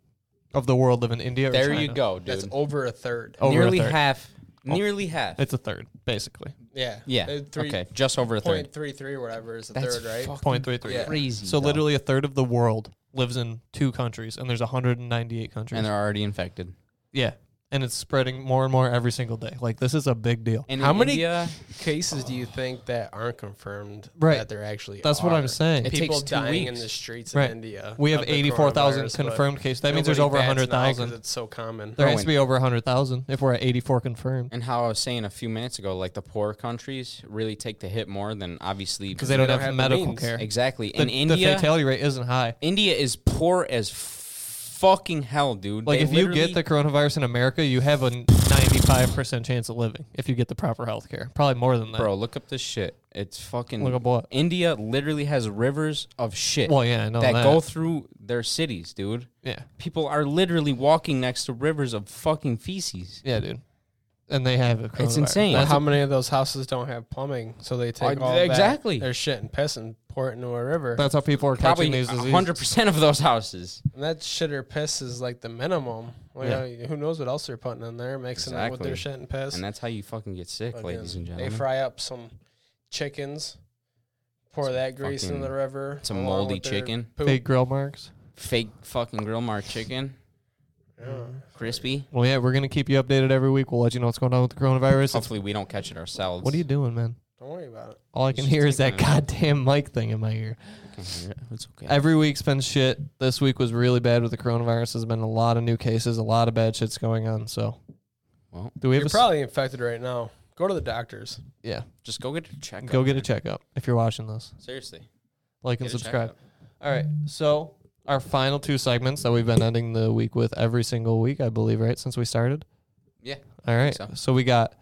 S2: of the world live in India. Or
S1: There
S2: China.
S1: you go, dude.
S3: That's over a third.
S2: Over a
S1: nearly
S2: third.
S1: half. Nearly half.
S2: It's a third, basically.
S3: Yeah.
S1: yeah.
S3: Uh, Three,
S1: okay. Just over a third.
S3: Point three three or whatever is the
S1: That's
S3: third, right?
S1: fucking
S2: Point three three.
S3: Yeah.
S1: crazy.
S2: So
S1: though.
S2: literally a third of the world lives in two countries, and there's 198 countries.
S1: and they're already infected.
S2: yeah, and it's spreading more and more every single day. Like this is a big deal.
S1: And
S3: How
S1: in
S3: many
S1: India, oh,
S3: cases do you think that aren't confirmed
S2: Right.
S3: that there actually
S2: That's what
S3: are?
S2: I'm saying. It
S3: People
S1: takes two
S3: dying in
S1: weeks.
S3: the streets
S2: Right.
S3: in India.
S2: We have
S3: of the
S2: 84,000
S3: coronavirus, but
S2: confirmed cases. That means there's
S3: nobody
S2: over
S3: bats an eye
S2: 100,000.
S3: 'cause It's so common.
S2: There has to be over 100,000 if we're at 84 confirmed
S1: and how I was saying a few minutes ago, like the poor countries really take the hit more than obviously
S2: because they don't have,
S3: have the
S2: medical
S3: means.
S2: care.
S1: exactly.
S2: The,
S1: And
S2: the
S1: India,
S2: fatality rate isn't high.
S1: India is poor as fucking hell, dude.
S2: Like
S1: They
S2: if you
S1: literally-
S2: get the coronavirus in America, you have a 95% chance of living if you get the proper health care. Probably more than that.
S1: bro, look up this shit. It's fucking
S2: Uh, Look up what?
S1: India literally has rivers of shit.
S2: Well, yeah, I know
S1: that,
S2: that.
S1: go through their cities, dude.
S2: Yeah.
S1: People are literally walking next to rivers of fucking feces.
S2: Yeah, dude. And they have it.
S1: It's insane.
S3: But
S1: That's
S3: how many of those houses don't have plumbing? So they take
S1: Uh,
S3: all that,
S1: exactly.
S3: their shit and piss and pour it into a river.
S2: That's how people are
S1: Probably
S2: catching these diseases.
S1: 100% of those houses.
S3: and that shit or piss is like the minimum. Like,
S2: Yeah.
S3: uh, Who knows what else they're putting in there, mixing it with
S1: Exactly.
S3: their shit and piss.
S1: And that's how you fucking get sick,
S3: Fucking-
S1: ladies and
S3: They
S1: gentlemen.
S3: fry up some chickens, pour that grease in
S1: fucking-
S3: the river.
S1: it's a
S3: along
S1: moldy
S3: with their
S1: chicken.
S3: poop.
S2: Big grill marks.
S1: Fake fucking grill mark chicken. Crispy.
S2: Well, yeah, we're going to keep you updated every week. We'll let you know what's going on with the coronavirus. It's-
S1: Hopefully we don't catch it ourselves.
S2: what are you doing, man?
S3: Don't worry about it.
S2: All I can
S1: should
S2: hear is
S1: take
S2: that
S1: my-
S2: goddamn mic thing in my ear.
S1: It's okay.
S2: Every week's been shit. This week was really bad with the coronavirus. There's been a lot of new cases, a lot of bad shit's going on. So,
S1: Well,
S2: do we have a
S3: You're
S2: s-
S3: probably infected right now. Go to the doctors.
S2: yeah?
S1: Just go get a check.
S2: Go get a checkup if you're watching this.
S1: Seriously.
S2: Like and
S1: Get a
S2: subscribe. All right. So our final two segments that we've been ending the week with every single week, I believe, right since we started.
S1: Yeah.
S2: All right. So.
S1: so.
S2: we got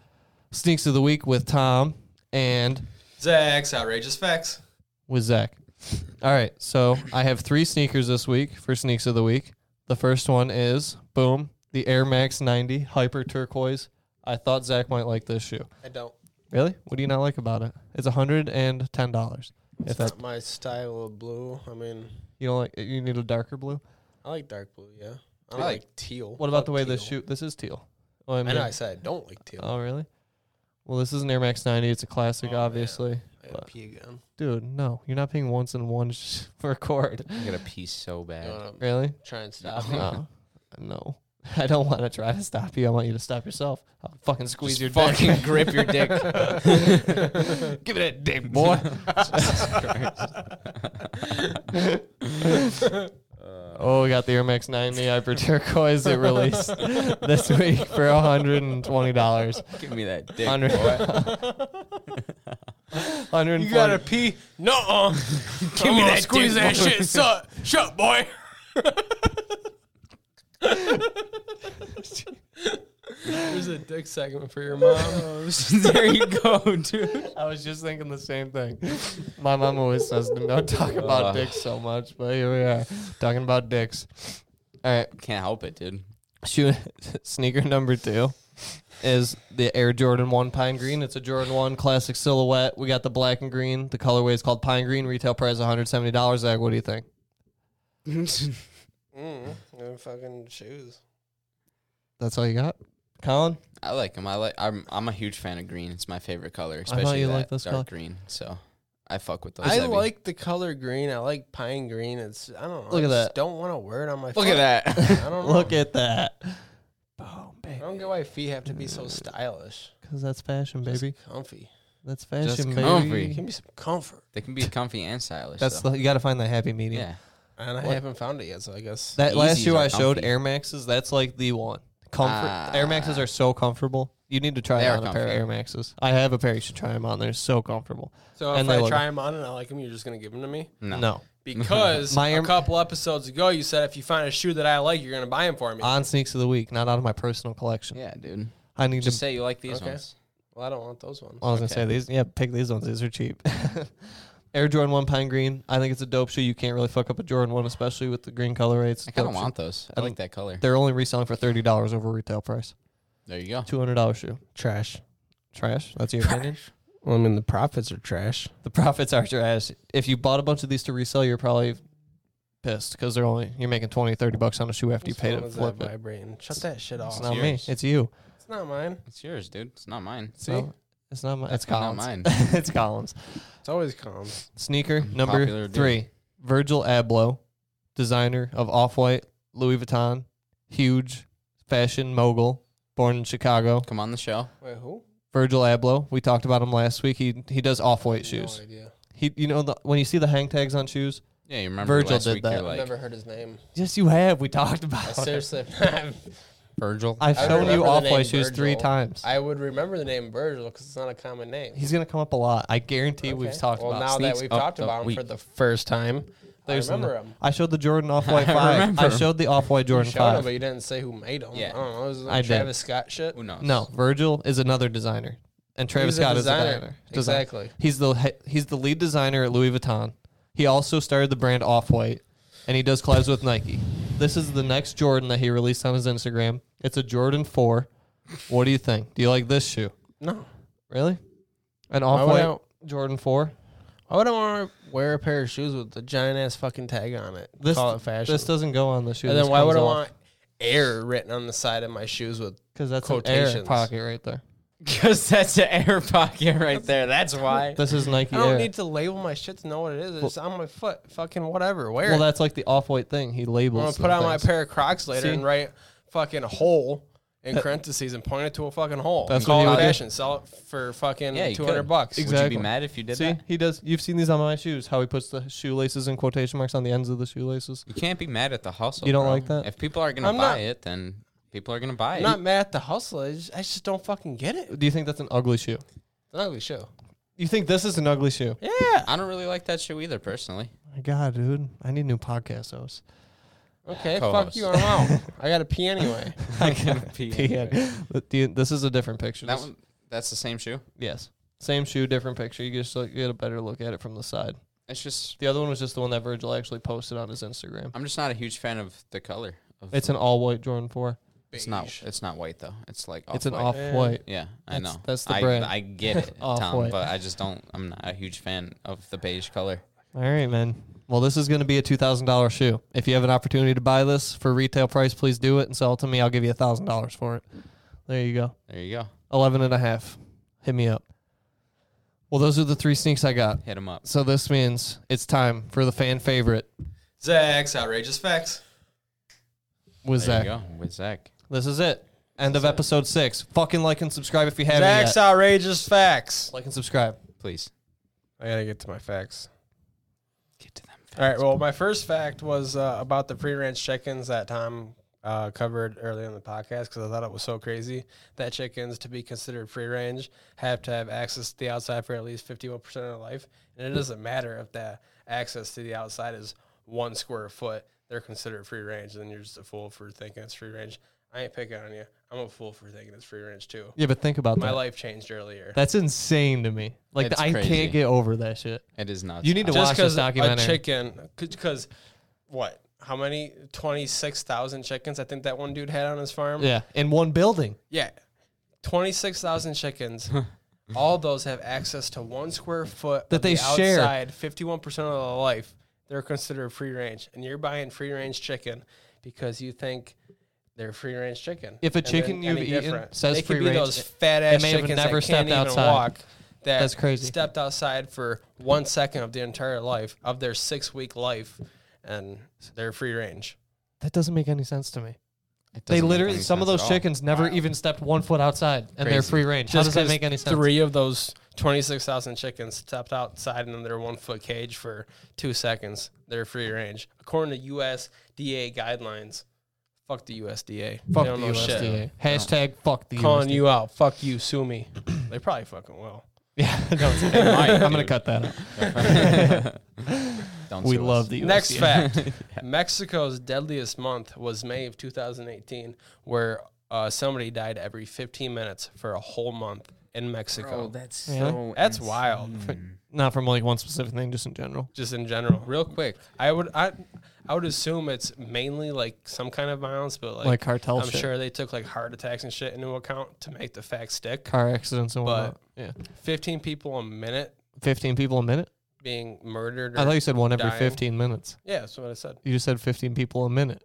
S2: sneaks of the week with Tom and
S3: Zach's outrageous facts.
S2: with Zach. All right. So I have three sneakers this week for sneaks of the week. The first one is boom the Air Max 90 Hyper Turquoise. I thought Zach might like this shoe.
S3: I don't.
S2: Really? What do you not like about it? It's hundred and ten dollars. If
S3: It's
S2: that
S3: not my style of blue. I mean,
S2: you don't like, you need a darker blue.
S3: I like dark blue. Yeah, I
S1: Yeah.
S3: like teal.
S2: What about
S3: Fuck
S2: the way this
S3: teal.
S2: shoe? This is teal. Oh, I
S3: I
S2: mean,
S3: know I said I don't like teal.
S2: Oh, really? Well, this is an Air Max 90. It's a classic,
S3: Oh, man.
S2: obviously.
S3: I gotta pee again.
S2: Dude, no, you're not paying once and one sh- for a cord.
S1: I got a piece so bad.
S3: You wanna
S2: Really?
S3: try and stop me?
S2: No. Uh, No. I don't want to try to stop you. I want you to stop yourself. I'll fucking squeeze
S1: Just
S2: your
S1: fucking grip your dick.
S2: dick. Give me that dick, boy. oh, we got the Air Max 90 Hyper Turquoise. It released this week for $120.
S1: Give me that dick.
S2: Hundred-
S1: boy.
S2: 140.
S3: You gotta pee? No. uh Give me that squeeze that shit. Shut, shut, boy. There's a dick segment for your mom.
S1: there you go, dude.
S2: I was just thinking the same thing. My mom always says to not talk about
S1: Uh.
S2: dicks so much, but here we are talking about dicks. All right,
S1: Can't help it, dude.
S2: shoe sneaker number two is the Air Jordan One Pine Green. It's a Jordan One classic silhouette. We got the black and green. The colorway is called Pine Green. Retail price one hundred seventy dollars. Zach, what do you think?
S3: mm, no fucking shoes.
S2: That's all you got, Colin.
S1: I like him. I like. I'm. I'm a huge fan of green. It's my favorite color,
S2: thought
S1: especially
S2: you
S1: that
S2: liked this
S1: dark
S2: color.
S1: green. So I fuck with those.
S3: I
S1: heavy.
S3: like the color green. I like pine green. It's I don't know.
S2: Look
S3: I
S2: at
S3: just
S2: that.
S3: Don't want to wear it on my.
S1: Look at that.
S3: I don't know.
S2: Look at that. Boom,
S3: I
S2: baby.
S3: don't get why feet have to be so stylish.
S2: Because that's fashion,
S3: Just
S2: baby.
S3: comfy.
S2: That's fashion,
S1: comfy.
S2: baby.
S3: Give me some comfort.
S1: they can be comfy and stylish.
S2: That's
S1: though.
S2: the, you got to find that happy medium.
S1: yeah.
S3: And I
S2: What?
S3: haven't found it yet, so I guess.
S2: That last
S1: Yeezys
S2: shoe
S1: are
S2: I showed,
S1: comfy.
S2: Air Maxes, that's like the one. Comfort.
S1: Ah.
S2: Air Maxes are so comfortable. You need to try
S1: They are
S2: on a pair of
S1: comfy.
S2: Air Maxes. I have a pair. You should try them on. They're so comfortable.
S3: so
S2: and
S3: if
S2: they
S3: I
S2: look-
S3: try them on and I like them, you're just gonna give them to me.
S2: No.
S3: Because
S2: My
S3: a
S2: arm-
S3: couple episodes ago, you said if you find a shoe that I like, you're gonna buy them for me.
S2: On Sneaks of the Week, not out of my personal collection.
S1: Yeah, dude.
S2: I need
S1: Just
S2: to.
S1: say you like these
S3: Okay.
S1: ones.
S3: well, I don't want those ones.
S2: I was going to say these. Yeah, pick these ones. These are cheap. Air Jordan 1 Pine Green. I think it's a dope shoe. You can't really fuck up a Jordan 1, especially with the green colorway. It's a
S1: I kind
S2: dope
S1: of
S2: shoe.
S1: want those. I like that color.
S2: They're only reselling for $30 over retail price.
S1: There you go.
S2: $200 shoe.
S3: Trash.
S2: Trash. That's your opinion?
S3: Well, I mean, the profits are trash.
S2: the profits are trash. If you bought a bunch of these to resell, you're probably pissed because they're only you're making 20, 30 bucks on a shoe after you paid it
S3: That
S2: flip it.
S3: vibrating. Shut that shit off.
S2: It's not
S1: yours.
S2: me. It's you.
S3: It's not mine.
S1: It's yours, dude. It's not mine.
S2: It's not, it's not mine. It's
S1: Not
S2: Collins.
S1: mine.
S2: it's Collins.
S3: It's always calm.
S2: Sneaker
S3: Mm-hmm.
S2: number
S1: Popular dude.
S2: three. Virgil Abloh, designer of Off White, Louis Vuitton, huge fashion mogul, born in Chicago.
S1: Come on the show.
S3: Wait, who?
S2: Virgil Abloh, we talked about him last week. He he does off white shoes.
S3: No idea.
S2: He you know the, when you see the hang tags on shoes.
S1: Yeah, you remember
S2: Virgil
S1: last
S2: did
S1: week
S2: that.
S1: you're
S2: I've
S1: like
S3: Never heard his name.
S2: Yes, you have. We talked
S3: I
S2: about. it.
S3: seriously, I've
S1: Virgil.
S2: I've
S3: I
S2: shown
S3: remember
S2: you
S3: the
S2: off
S3: name
S2: white shoes three
S3: Virgil.
S2: times.
S3: I would remember the name Virgil because it's not a common name.
S2: He's gonna come up a lot. I guarantee we've
S3: Okay.
S2: talked
S3: well,
S2: about.
S3: now that
S1: Sneaks
S3: we've
S1: up
S3: talked
S1: the
S3: about him
S1: week.
S3: for the first time,
S2: There's
S3: I remember
S2: n-
S3: him.
S2: I showed the Jordan Off White Five. I
S1: remember.
S2: showed the Off White Jordan
S3: You showed him,
S2: Five.
S3: but you didn't say who made him.
S1: Yeah.
S3: I don't know. Was it
S2: I
S3: like
S2: did.
S3: Travis Scott shit?
S1: Who knows?
S2: No, Virgil is another designer, and Travis
S3: He's a
S2: Scott is a
S3: designer.
S2: designer. Design-
S3: Exactly.
S2: He's the he- he's the lead designer at Louis Vuitton. He also started the brand Off White, and he does collabs with Nike. This is the next Jordan that he released on his Instagram. It's a Jordan Four. What do you think? Do you like this shoe?
S3: No.
S2: Really? An
S3: Why
S2: Off
S3: would I-
S2: White Jordan Four.
S3: I wouldn't want to wear a pair of shoes with the giant ass fucking tag on it.
S2: This
S3: Call it fashion.
S2: this doesn't go on the shoe.
S3: and then why would I want air written on the side of my shoes with?
S2: Because that's an air
S3: quotations?
S2: pocket right there.
S1: Because that's an air pocket right there. That's why.
S2: This is Nike
S3: I don't
S2: Air.
S3: need to label my shit to know what it is. It's on my foot. Fucking whatever. Wear
S2: well,
S3: it.
S2: that's like the off-white thing. He labels.
S3: I'm gonna put
S2: the
S3: on my
S2: things.
S3: pair of Crocs later
S2: See?
S3: and write fucking hole in parentheses and point it to a fucking hole.
S2: That's
S3: and call
S2: what he
S3: it
S2: would do.
S3: fashion. Sell it for fucking
S1: Yeah, you
S3: two hundred
S1: could.
S3: bucks.
S2: Ex-
S1: Would you
S2: Exactly.
S1: be mad if you did
S2: See,
S1: that?
S2: he does. You've seen these on my shoes. How he puts the shoelaces in quotation marks on the ends of the shoelaces.
S1: You can't be mad at the hustle.
S2: You don't
S1: bro.
S2: like that?
S1: If people are gonna
S3: I'm
S1: buy
S3: not-
S1: it, then people are gonna buy
S3: I'm
S1: it.
S3: not mad at the hustle. I just, I just don't fucking get it. It's
S2: Do you think that's an ugly shoe?
S3: an ugly show.
S2: You think this is an ugly shoe?
S3: Yeah.
S1: I don't really like that shoe either, personally.
S2: My God, dude, I need new podcast hosts.
S3: Okay.
S1: Co-host.
S3: Fuck you. I'm out. I got to pee anyway.
S2: I can't
S1: Pee
S2: pee
S1: anywhere.
S2: in. But do you- This is a different picture.
S1: That
S2: This-
S1: one, that's the same shoe.
S2: yes, same shoe, different picture. You just like, get a better look at it from the side.
S1: It's just,
S2: The other one was just the one that Virgil actually posted on his Instagram.
S1: I'm just not a huge fan of the color. Of
S2: It's an all-white Jordan Four.
S1: It's not. It's not white though. It's like off
S2: It's an
S1: white.
S2: off-white.
S1: Yeah, I
S2: That's-
S1: know.
S2: that's the
S1: I,
S2: brand.
S1: I get it, Tom,
S2: Off-white.
S1: but I just don't. I'm not a huge fan of the beige color.
S2: All right, man. Well, this is going to be a two thousand dollar shoe. If you have an opportunity to buy this for retail price, please do it and sell it to me. I'll give you thousand dollars for it. There you go.
S1: There you go.
S2: 11 and a half. Hit me up. Well, those are the three sneaks I got.
S1: Hit them up.
S2: So this means it's time for the fan favorite
S3: Zach's outrageous facts.
S2: with
S1: There
S2: Zach.
S1: you go with Zach.
S2: This is it. End of episode six. Fucking like and subscribe if you haven't
S3: Zach's
S2: yet.
S3: outrageous facts.
S2: Like and subscribe.
S1: Please
S3: I gotta get to my facts.
S1: get to them.
S3: All right. Well, my first fact was uh, about the free range chickens that Tom uh, covered earlier in the podcast because I thought it was so crazy that chickens, to be considered free range, have to have access to the outside for at least 51% of their life. And it doesn't matter if that access to the outside is one square foot, they're considered free range. Then you're just a fool for thinking it's free range. I ain't picking on you. I'm a fool for thinking it's free range too.
S2: Yeah, but think about
S3: My
S2: that.
S3: life changed earlier.
S2: That's insane to me. Like
S1: It's
S2: I
S1: crazy.
S2: can't get over that shit.
S1: It is not.
S2: You need to
S3: just
S2: watch this
S3: because a
S2: documentary.
S3: chicken, because what? How many? Twenty six thousand chickens. I think that one dude had on his farm.
S2: yeah, in one building.
S3: yeah. twenty six thousand chickens. all those have access to one square foot
S2: That
S3: of
S2: they
S3: the
S2: share.
S3: outside. Fifty one percent of the life they're considered free range, and you're buying free range chicken because you think. They're free range chicken.
S2: If a
S3: And
S2: chicken
S3: they're any
S2: you've eaten says
S3: they could
S2: free
S3: be
S2: range,
S3: those fat ass
S2: may have
S3: chickens
S2: never
S3: that can't
S2: stepped
S3: even
S2: outside.
S3: walk that
S2: That's crazy.
S3: stepped outside for one second of their entire life of their six week life and they're free range
S2: That doesn't make any sense to me.
S1: It doesn't
S2: They
S1: make
S2: literally
S1: any
S2: some of
S1: sense
S2: those
S1: at all.
S2: chickens never even stepped one foot outside and they're
S1: Crazy.
S2: free range. How does that
S3: 'cause
S2: make any sense?
S3: three of those 26,000 chickens stepped outside in their one foot cage for two seconds they're free range according to USDA guidelines fuck the USDA
S2: Fuck
S3: they
S2: the
S3: don't know shit.
S2: USDA. Hashtag fuck the
S3: calling
S2: USDA.
S3: you out fuck you sue me they probably fucking will
S2: Yeah, no, it's-
S1: might,
S2: I'm gonna
S1: dude.
S2: cut that out.
S1: Don't
S2: We
S1: sue us.
S2: love the USDA.
S3: Next fact Mexico's deadliest month was May of 2018, where uh, somebody died every 15 minutes for a whole month in Mexico.
S1: Bro, that's
S2: Really?
S1: so
S3: That's
S1: ins-
S3: wild,
S2: Not from like one specific thing, just in general.
S3: just in general.
S1: Real quick,
S3: I would I, I would assume it's mainly like some kind of violence, but like,
S2: Like cartel
S3: I'm
S2: shit.
S3: sure they took like heart attacks and shit into account to make the fact stick.
S2: Car accidents and
S3: But-
S2: whatnot. Yeah,
S3: 15 people a minute
S2: fifteen people a minute.
S3: being murdered.
S2: I
S3: or-
S2: thought you said one every
S3: dying.
S2: fifteen minutes.
S3: yeah, that's what I said.
S2: You just said fifteen people a minute.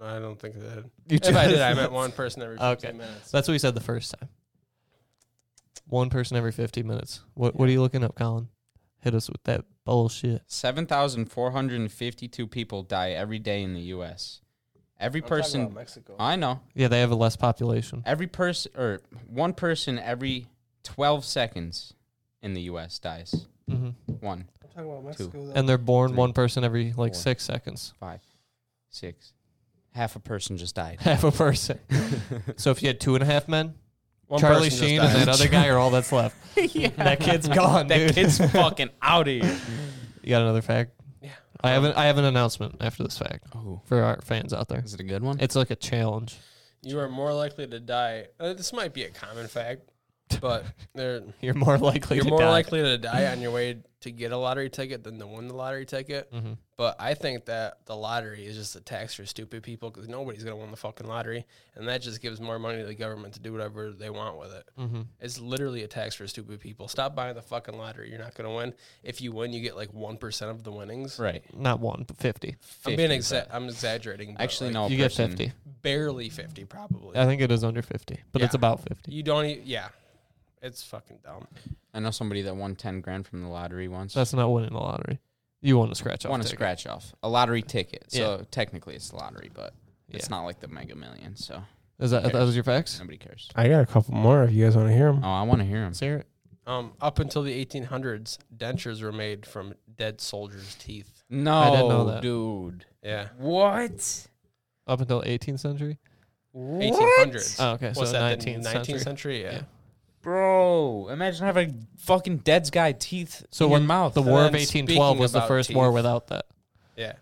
S3: I don't think I did.
S2: You
S3: If I did, I meant one person every 15
S2: Okay.
S3: minutes.
S2: That's what you said the first time. One person every fifteen minutes. What What are you looking up, Colin? Hit us with that bullshit.
S1: seven thousand four hundred and fifty-two people die every day in the U.S. Every
S3: I'm talking about
S1: person
S3: Mexico.
S1: I know.
S2: Yeah, they have a less population.
S1: Every person or one person every 12 seconds in the US dies.
S2: hmm
S1: One,
S3: I'm talking about Mexico. Though.
S2: And they're born
S1: Mm-hmm. Three,
S2: one person every like
S1: four.
S2: six seconds.
S1: five, six. Half a person just died.
S2: Half a person. so if you had two and a half men,
S3: One
S2: Charlie
S3: person just
S2: Sheen and
S3: died.
S2: that other guy are all that's left. That kid's gone,
S1: that
S2: dude.
S1: kid's fucking out of here.
S2: You got another fact?
S3: Yeah.
S2: I have an I have an announcement after this fact
S1: Oh,
S2: for our fans out there.
S1: is it a good one?
S2: It's like a challenge.
S3: You are more likely to die. Uh, this might be a common fact, but they're.
S2: You're more likely
S3: You're
S2: to
S3: more
S2: die.
S3: likely to die on your way to get a lottery ticket than to win the lottery ticket.
S1: Mm-hmm.
S3: But I think that the lottery is just a tax for stupid people because nobody's going to win the fucking lottery. And that just gives more money to the government to do whatever they want with it.
S1: Mm-hmm.
S3: It's literally a tax for stupid people. Stop buying the fucking lottery. You're not going to win. If you win, you get like 1% of the winnings.
S1: right.
S2: Not one, but fifty.
S3: I'm being
S1: 50,
S3: exa-
S1: but-
S3: I'm exaggerating. but,
S1: Actually,
S3: like,
S1: no. a
S2: you get
S1: person-
S2: fifty.
S3: Barely 50, probably.
S2: I think it is under fifty, but it's
S3: Yeah.
S2: about fifty.
S3: you don't e Yeah. It's fucking dumb.
S1: I know somebody that won 10 grand from the lottery once.
S2: That's not winning the lottery. You want to scratch off.
S1: won a
S2: ticket.
S1: scratch off. A lottery ticket. So
S2: Yeah.
S1: technically it's the lottery, but it's
S2: Yeah.
S1: not like the mega million. So
S2: Is that that was your facts?
S1: nobody cares.
S3: I got a couple more if you guys want to hear them.
S1: Oh, I want to hear him.
S2: Let's hear it.
S3: Um, up until the 1800s, dentures were made from dead soldiers' teeth.
S1: No,
S2: didn't know that.
S1: dude.
S3: Yeah,
S1: What?
S2: Up until 18th century.
S3: 1800s.
S2: Oh, okay, so
S3: What's that?
S2: 19th
S3: the 19th century. Yeah.
S2: Yeah.
S1: Bro, imagine having fucking dead's guy teeth
S2: So
S1: in
S2: when
S1: your mouth.
S2: the War of
S3: then
S2: 1812 was
S3: speaking
S2: the
S3: about
S2: first war
S3: teeth.
S2: without that.
S3: yeah,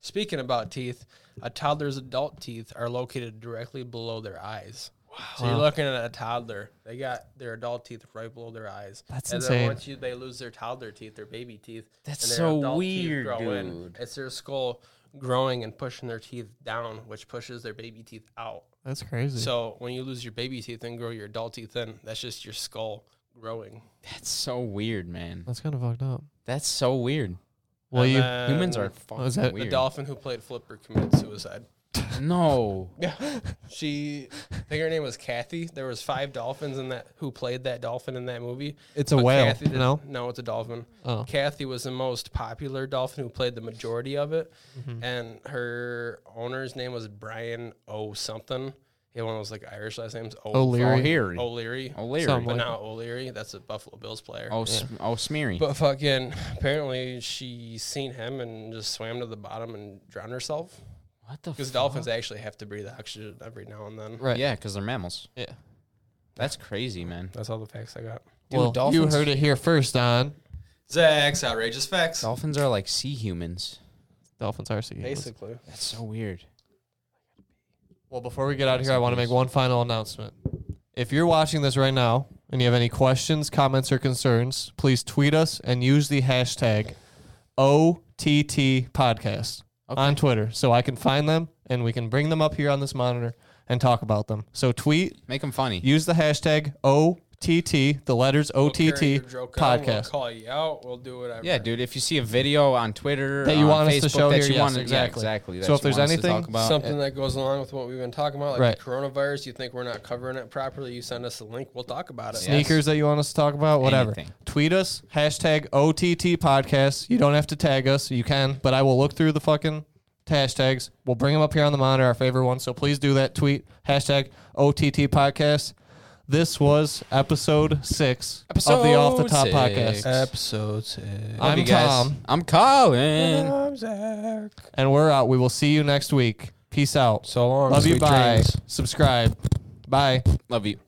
S3: Speaking about teeth, a toddler's adult teeth are located directly below their eyes. Wow. So you're
S2: Wow.
S3: looking at a toddler. They got their adult teeth right below their eyes.
S2: That's
S3: and
S2: insane.
S3: Then once you, they lose their toddler teeth, their baby teeth.
S1: That's
S3: and their
S1: so
S3: adult teeth
S1: weird,
S3: grow in.
S1: dude.
S3: It's their skull growing and pushing their teeth down, which pushes their baby teeth out.
S2: That's crazy.
S3: So when you lose your baby teeth and grow your adult teeth in, that's just your skull growing.
S1: That's so weird, man.
S2: That's kind of fucked up.
S1: That's so weird.
S2: Well,
S3: And
S2: you
S3: then
S1: Humans are fucking
S2: is that-
S3: the
S1: weird.
S3: dolphin who played Flipper committed suicide.
S1: No.
S3: Yeah, she. I think her name was Kathy. There was five dolphins in that who played that dolphin in that movie.
S2: It's a
S3: But
S2: whale,
S3: Kathy did-
S2: no?
S3: no, it's a dolphin.
S2: Oh.
S3: Kathy was the most popular dolphin who played the majority of it,
S2: Mm-hmm.
S3: and her owner's name was Brian O something. He had one of those like Irish last names. O-
S2: O'Leary.
S1: O'Leary.
S3: O'Leary.
S1: O'Leary.
S2: Some-
S3: But not O'Leary. That's a Buffalo Bills player.
S1: Oh, s- oh, smeary.
S3: But fucking, apparently she seen him and just swam to the bottom and drowned herself.
S1: what the?
S3: Because
S1: F-
S3: dolphins actually have to breathe oxygen every now and then.
S2: right.
S1: yeah, because they're mammals.
S2: Yeah.
S1: That's crazy, man.
S3: That's all the facts I got.
S2: well, you heard it here first on
S3: Zach's outrageous facts.
S1: Dolphins are like sea humans.
S2: Dolphins RC.
S3: Basically,
S1: That's so weird.
S2: Well, before we get out of here, I want to make one final announcement. If you're watching this right now and you have any questions, comments, or concerns, please tweet us and use the hashtag OTT podcast on Twitter so I can find them and we can bring them up here on this monitor and talk about them. So tweet,
S1: Make them funny.
S2: use the hashtag OTT, the letters
S3: Carry your
S2: OTT
S3: joke out, We'll
S2: podcast.
S3: call you out. We'll do whatever.
S1: Yeah, dude. If you see a video on Twitter
S2: That you
S1: on
S2: want us
S1: Facebook
S2: to show
S1: that
S2: here,
S1: you
S2: yes,
S1: want,
S2: exactly.
S1: yeah, exactly.
S2: So
S1: that
S2: if
S1: you
S2: there's
S1: want us to
S2: anything-
S1: talk about,
S3: Something that goes along with what we've been talking about, like
S2: Right.
S3: the coronavirus. You think we're not covering it properly? You send us a link. We'll talk about it.
S1: Sneak-
S2: Sneakers that you want us to talk about, whatever.
S1: Anything.
S2: Tweet us, hashtag OTT podcast. You don't have to tag us. You can, but I will look through the fucking hashtags. We'll bring them up here on the monitor, our favorite one. So please do that. Tweet, hashtag OTT podcast. This was episode six of the Off the Top
S1: Episode six.
S2: podcast.
S3: Episode six.
S1: Love
S2: I'm
S1: you guys.
S2: Tom,
S1: I'm Colin.
S3: I'm Zach.
S2: and we're out. We will see you next week. Peace out.
S3: So long.
S2: Love you.
S3: sweet
S2: Bye.
S3: dreams.
S2: Subscribe. Bye.
S1: Love you.